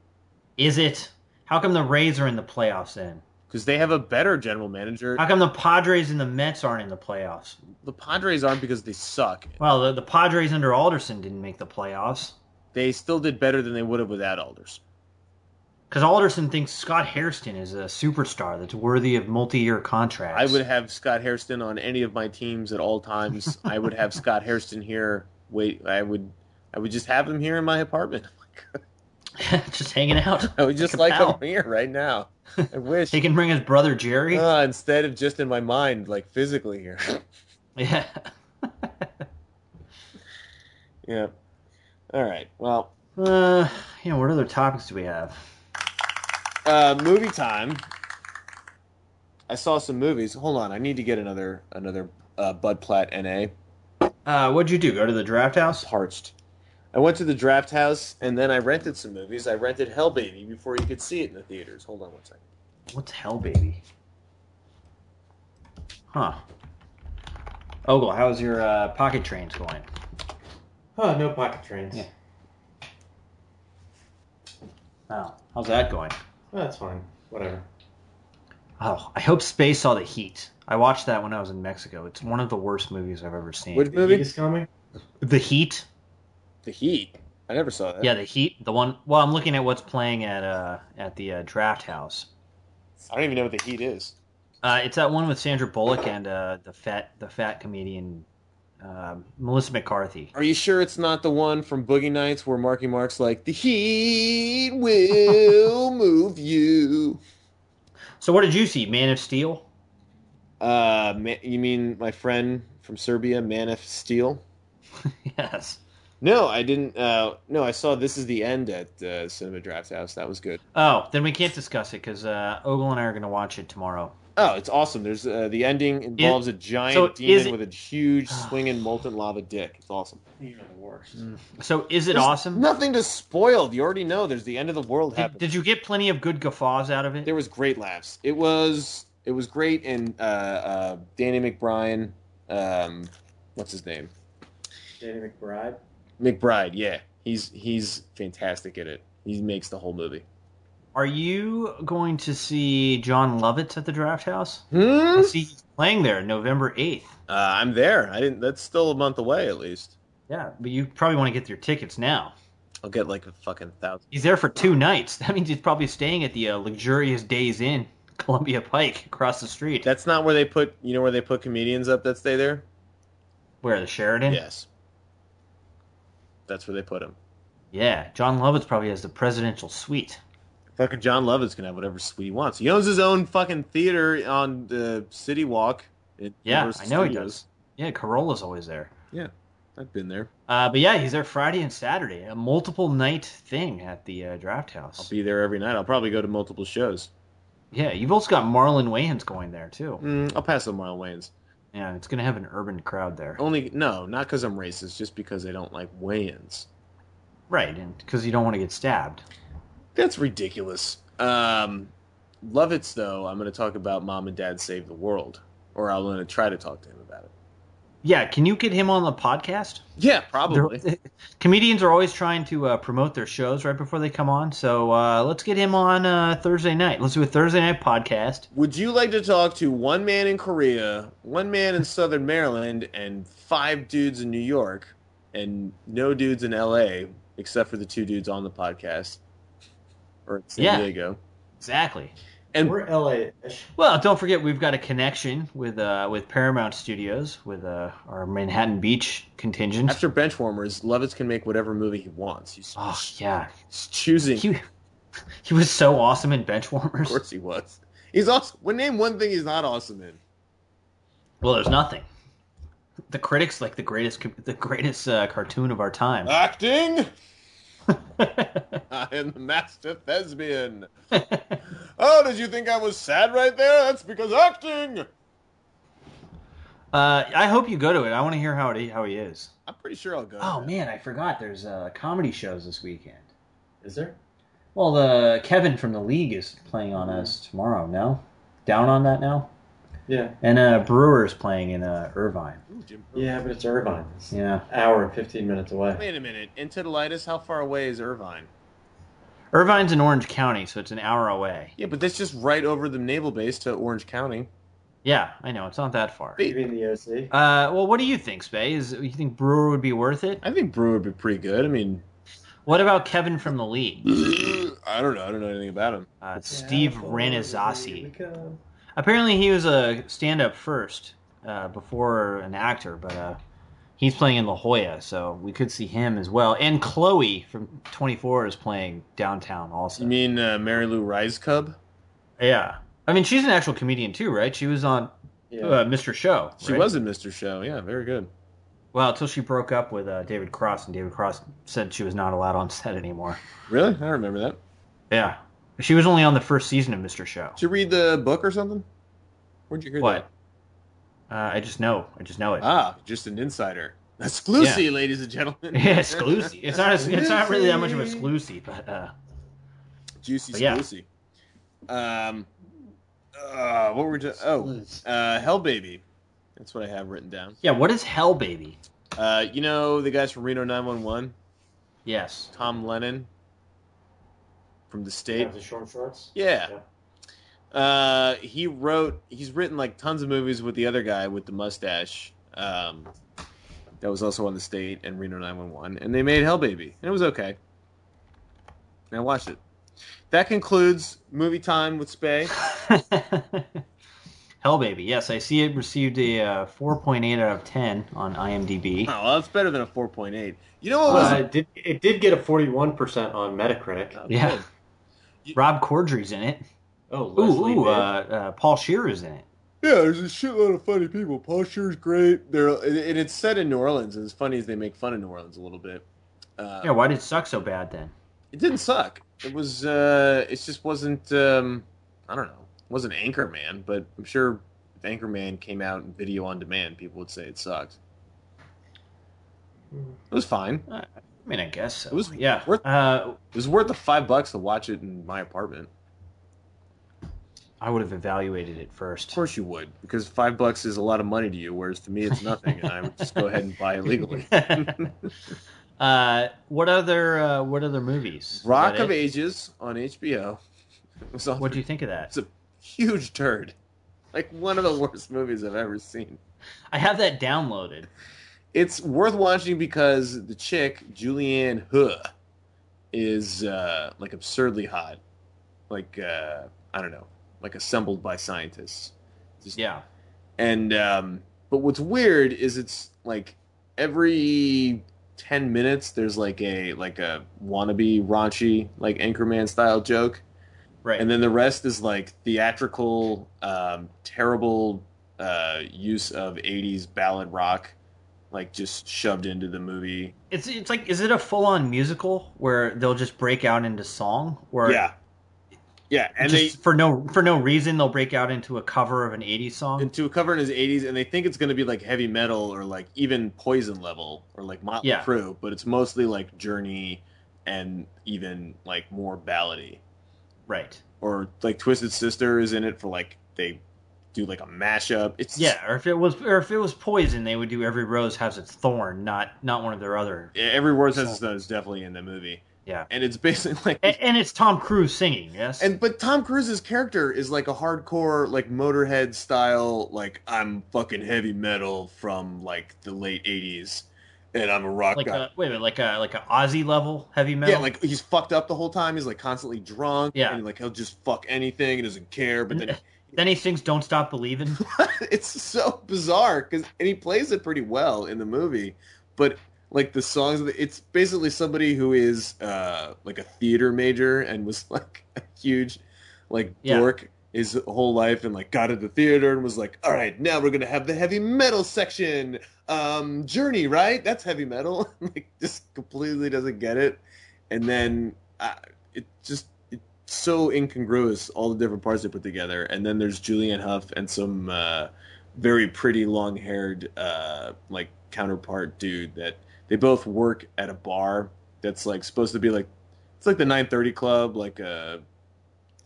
Speaker 1: Is it? How come the Rays are in the playoffs then?
Speaker 3: because they have a better general manager.
Speaker 1: How come the Padres and the Mets aren't in the playoffs?
Speaker 3: The Padres aren't because they suck.
Speaker 1: Well, the, the Padres under Alderson didn't make the playoffs
Speaker 3: They still did better than they would have without Alders.
Speaker 1: because Alderson thinks Scott Hairston is a superstar that's worthy of multi-year contracts.
Speaker 3: I would have Scott Hairston on any of my teams at all times. I would have Scott Hairston here. Wait, I would, I would just have him here in my apartment.
Speaker 1: have just hanging out.
Speaker 3: I would just
Speaker 1: Like
Speaker 3: like
Speaker 1: a
Speaker 3: him
Speaker 1: pal.
Speaker 3: here right now. I wish
Speaker 1: He can bring his brother Jerry.
Speaker 3: Ah, instead of just in my mind, like physically here.
Speaker 1: yeah.
Speaker 3: yeah. All right. Well,
Speaker 1: Uh, yeah. What other topics do we have?
Speaker 3: uh, movie time. I saw some movies. Hold on, I need to get another another uh, Bud Platt NA
Speaker 1: Uh, what'd you do? Go to the draft house?
Speaker 3: parched. I went to the draft house and then I rented some movies. I rented Hell Baby before you could see it in the theaters. Hold on one second.
Speaker 1: What's hell, baby? Huh. Ogle, how's your uh, pocket trains going?
Speaker 4: Oh, no pocket trains.
Speaker 1: Yeah. Oh, how's that going?
Speaker 4: Oh, that's fine. Whatever.
Speaker 1: Oh, I hope Space saw the heat. I watched that when I was in Mexico. It's one of the worst movies I've ever seen.
Speaker 3: Which
Speaker 4: The
Speaker 3: movie?
Speaker 4: heat is coming.
Speaker 1: the Heat?
Speaker 3: The Heat. I never saw that.
Speaker 1: Yeah, the Heat. The one. Well, I'm looking at what's playing at uh at the uh, Draft House.
Speaker 3: I don't even know what The Heat is.
Speaker 1: Uh, it's that one with Sandra Bullock and uh, the fat the fat comedian um Melissa McCarthy.
Speaker 3: Are you sure it's not the one from Boogie Nights where Marky Mark's like, The Heat will move you?
Speaker 1: So what did you see? Man of Steel.
Speaker 3: Uh, ma- you mean my friend from Serbia, Manif Steel?
Speaker 1: yes.
Speaker 3: No, I didn't. Uh, no, I saw This Is the End at uh, Cinema Draft House. That was good.
Speaker 1: Oh, then we can't discuss it because uh, Ogle and I are going to watch it tomorrow.
Speaker 3: Oh, it's awesome. There's uh, the ending involves a giant
Speaker 1: so is
Speaker 3: demon
Speaker 1: it-
Speaker 3: with a huge swinging molten lava dick. It's awesome.
Speaker 4: You're the worst.
Speaker 1: Mm. So is it
Speaker 3: There's
Speaker 1: awesome?
Speaker 3: Nothing to spoil. You already know. There's the end of the world
Speaker 1: Did,
Speaker 3: happening.
Speaker 1: did you get plenty of good guffaws out of it?
Speaker 3: there was great laughs. It was it was great, and uh, uh, Danny McBride, um, what's his name?
Speaker 4: Danny McBride.
Speaker 3: McBride. Yeah, he's he's fantastic at it. He makes the whole movie.
Speaker 1: Are you going to see John Lovitz at the Draft House?
Speaker 3: Hmm?
Speaker 1: I see he's playing there November eighth.
Speaker 3: Uh, I'm there. I didn't. That's still a month away, at least.
Speaker 1: Yeah, but you probably want to get your tickets now.
Speaker 3: I'll get like a fucking thousand.
Speaker 1: He's there for two nights. That means he's probably staying at the uh, luxurious Days Inn, Columbia Pike, across the street.
Speaker 3: That's not where they put. You know where they put comedians up that stay there?
Speaker 1: Where the Sheridan?
Speaker 3: Yes. That's where they put him.
Speaker 1: Yeah, John Lovitz probably has the presidential suite.
Speaker 3: Fucking John Lovitz can have whatever suite he wants. He owns his own fucking theater on the City Walk. at
Speaker 1: Yeah,
Speaker 3: Universal
Speaker 1: I know he
Speaker 3: Studios.
Speaker 1: does. Yeah, Corolla's always there.
Speaker 3: I've been there.
Speaker 1: Uh, but yeah, he's there Friday and Saturday, a multiple night thing at the uh, Draft
Speaker 3: I'll
Speaker 1: House.
Speaker 3: be there every night. I'll probably go to multiple shows.
Speaker 1: Yeah, you've also got Marlon Wayans going there too.
Speaker 3: Mm, I'll pass on Marlon Wayans.
Speaker 1: Yeah, it's gonna have an urban crowd there,
Speaker 3: Only no, not because I'm racist, just because I don't like Wayans.
Speaker 1: right? And because you don't want to get stabbed.
Speaker 3: That's ridiculous. Um, Lovitz, though, I'm going to talk about Mom and Dad Save the World, or I'm going to try to talk to him about it.
Speaker 1: Yeah, can you get him on the podcast?
Speaker 3: Yeah, probably.
Speaker 1: They're- Comedians are always trying to uh, promote their shows right before they come on, so uh, let's get him on uh, Thursday night. Let's do a Thursday night podcast.
Speaker 3: Would you like to talk to one man in Korea, one man in Southern Maryland, and five dudes in New York, and no dudes in L.A. except for the two dudes on the podcast, or in San
Speaker 1: Yeah.
Speaker 3: Diego?
Speaker 1: Exactly.
Speaker 3: And
Speaker 4: We're LA.
Speaker 1: Well, don't forget we've got a connection with uh, with Paramount Studios with uh, our Manhattan Beach contingent.
Speaker 3: after Benchwarmers, Lovitz can make whatever movie he wants. He's,
Speaker 1: Oh yeah,
Speaker 3: he's choosing.
Speaker 1: he he was so awesome in
Speaker 3: Of
Speaker 1: Benchwarmers.
Speaker 3: course, he was. He's also. Well, name one thing he's not awesome in.
Speaker 1: Well, there's nothing. The critics like the greatest co- the greatest uh, cartoon of our time.
Speaker 3: Acting? I am the master thespian. oh, did you think I was sad right there? That's because acting!
Speaker 1: Uh, I hope you go to it. I want to hear how it how he is.
Speaker 3: I'm pretty sure I'll go.
Speaker 1: Oh man, I forgot. There's uh, comedy shows this weekend.
Speaker 4: Is there?
Speaker 1: Well, the Kevin from the league is playing on us tomorrow. No, down on that now.
Speaker 4: Yeah.
Speaker 1: And uh, Brewer's playing in uh, Irvine.
Speaker 3: Ooh, Jim Crow.
Speaker 4: Yeah, but it's Irvine. It's an
Speaker 1: Yeah,
Speaker 4: hour and 15 minutes away.
Speaker 3: Wait a minute. Intitolitis, how far away is Irvine?
Speaker 1: Irvine's in Orange County, so it's an hour away.
Speaker 3: Yeah, but that's just right over the naval base to Orange County.
Speaker 1: Yeah, I know it's not that far.
Speaker 3: Big.
Speaker 4: You mean the OC?
Speaker 1: Uh, well, what do you think, Spay? Is you think Brewer would be worth it?
Speaker 3: I think Brewer would be pretty good. I mean,
Speaker 1: What about Kevin from the league?
Speaker 3: I don't know. I don't know anything about him.
Speaker 1: Uh, Steve
Speaker 4: Yeah, here we
Speaker 1: Ranizasi.
Speaker 4: come.
Speaker 1: Apparently, he was a stand-up first uh, before an actor, but uh, he's playing in La Jolla, so we could see him as well. And Chloe from Twenty Four is playing downtown also.
Speaker 3: You mean uh, Mary Lou Rise Cub?
Speaker 1: yeah, I mean she's an actual comedian too, right? She was on
Speaker 4: Yeah.
Speaker 1: uh, Mr. Show.
Speaker 3: She
Speaker 1: right?
Speaker 3: was in Mr. Show. Yeah, very good.
Speaker 1: Well, until she broke up with uh, David Cross, and David Cross said she was not allowed on set anymore.
Speaker 3: Really? I remember that.
Speaker 1: Yeah, she was only on the first season of Mr. Show.
Speaker 3: Did you read the book or something? Where'd you hear that?
Speaker 1: What? Uh, I just know. I just know it.
Speaker 3: Ah, just an insider. Exclusive, ladies and gentlemen.
Speaker 1: Yeah, exclusive. It's not. It's not really that much of a exclusive, but uh,
Speaker 3: Juicy
Speaker 1: But yeah.
Speaker 3: exclusive. Um, uh, what were we to? Oh, uh, Hell Baby. That's what I have written down.
Speaker 1: yeah. What is Hell Baby?
Speaker 3: Uh, you know the guys from Reno 911,
Speaker 1: Yes.
Speaker 3: Tom Lennon from the state.
Speaker 4: Have the short shorts?
Speaker 3: Yeah. Uh, he wrote. He's written like tons of movies with the other guy with the mustache. Um, that was also on the state and Reno 911, and they made Hell Baby, and it was okay. And I watched it. That concludes movie time with Spay.
Speaker 1: Hell Baby. Yes, I see it received a uh, 4.8 out of 10 on IMDb.
Speaker 3: Oh, well, that's better than a 4.8. You know what was?
Speaker 4: Uh, it, did, it did get a 41% on Metacritic.
Speaker 1: yeah.
Speaker 3: You-
Speaker 1: Rob Corddry's in it.
Speaker 4: Oh,
Speaker 1: Ooh,
Speaker 4: Leslie
Speaker 1: ooh
Speaker 4: Bibb.
Speaker 1: uh, uh, Paul Shearer's in it.
Speaker 3: yeah, there's a shitload of funny people. Paul Shearer's great. They're and it's set in New Orleans, and it's funny as they make fun of New Orleans a little bit. Uh,
Speaker 1: Yeah, why did it suck so bad then?
Speaker 3: It didn't suck. It was. Uh, it just wasn't. Um, I don't know. It wasn't Anchorman, but I'm sure if Anchorman came out in video on demand, people would say it sucked. It was fine.
Speaker 1: I mean, I guess so.
Speaker 3: It was
Speaker 1: yeah.
Speaker 3: worth-
Speaker 1: uh,
Speaker 3: It was worth the five bucks to watch it in my apartment.
Speaker 1: I would have evaluated it
Speaker 3: Of
Speaker 1: first.
Speaker 3: course you would, because five bucks is a lot of money to you, whereas to me it's nothing, and I would just go ahead and buy it legally.
Speaker 1: uh, what other uh, what other movies? Is
Speaker 3: Rock
Speaker 1: that
Speaker 3: of
Speaker 1: it?
Speaker 3: Ages on HBO. It was on
Speaker 1: What do you think of that?
Speaker 3: It's a huge turd. Like one of the worst movies I've ever seen.
Speaker 1: I have that downloaded.
Speaker 3: It's worth watching because the chick, Julianne Hough, is uh, like absurdly hot. Like uh, I don't know, like assembled by scientists. Just
Speaker 1: Yeah,
Speaker 3: And um, but what's weird is it's like every ten minutes there's like a like a wannabe raunchy like Anchorman style joke,
Speaker 1: right.
Speaker 3: and then the rest is like theatrical, um, terrible uh, use of '80s ballad rock, like just shoved into the movie.
Speaker 1: it's it's like is it a full on musical where they'll just break out into song or
Speaker 3: Yeah, yeah, and
Speaker 1: just for no for no reason they'll break out into a cover of an 80s
Speaker 3: they
Speaker 1: song?
Speaker 3: into a cover in his '80s, and they think it's going to be like heavy metal or like even Poison level or like Motley
Speaker 1: Yeah.
Speaker 3: Crue, but it's mostly like Journey and even like more ballady.
Speaker 1: Right.
Speaker 3: Or like Twisted Sister is in it for like they do like a mashup. It's
Speaker 1: Yeah, or if it was or if it was Poison, they would do every rose has its thorn, not not one of their other.
Speaker 3: every word says that is definitely in the movie.
Speaker 1: Yeah.
Speaker 3: and it's basically like
Speaker 1: And, and it's Tom Cruise singing, yes.
Speaker 3: And but Tom Cruise's character is like a hardcore, like Motorhead style, like I'm fucking heavy metal from like the late '80s, and I'm a rock
Speaker 1: like
Speaker 3: guy.
Speaker 1: a, wait a minute, like a like a Aussie level heavy metal.
Speaker 3: Yeah, like he's fucked up the whole time. He's like constantly drunk.
Speaker 1: Yeah.
Speaker 3: and like he'll just fuck anything and doesn't care. But then
Speaker 1: then he sings "Don't Stop Believing."
Speaker 3: it's so bizarre because and he plays it pretty well in the movie, but like the songs, it's basically somebody who is uh like a theater major and was like a huge like
Speaker 1: Yeah.
Speaker 3: dork his whole life and like got into theater and was like, all right, now we're gonna have the heavy metal section. Um, Journey, right? That's heavy metal. like just completely doesn't get it, and then uh, it just so incongruous all the different parts they put together and then there's julianne huff and some uh, very pretty long-haired uh, like counterpart dude that they both work at a bar that's like supposed to be like it's like the 930 club like a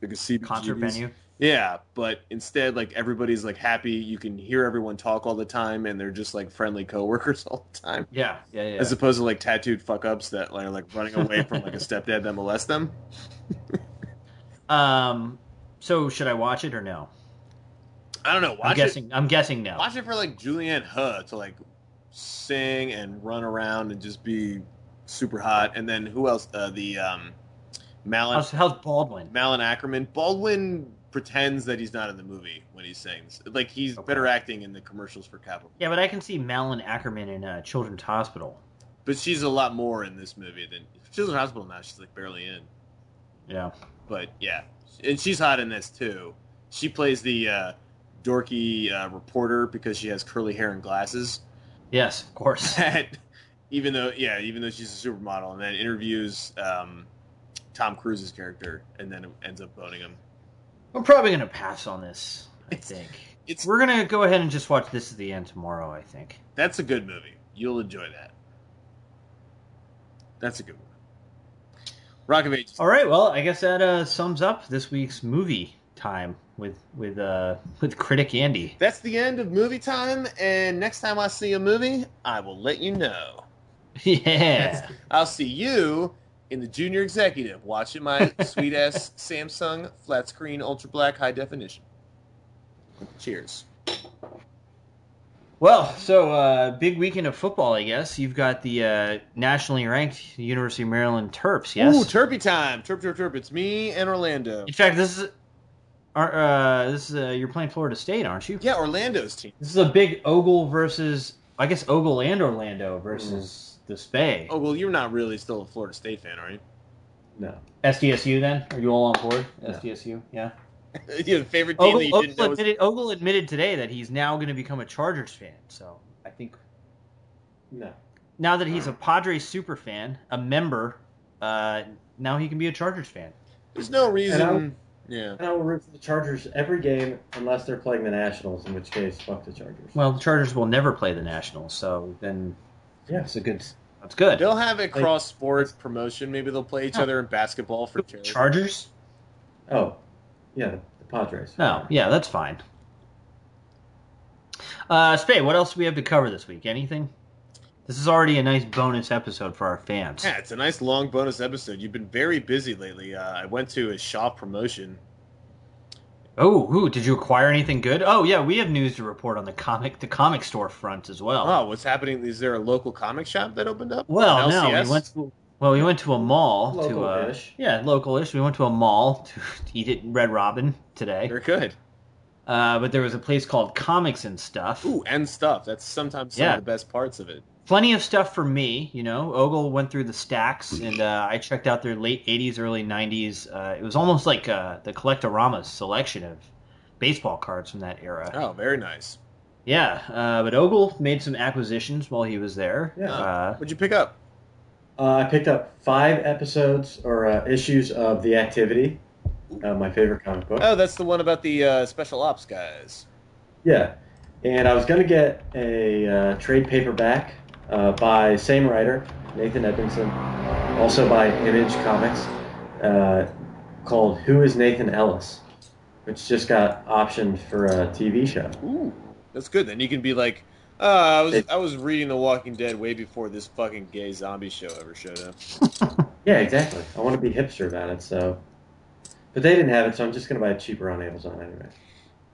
Speaker 3: like a CBGB's.
Speaker 1: Concert venue.
Speaker 3: yeah but instead like everybody's like happy you can hear everyone talk all the time and they're just like friendly coworkers all the time
Speaker 1: Yeah, yeah, yeah.
Speaker 3: as opposed to like tattooed fuck ups that are like running away from like a stepdad that molests them
Speaker 1: um, so should I watch it or no?
Speaker 3: i don't know watch
Speaker 1: I'm
Speaker 3: it.
Speaker 1: guessing. I'm guessing no.
Speaker 3: Watch it for like Julianne Hough to like sing and run around and just be super hot. And then who else? Uh, the um, Malin
Speaker 1: How's, how's Baldwin?
Speaker 3: Malin Ackerman. Baldwin pretends that he's not in the movie when he sings. Like he's
Speaker 1: Okay.
Speaker 3: better acting in the commercials for Capital.
Speaker 1: Yeah, but I can see Malin Ackerman in uh, Children's Hospital.
Speaker 3: But she's a lot more in this movie than she's in hospital now. She's like barely in.
Speaker 1: Yeah,
Speaker 3: But yeah, and she's hot in this too. She plays the uh, dorky uh, reporter because she has curly hair and glasses.
Speaker 1: yes, of course.
Speaker 3: that even though yeah even though she's a supermodel and then interviews um, tom cruise's character and then ends up boning him
Speaker 1: I'm probably gonna pass on this. I
Speaker 3: It's-
Speaker 1: think
Speaker 3: it's-
Speaker 1: we're gonna go ahead and just watch this at the end tomorrow. I think.
Speaker 3: that's a good movie you'll enjoy that that's a good one rock of ages
Speaker 1: All right. Well, I guess that uh, sums up this week's movie time with with uh, with critic Andy.
Speaker 3: that's the end of movie time and next time i see a movie i will let you know
Speaker 1: yeah.
Speaker 3: i'll see you in the junior executive watching my sweet ass samsung flat screen ultra black high definition cheers
Speaker 1: Well, so uh, big weekend of football, I guess. You've got the uh, nationally ranked University of Maryland Terps. Yes.
Speaker 3: Ooh, Turpy time. Turp, turp, turp. It's me and Orlando.
Speaker 1: In fact, this is. Are, uh, this is uh, you're playing Florida State, aren't you?
Speaker 3: Yeah, Orlando's team.
Speaker 1: This is a big Ogle versus, I guess Ogle and Orlando versus the Spay.
Speaker 3: Oh, well, you're not really still a Florida State fan, are you?
Speaker 4: No.
Speaker 1: SDSU then? Are you all on board?
Speaker 4: Yeah.
Speaker 1: SDSU, yeah.
Speaker 3: Your favorite team
Speaker 1: Ogle,
Speaker 3: that you didn't
Speaker 1: Ogle
Speaker 3: know was...
Speaker 1: admitted, Ogle admitted today that he's now going to become a Chargers fan. So I think
Speaker 4: No.
Speaker 1: now that he's a
Speaker 3: Mm.
Speaker 1: Padres super fan, a member, uh, now he can be a Chargers fan.
Speaker 3: There's no
Speaker 4: Hello?
Speaker 3: reason. Yeah.
Speaker 4: And I will root for the Chargers every game unless they're playing the Nationals, in which case, fuck the Chargers.
Speaker 1: Well, the Chargers will never play the Nationals, so then
Speaker 4: Yeah.
Speaker 1: that's a good. That's good.
Speaker 3: They'll have a cross sport promotion. Maybe they'll play each other in basketball for charity.
Speaker 1: Chargers?
Speaker 4: Oh, yeah, the, the Padres.
Speaker 1: No, Oh, yeah, that's fine. Uh, Spade, what else do we have to cover this week? Anything? This is already a nice bonus episode for our fans.
Speaker 3: Yeah, it's a nice long bonus episode. You've been very busy lately. Uh, I went to a shop promotion.
Speaker 1: Oh, ooh, did you acquire anything good? Oh, yeah, we have news to report on the comic, the comic store front as well.
Speaker 3: Oh, what's happening? Is there a local comic shop that opened up?
Speaker 1: Well,
Speaker 3: An
Speaker 1: no, we
Speaker 3: LCS?
Speaker 1: went. To, well, we went to a mall to uh,
Speaker 4: Local-ish.
Speaker 1: yeah, local-ish. We went to a mall to eat at Red Robin today.
Speaker 3: They're good.
Speaker 1: Uh, but there was a place called Comics and Stuff.
Speaker 3: Ooh, and stuff. That's sometimes some
Speaker 1: Yeah.
Speaker 3: of the best parts of it.
Speaker 1: Plenty of stuff for me, you know. Ogle went through the stacks, and uh, I checked out their late '80s, early '90s. Uh, it was almost like uh, the Collectorama selection of baseball cards from that era.
Speaker 3: Oh, very nice.
Speaker 1: Yeah, uh, but Ogle made some acquisitions while he was there.
Speaker 4: Yeah.
Speaker 1: Uh,
Speaker 3: What'd you pick up?
Speaker 4: Uh, I picked up five episodes or uh, issues of The Activity, uh, my favorite comic book.
Speaker 3: Oh, that's the one about the uh, special ops guys.
Speaker 4: Yeah, and I was gonna get a uh, trade paperback uh, by same writer Nathan Edmondson, also by Image Comics, uh, called "Who Is Nathan Ellis," which just got optioned for a TV show.
Speaker 3: Ooh, that's good. Then you can be like, uh, I was
Speaker 4: It-
Speaker 3: I was reading The Walking Dead way before this fucking gay zombie show ever showed up.
Speaker 4: Yeah, exactly. I want to be hipster about it, so. But they didn't have it, so I'm just gonna buy it cheaper on Amazon anyway.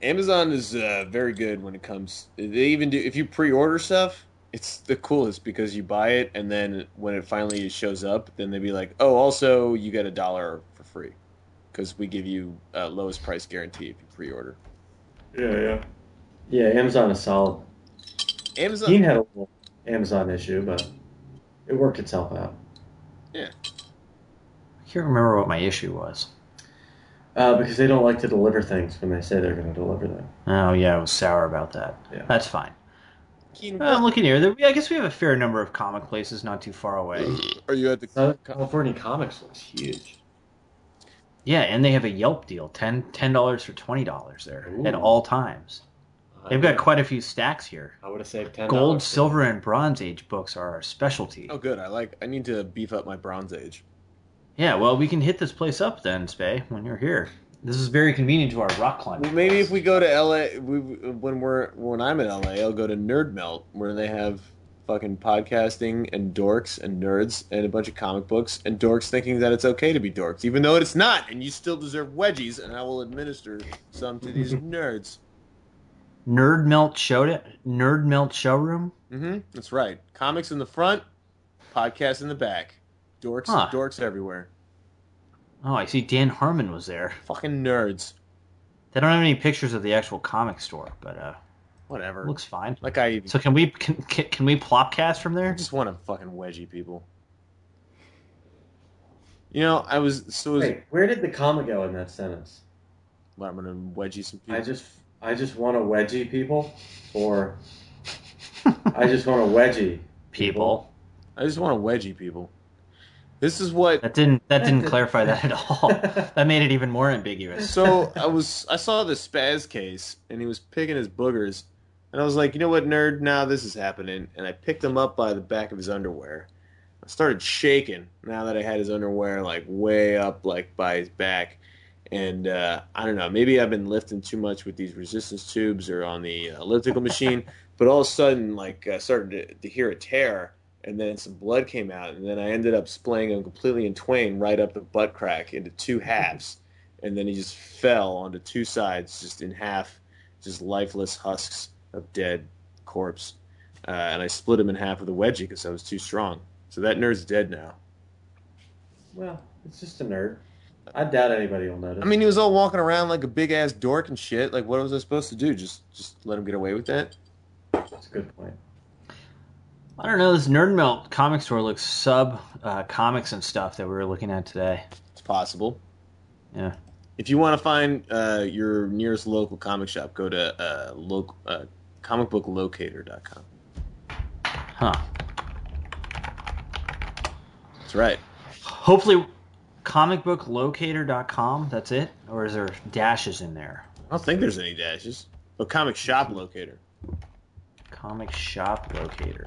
Speaker 3: Amazon is uh, very good when it comes. They even do if you pre-order stuff, it's the coolest because you buy it and then when it finally shows up, then they'd be like, "Oh, also you get a dollar for free because we give you uh, lowest price guarantee if you pre-order."
Speaker 4: Yeah, yeah. Yeah, Amazon is solid.
Speaker 3: Amazon,
Speaker 4: He had a little Amazon issue, but it worked itself out.
Speaker 1: I can't remember what my issue was.
Speaker 4: Uh, because they don't like to deliver things when they say they're going to deliver them.
Speaker 1: Oh yeah, I was sour about that.
Speaker 4: Yeah.
Speaker 1: That's fine.
Speaker 3: Keen-
Speaker 1: Uh, I'm looking here. There- I guess we have a fair number of comic places not too far away.
Speaker 3: are you at the?
Speaker 4: Southern California comics looks huge.
Speaker 1: Yeah, and they have a Yelp deal 10 dollars for twenty dollars there at
Speaker 4: Ooh.
Speaker 1: all times. They've got quite a few stacks here.
Speaker 4: Uh, I would have saved ten.
Speaker 1: Gold, silver, and Bronze Age books are our specialty.
Speaker 3: Oh, good. I like. I need to beef up my Bronze Age.
Speaker 1: Yeah, well, we can hit this place up then, Spay, when you're here. This is very convenient to our rock climbing.
Speaker 3: Well, maybe
Speaker 1: place.
Speaker 3: if we go to LA, we, when we're when I'm in LA, I'll go to Nerd Melt where they have fucking podcasting and dorks and nerds and a bunch of comic books and dorks thinking that it's okay to be dorks, even though it's not, and you still deserve wedgies, and I will administer some to these nerds.
Speaker 1: Nerd Melt showed it. Nerd Melt showroom.
Speaker 3: hmm That's right. Comics in the front, podcasts in the back. Dorks,
Speaker 1: Huh.
Speaker 3: dorks everywhere.
Speaker 1: Oh, I see. Dan Harmon was there.
Speaker 3: Fucking nerds.
Speaker 1: They don't have any pictures of the actual comic store, but uh,
Speaker 3: Whatever.
Speaker 1: looks fine.
Speaker 3: like I even
Speaker 1: So can we can, can can we plopcast from
Speaker 3: I
Speaker 1: there?
Speaker 3: just want to fucking wedgie people. You know, I was so was
Speaker 4: Wait, where did the comma go in that sentence?
Speaker 3: Well, I'm gonna wedgie some people.
Speaker 4: I just, I just want to wedgie people, or I just want to wedgie
Speaker 1: People.
Speaker 3: want to wedgie people. This is what.
Speaker 1: That didn't that didn't clarify that at all. That made it even more ambiguous.
Speaker 3: So I was. I saw the spaz case, and he was picking his boogers, and I was like, you know what, nerd? Now this is happening. And I picked him up by the back of his underwear. I started shaking now that I had his underwear like way up, like by his back. And uh, I don't know. Maybe I've been lifting too much with these resistance tubes or on the elliptical machine. But all of a sudden, like I started to, to hear a tear, and then some blood came out, and then I ended up splaying him completely in twain right up the butt crack into two halves, and then he just fell onto two sides, just in half, just lifeless husks of dead corpse. Uh, and I split him in half with a wedgie because I was too strong. So that nerd's dead now.
Speaker 4: Well, it's just a nerd. I doubt anybody will notice.
Speaker 3: I mean, he was all walking around like a big ass dork and shit. Like, what was I supposed to do? Just, just let him get away with that?
Speaker 4: that's a good point.
Speaker 1: I don't know. This Nerd Melt comic store looks sub uh, comics and stuff that we were looking at today.
Speaker 3: It's possible.
Speaker 1: Yeah.
Speaker 3: If you want to find uh, your nearest local comic shop, go to uh, loc- uh, comicbooklocator.com.
Speaker 1: Huh.
Speaker 3: That's right.
Speaker 1: Hopefully, comicbooklocator.com. That's it, or is there dashes in there?
Speaker 3: I don't think there's any dashes. Oh, comic shop locator.
Speaker 1: Comic shop locator.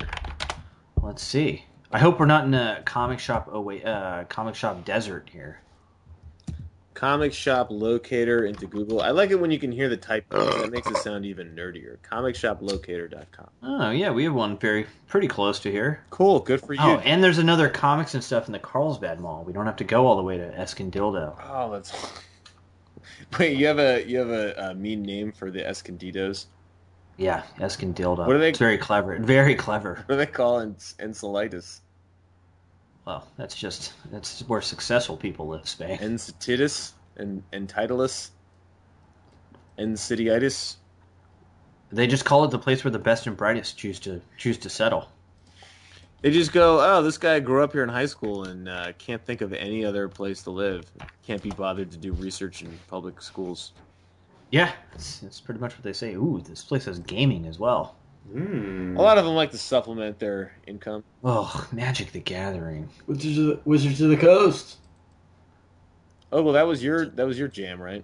Speaker 1: Let's see. I hope we're not in a comic shop. Oh wait, uh, comic shop desert here.
Speaker 3: Comic shop locator into Google. I like it when you can hear the type. That makes it sound even nerdier. Comicshoplocator.com.
Speaker 1: Oh yeah, we have one very pretty close to here.
Speaker 3: Cool. Good for you.
Speaker 1: Oh, and there's another comics and stuff in the Carlsbad Mall. We don't have to go all the way to Escondido.
Speaker 3: Oh, that's. Wait, you have a you have a, a mean name for the Escondidos.
Speaker 1: Yeah, Escondido.
Speaker 3: What are they-
Speaker 1: It's very clever. Very clever.
Speaker 3: What do they call ens- enceladus?
Speaker 1: Well, that's just that's where successful people live, Spain.
Speaker 3: Encititus and entitlus. Encititis.
Speaker 1: They just call it the place where the best and brightest choose to choose to settle.
Speaker 3: They just go, oh, this guy grew up here in high school and uh, can't think of any other place to live. Can't be bothered to do research in public schools.
Speaker 1: Yeah, that's, that's pretty much what they say. Ooh, this place has gaming as well.
Speaker 4: Hmm.
Speaker 3: A lot of them like to supplement their income.
Speaker 1: Oh, Magic the Gathering.
Speaker 4: Wizards of the, Wizards of the Coast.
Speaker 3: Oh well, that was your that was your jam, right?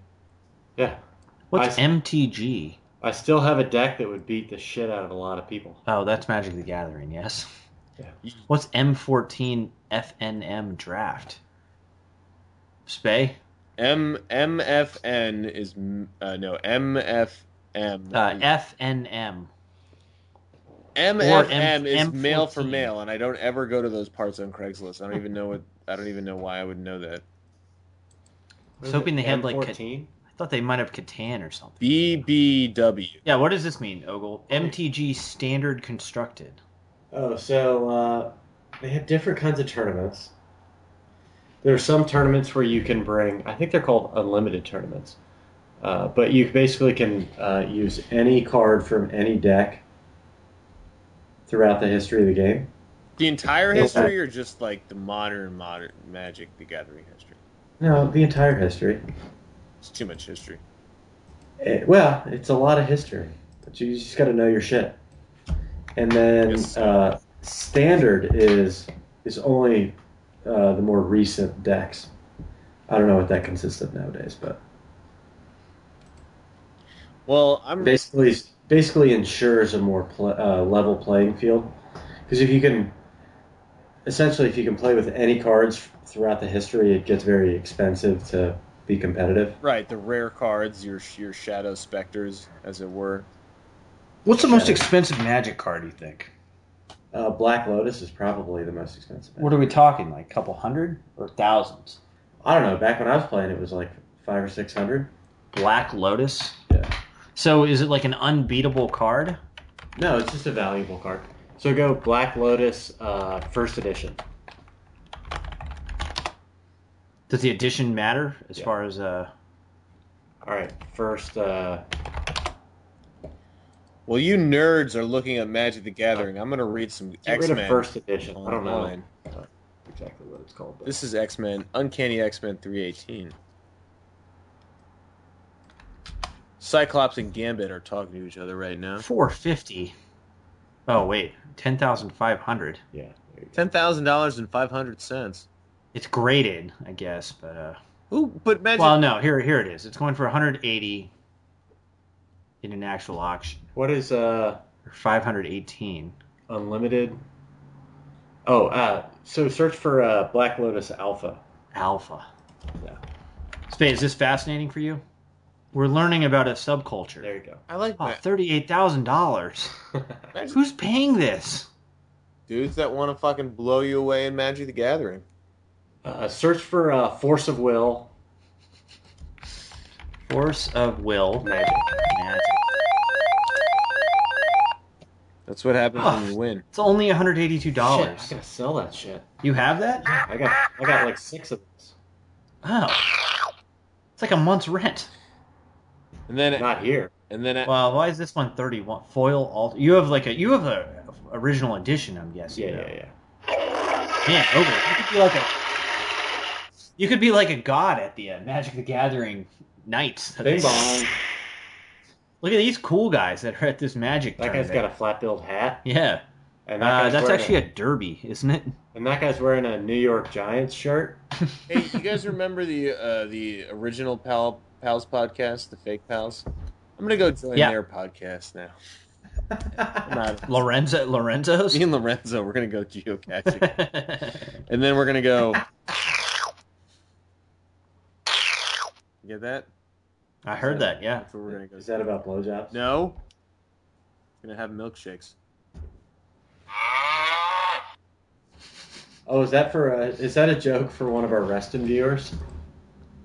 Speaker 4: Yeah,
Speaker 1: What's
Speaker 4: I-
Speaker 1: MTG?
Speaker 4: I still have a deck that would beat the shit out of a lot of people.
Speaker 1: Oh, that's Magic the Gathering. Yes.
Speaker 4: Yeah.
Speaker 1: What's M14 FNM draft? Spay.
Speaker 3: M M F N is m- uh, no M F M.
Speaker 1: Uh, FNM.
Speaker 3: M F M
Speaker 1: or M-
Speaker 3: is male for
Speaker 1: M14.
Speaker 3: male, and I don't ever go to those parts on Craigslist. I don't even know what I don't even know why I would know that.
Speaker 1: was hoping they had, like,
Speaker 4: fourteen.
Speaker 1: I thought they might have Catan or something.
Speaker 3: B B W.
Speaker 1: Yeah, what does this mean, Ogle? MTG standard constructed.
Speaker 4: Oh, so uh, they have different kinds of tournaments. There are some tournaments where you can bring. I think they're called unlimited tournaments, uh, but you basically can uh, use any card from any deck throughout the history of the game.
Speaker 3: The entire
Speaker 4: Yeah.
Speaker 3: history, or just like the modern modern Magic the Gathering history?
Speaker 4: No, the entire history.
Speaker 3: It's too much history.
Speaker 4: Eh, well, it's a lot of history, but you just got to know your shit. And then
Speaker 3: Yes.
Speaker 4: uh, standard is is only uh, the more recent decks. I don't know what that consists of nowadays, but
Speaker 3: Well, I'm
Speaker 4: basically basically ensures a more pl- uh, level playing field because if you can essentially if you can play with any cards throughout the history, it gets very expensive to be competitive.
Speaker 3: right. The rare cards, your your shadow specters, as it were.
Speaker 1: What's the
Speaker 4: most
Speaker 1: expensive Magic card you think?
Speaker 4: Uh, Black Lotus is probably the most expensive.
Speaker 1: What are we talking? Like a couple hundred or thousands?
Speaker 4: I don't know. Back when I was playing, it was like five or six hundred.
Speaker 1: Black Lotus.
Speaker 4: Yeah.
Speaker 1: So is it like an unbeatable card?
Speaker 4: No, it's just a valuable card. So go Black Lotus uh, first edition.
Speaker 1: Does the addition matter as
Speaker 4: Yeah.
Speaker 1: far as uh?
Speaker 4: All right, first. Uh,
Speaker 3: Well, you nerds are looking at Magic the Gathering. I'm gonna read some
Speaker 4: get
Speaker 3: X
Speaker 4: rid of
Speaker 3: Men.
Speaker 4: first edition. I don't know
Speaker 3: online.
Speaker 4: exactly what it's called. But.
Speaker 3: This is X Men Uncanny X Men 318. Cyclops and Gambit are talking to each other right now.
Speaker 1: 450. Oh, wait. 10,500.
Speaker 4: yeah. there you go.
Speaker 3: Ten thousand dollars and five hundred cents.
Speaker 1: It's graded, I guess, but uh
Speaker 3: Ooh, but Magic.
Speaker 1: well, no, here here it is. It's going for 180 in an actual auction
Speaker 4: What is uh,
Speaker 1: or 518.
Speaker 4: unlimited? Oh, uh, so search for uh, Black Lotus Alpha.
Speaker 1: Alpha.
Speaker 4: Yeah.
Speaker 1: Spade, is this fascinating for you? We're learning about a subculture.
Speaker 4: There you go.
Speaker 3: I like
Speaker 1: Oh,
Speaker 3: Ma-
Speaker 1: $38,000.
Speaker 3: Magic.
Speaker 1: Who's paying this?
Speaker 3: dudes that want to fucking blow you away in Magic the Gathering.
Speaker 4: Uh, search for uh, Force of Will.
Speaker 1: Force of will. Magic. Magic.
Speaker 3: That's what happens
Speaker 1: Oh.
Speaker 3: when you win.
Speaker 1: It's only $182.
Speaker 4: Shit, I gotta sell that shit.
Speaker 1: You have that?
Speaker 4: I got I got like six of those.
Speaker 1: Oh. It's like a month's rent.
Speaker 3: And then,
Speaker 4: Not here.
Speaker 3: and then,
Speaker 1: Well, why is this one thirty one foil alt? You have like a you have a original edition, I'm guessing.
Speaker 4: Yeah,
Speaker 1: though.
Speaker 4: yeah, yeah.
Speaker 1: Man, Ogle, you could be like a you could be like a god at the uh, Magic the Gathering nights.
Speaker 4: Bing bong.
Speaker 1: Look at these cool guys that are at this Magic.
Speaker 4: That guy's got a flat billed hat.
Speaker 1: Yeah,
Speaker 4: And that
Speaker 1: Uh,
Speaker 4: guy's
Speaker 1: that's
Speaker 4: wearing
Speaker 1: actually
Speaker 4: a,
Speaker 1: a derby, isn't it?
Speaker 4: and that guy's wearing a New York Giants shirt.
Speaker 3: Hey, you guys remember the uh, the original Pal Pals podcast, the Fake Pals? I'm gonna go join
Speaker 1: Yeah.
Speaker 3: their podcast now. I'm out.
Speaker 1: Lorenzo Lorenzo's.
Speaker 3: Me and Lorenzo, we're gonna go geocaching, and then we're gonna go. You Get that?
Speaker 1: I heard that. Yeah.
Speaker 3: That's what we're gonna go.
Speaker 4: Is that about blowjobs?
Speaker 3: No. Gonna have milkshakes.
Speaker 4: Oh, is that for? A, is that a joke for one of our Reston viewers?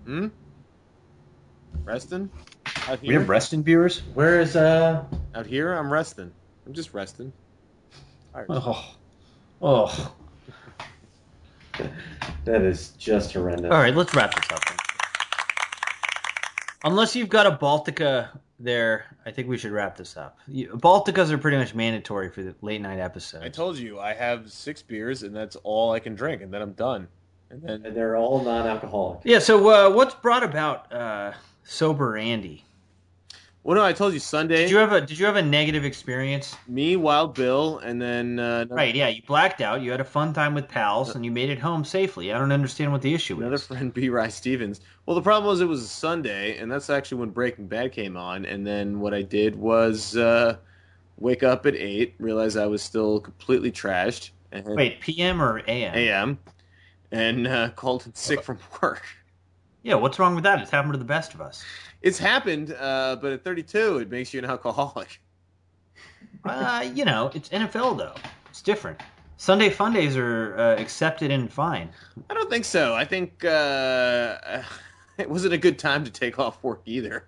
Speaker 3: Hmm. Resting. Out
Speaker 1: We
Speaker 3: here.
Speaker 1: have Reston viewers.
Speaker 4: Where is uh?
Speaker 3: Out here, I'm resting. I'm just resting. Tired.
Speaker 1: Oh, oh.
Speaker 4: That is just horrendous.
Speaker 1: All right, let's wrap this up. then. Unless you've got a Baltica there, I think we should wrap this up. You- Balticas are pretty much mandatory for the late night episodes.
Speaker 3: I told you I have six beers, and that's all I can drink, and then I'm done. And then
Speaker 4: And they're all non-alcoholic.
Speaker 1: yeah. So uh, what's brought about uh, sober Andy?
Speaker 3: Well, no, I told you Sunday.
Speaker 1: Did you have a Did you have a negative experience?
Speaker 3: me, Wild Bill, and then uh, another,
Speaker 1: Right. Yeah. You blacked out. You had a fun time with pals, and you made it home safely. I don't understand what the issue
Speaker 3: another
Speaker 1: is.
Speaker 3: friend, B. Rye Stevens. Well, the problem was it was a Sunday, and that's actually when Breaking Bad came on. And then what I did was uh, wake up at eight, realize I was still completely trashed. And
Speaker 1: Wait, PM or AM?
Speaker 3: a.m. and uh, called in sick from work.
Speaker 1: Yeah. What's wrong with that? It's happened to the best of us.
Speaker 3: It's happened, uh, but at 32, it makes you an alcoholic.
Speaker 1: Uh, you know, it's NFL though. It's different. Sunday fun days are uh, accepted and fine.
Speaker 3: I don't think so. I think uh, it wasn't a good time to take off work either.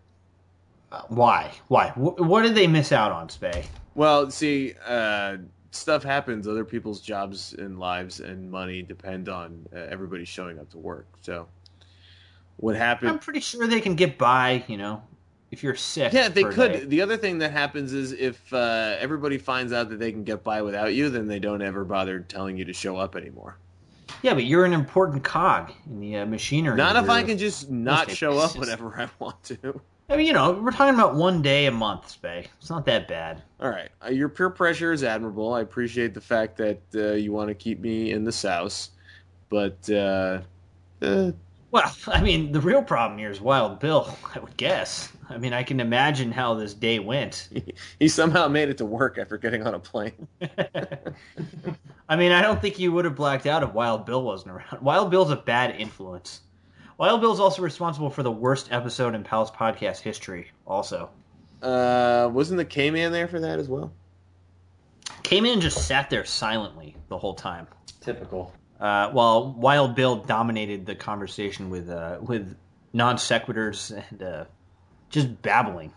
Speaker 1: Uh, why? Why? Wh- what did they miss out on, Spay?
Speaker 3: Well, see, uh, stuff happens. Other people's jobs and lives and money depend on uh, everybody showing up to work. So, what
Speaker 1: I'm
Speaker 3: happened?
Speaker 1: pretty sure they can get by. You know, if you're sick.
Speaker 3: Yeah, they
Speaker 1: for a
Speaker 3: could.
Speaker 1: day.
Speaker 3: The other thing that happens is if uh, everybody finds out that they can get by without you, then they don't ever bother telling you to show up anymore.
Speaker 1: Yeah, but you're an important cog in the uh, machinery.
Speaker 3: Not
Speaker 1: of
Speaker 3: if I
Speaker 1: your-
Speaker 3: can just not
Speaker 1: Mistake.
Speaker 3: show up whenever I want to.
Speaker 1: I mean, you know, we're talking about one day a month, Spay. It's not that bad.
Speaker 3: All right, uh, your peer pressure is admirable. I appreciate the fact that uh, you want to keep me in the souse, but uh, uh,
Speaker 1: Well, I mean, the real problem here is Wild Bill, I would guess. I mean, I can imagine how this day went.
Speaker 3: he somehow made it to work after getting on a plane.
Speaker 1: I mean, I don't think you would have blacked out if Wild Bill wasn't around. Wild Bill's a bad influence. Wild Bill's also responsible for the worst episode in Pal's podcast history, also.
Speaker 3: Uh, wasn't the K Man there for that as well?
Speaker 1: Came in and just sat there silently the whole time,
Speaker 4: Typical.
Speaker 1: uh, while Wild Bill dominated the conversation with, uh, with non sequiturs and uh, just babbling.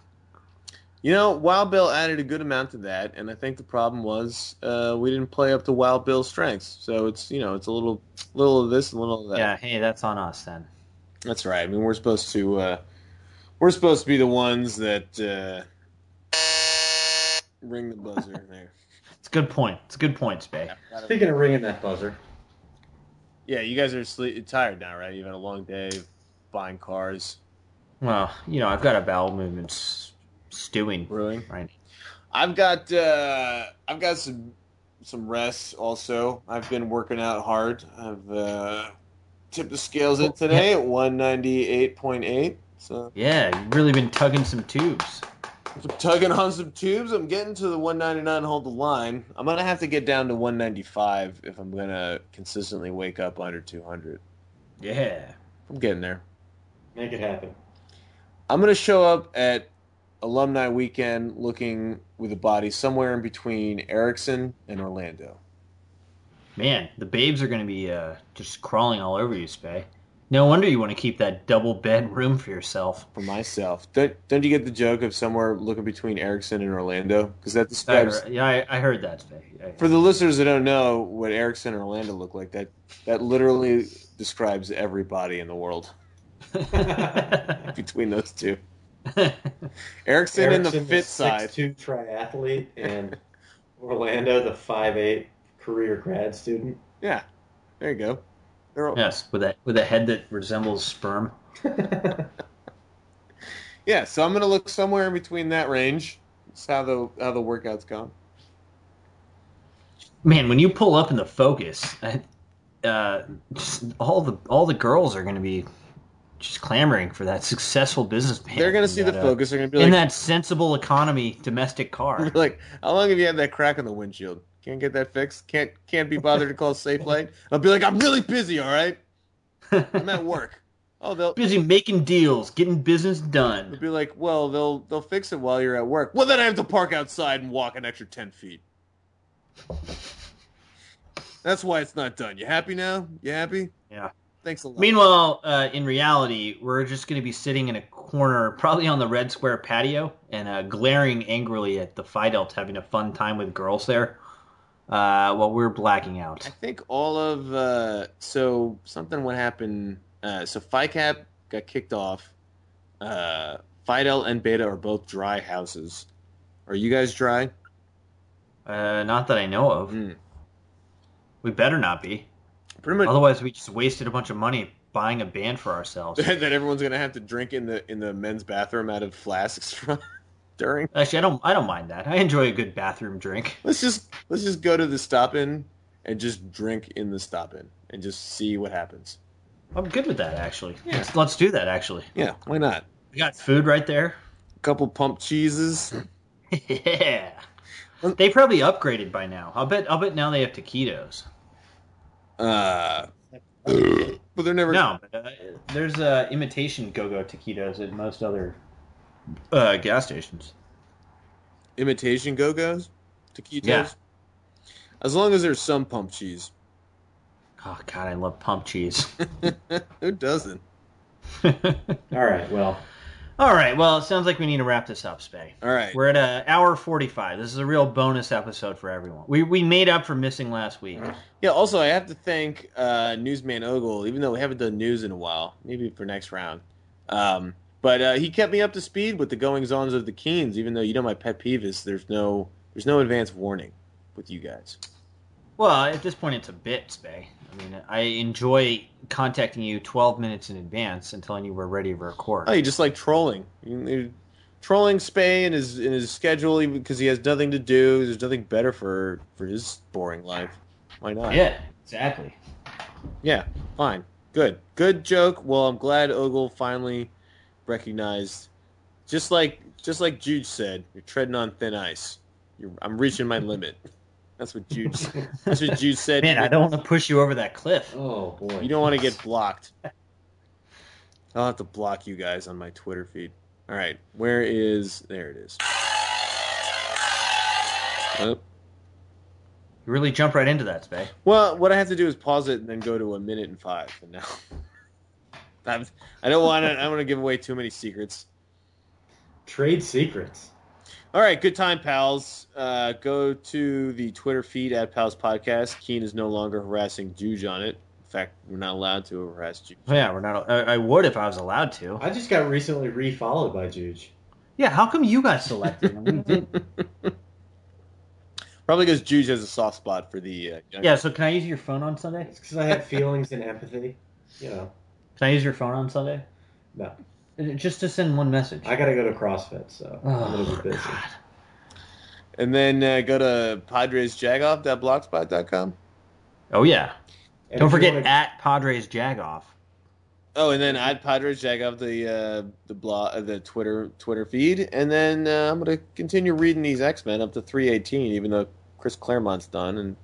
Speaker 3: You know, Wild Bill added a good amount to that, and I think the problem was uh, we didn't play up to Wild Bill's strengths. So it's you know it's a little little of this and a little of that.
Speaker 1: Yeah, hey, that's on us then.
Speaker 3: That's right. I mean, we're supposed to uh, we're supposed to be the ones that uh, ring the buzzer there.
Speaker 1: It's a good point. It's a good point, Spay.
Speaker 4: Speaking of ringing that buzzer,
Speaker 3: Yeah, you guys are sleep- tired now, right? You've had a long day of buying cars,
Speaker 1: Well, you know, I've got a bowel movement s- stewing
Speaker 3: brewing.
Speaker 1: right
Speaker 3: I've got uh, I've got some some rest also. I've been working out hard. I've uh, tipped the scales in today at one ninety eight point eight. So
Speaker 1: Yeah, you've really been tugging some tubes.
Speaker 3: I'm tugging on some tubes. I'm getting to the 199 hold the line. I'm gonna have to get down to 195 if I'm gonna consistently wake up under 200.
Speaker 1: Yeah.
Speaker 3: I'm getting there.
Speaker 4: make it happen.
Speaker 3: I'm gonna show up at alumni weekend looking with a body somewhere in between Erickson and Orlando.
Speaker 1: Man, the babes are going to be uh, just crawling all over you, Spay. No wonder you want to keep that double bed room for yourself.
Speaker 3: For myself, don't don't you get the joke of somewhere looking between Erickson and Orlando? Because that
Speaker 1: I
Speaker 3: describes.
Speaker 1: heard, yeah, I, I heard that, Spay. I-
Speaker 3: For the listeners that don't know what Erickson and Orlando look like, that that literally describes everybody in the world between those two. Erickson, in the
Speaker 4: Erickson,
Speaker 3: fit side.
Speaker 4: Two triathlete and Orlando, the five eight career grad student.
Speaker 3: Yeah, there you go. They're all-
Speaker 1: yes, with a with a head that resembles sperm.
Speaker 3: Yeah, so I'm gonna look somewhere in between that range. That's how the how the workout's gone.
Speaker 1: man, when you pull up in the Focus, I, uh, just all the all the girls are going to be just clamoring for that successful businessman.
Speaker 3: They're gonna
Speaker 1: in
Speaker 3: see the
Speaker 1: that, uh,
Speaker 3: focus. They're gonna be
Speaker 1: in
Speaker 3: like,
Speaker 1: that sensible economy domestic car.
Speaker 3: They're like, how long have you had that crack on the windshield? Can't get that fixed. Can't can't be bothered to call Safe Light. I'll be like, I'm really busy. All right, I'm at work. Oh, they'll
Speaker 1: Busy making deals, getting business
Speaker 3: they'll
Speaker 1: done.
Speaker 3: be like, well, they'll they'll fix it while you're at work. Well, then I have to park outside and walk an extra ten feet. That's why it's not done. You happy now? You happy?
Speaker 1: Yeah.
Speaker 3: Thanks a lot.
Speaker 1: Meanwhile, uh, in reality, we're just going to be sitting in a corner, probably on the red square patio, and uh, glaring angrily at the Fidelt having a fun time with girls there, uh, while we're blacking out.
Speaker 3: I think all of uh, so something would happen. Uh, so FICAP got kicked off. Uh, Fidel and Beta are both dry houses. Are you guys dry?
Speaker 1: Uh, not that I know of.
Speaker 3: Mm.
Speaker 1: We better not be.
Speaker 3: Pretty much
Speaker 1: Otherwise, we just wasted a bunch of money buying a band for ourselves.
Speaker 3: that everyone's gonna have to drink in the in the men's bathroom out of flasks from, during.
Speaker 1: Actually, I don't. I don't mind that. I enjoy a good bathroom drink.
Speaker 3: Let's just let's just go to the stop in and just drink in the stop in and just see what happens.
Speaker 1: I'm good with that. Actually,
Speaker 3: Yeah.
Speaker 1: let's, let's do that. Actually,
Speaker 3: Yeah, why not?
Speaker 1: we got food right there.
Speaker 3: A couple pump cheeses.
Speaker 1: yeah. They probably upgraded by now. I'll bet. I'll bet now they have taquitos.
Speaker 3: Uh, but they're never
Speaker 1: No, uh, there's uh, imitation go-go taquitos at most other uh, gas stations.
Speaker 3: imitation go go's, taquitos.
Speaker 1: Yeah.
Speaker 3: As long as there's some pump cheese,
Speaker 1: Oh God, I love pump cheese.
Speaker 3: who doesn't?
Speaker 4: All right. Well,
Speaker 1: All right. Well, it sounds like we need to wrap this up, Spay.
Speaker 3: All right.
Speaker 1: We're at an hour forty-five. This is a real bonus episode for everyone. We we made up for missing last week.
Speaker 4: Mm-hmm.
Speaker 3: Yeah. Also, I have to thank uh, Newsman Ogle, even though we haven't done news in a while. Maybe for next round. Um, but uh, he kept me up to speed with the goings ons of the Keens, even though you know my pet peeve is there's no there's no advance warning with you guys.
Speaker 1: Well, at this point, it's a bit, Spay. I mean, I enjoy contacting you twelve minutes in advance and telling you we're ready to record.
Speaker 3: Oh, you just like trolling. You- you- Trolling Spay in his in his schedule because he has nothing to do. There's nothing better for for his boring life. Why not?
Speaker 1: yeah, exactly.
Speaker 3: Yeah, fine. Good. Good joke. Well, I'm glad Ogle finally recognized just like just like Juge said, you're treading on thin ice. You're, I'm reaching my limit. That's what Juge That's what Juge said.
Speaker 1: Man, I don't want to push you over that cliff.
Speaker 4: oh boy.
Speaker 3: You don't want to get blocked. I'll have to block you guys on my Twitter feed. All right, where is there it is. Oh.
Speaker 1: You really jump right into that, Spay.
Speaker 3: Well, what I have to do is pause it and then go to a minute and five. And now, I'm, I don't want to. I don't want to give away too many secrets.
Speaker 4: Trade secrets.
Speaker 3: All right, good time, pals. Uh, go to the Twitter feed at Pals Podcast. Keen is no longer harassing Juge on it. In fact, we're not allowed to harass Juge.
Speaker 1: Oh, yeah, we're not. I, I would if I was allowed to.
Speaker 4: I just got recently refollowed by Juge.
Speaker 1: Yeah, how come you got selected? and we didn't?
Speaker 3: Probably because Juge has a soft spot for the. Uh, young-
Speaker 1: Yeah, so can I use your phone on Sunday?
Speaker 4: It's because I had feelings and empathy. You know,
Speaker 1: Can I use your phone on Sunday?
Speaker 4: no.
Speaker 1: Uh, Just to send one message.
Speaker 4: I got to go to CrossFit, so I'm a little
Speaker 1: oh,
Speaker 4: bit busy.
Speaker 1: God.
Speaker 3: And then uh, go to PadresJagoff.blogspot.com.
Speaker 1: oh yeah.
Speaker 4: And
Speaker 1: Don't
Speaker 4: if you
Speaker 1: forget
Speaker 4: wanna-
Speaker 1: at Padres Jagoff.
Speaker 3: Oh, and then at Padres Jagoff the uh, the blog uh, the Twitter Twitter feed, and then uh, I'm gonna continue reading these X Men up to 318, even though Chris Claremont's done, and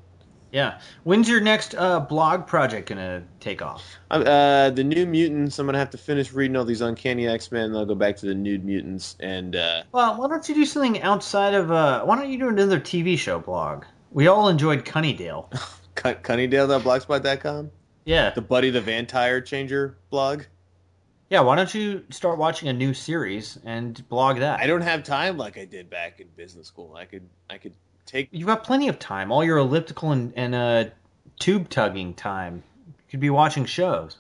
Speaker 1: Yeah. When's your next uh, blog project gonna take off?
Speaker 3: I'm, uh, the New Mutants. I'm gonna have to finish reading all these Uncanny X Men. I'll go back to the Nude Mutants, and uh,
Speaker 1: Well, why don't you do something outside of? Uh, why don't you do another TV show blog? We all enjoyed Cunnydale.
Speaker 3: Cun- Cunningdale.blogspot.com.
Speaker 1: Yeah,
Speaker 3: The Buddy the Van Tire Changer blog.
Speaker 1: yeah. Why don't you start watching a new series and blog that?
Speaker 3: I don't have time like I did back in business school. I could I could take
Speaker 1: You've got plenty of time. All your elliptical and, and uh, tube tugging time. You could be watching shows.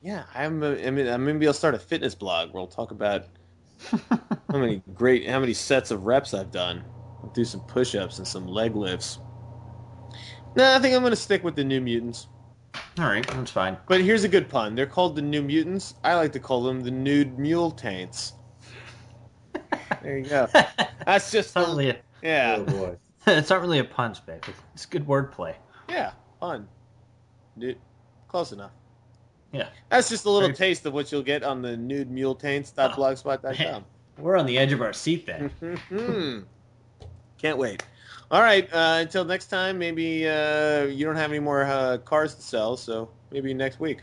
Speaker 3: yeah. I'm a, I mean I maybe I'll start a fitness blog where I'll talk about how many great how many sets of reps I've done. I'll do some push-ups and some leg lifts. No, I think I'm gonna stick with the New Mutants.
Speaker 1: All right, that's fine.
Speaker 3: But here's a good pun. They're called the New Mutants. I like to call them the Nude Mule Taints. There you go. That's just
Speaker 1: Totally.
Speaker 3: yeah.
Speaker 4: Oh boy.
Speaker 1: it's not really a pun, Beck. It's good wordplay.
Speaker 3: Yeah, fun. Dude, close enough.
Speaker 1: Yeah.
Speaker 3: That's just a little
Speaker 1: Very-
Speaker 3: taste of what you'll get on the nude mule taints.blogspot.com.
Speaker 1: We're on the edge of our seat then.
Speaker 3: Mhm. Can't wait. All right. Uh, until next time, maybe uh, you don't have any more uh, cars to sell, so maybe next week.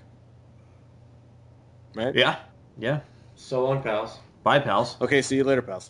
Speaker 3: Right?
Speaker 1: yeah. Yeah.
Speaker 4: So long, pals.
Speaker 1: Bye, pals.
Speaker 3: Okay, see you later, pals.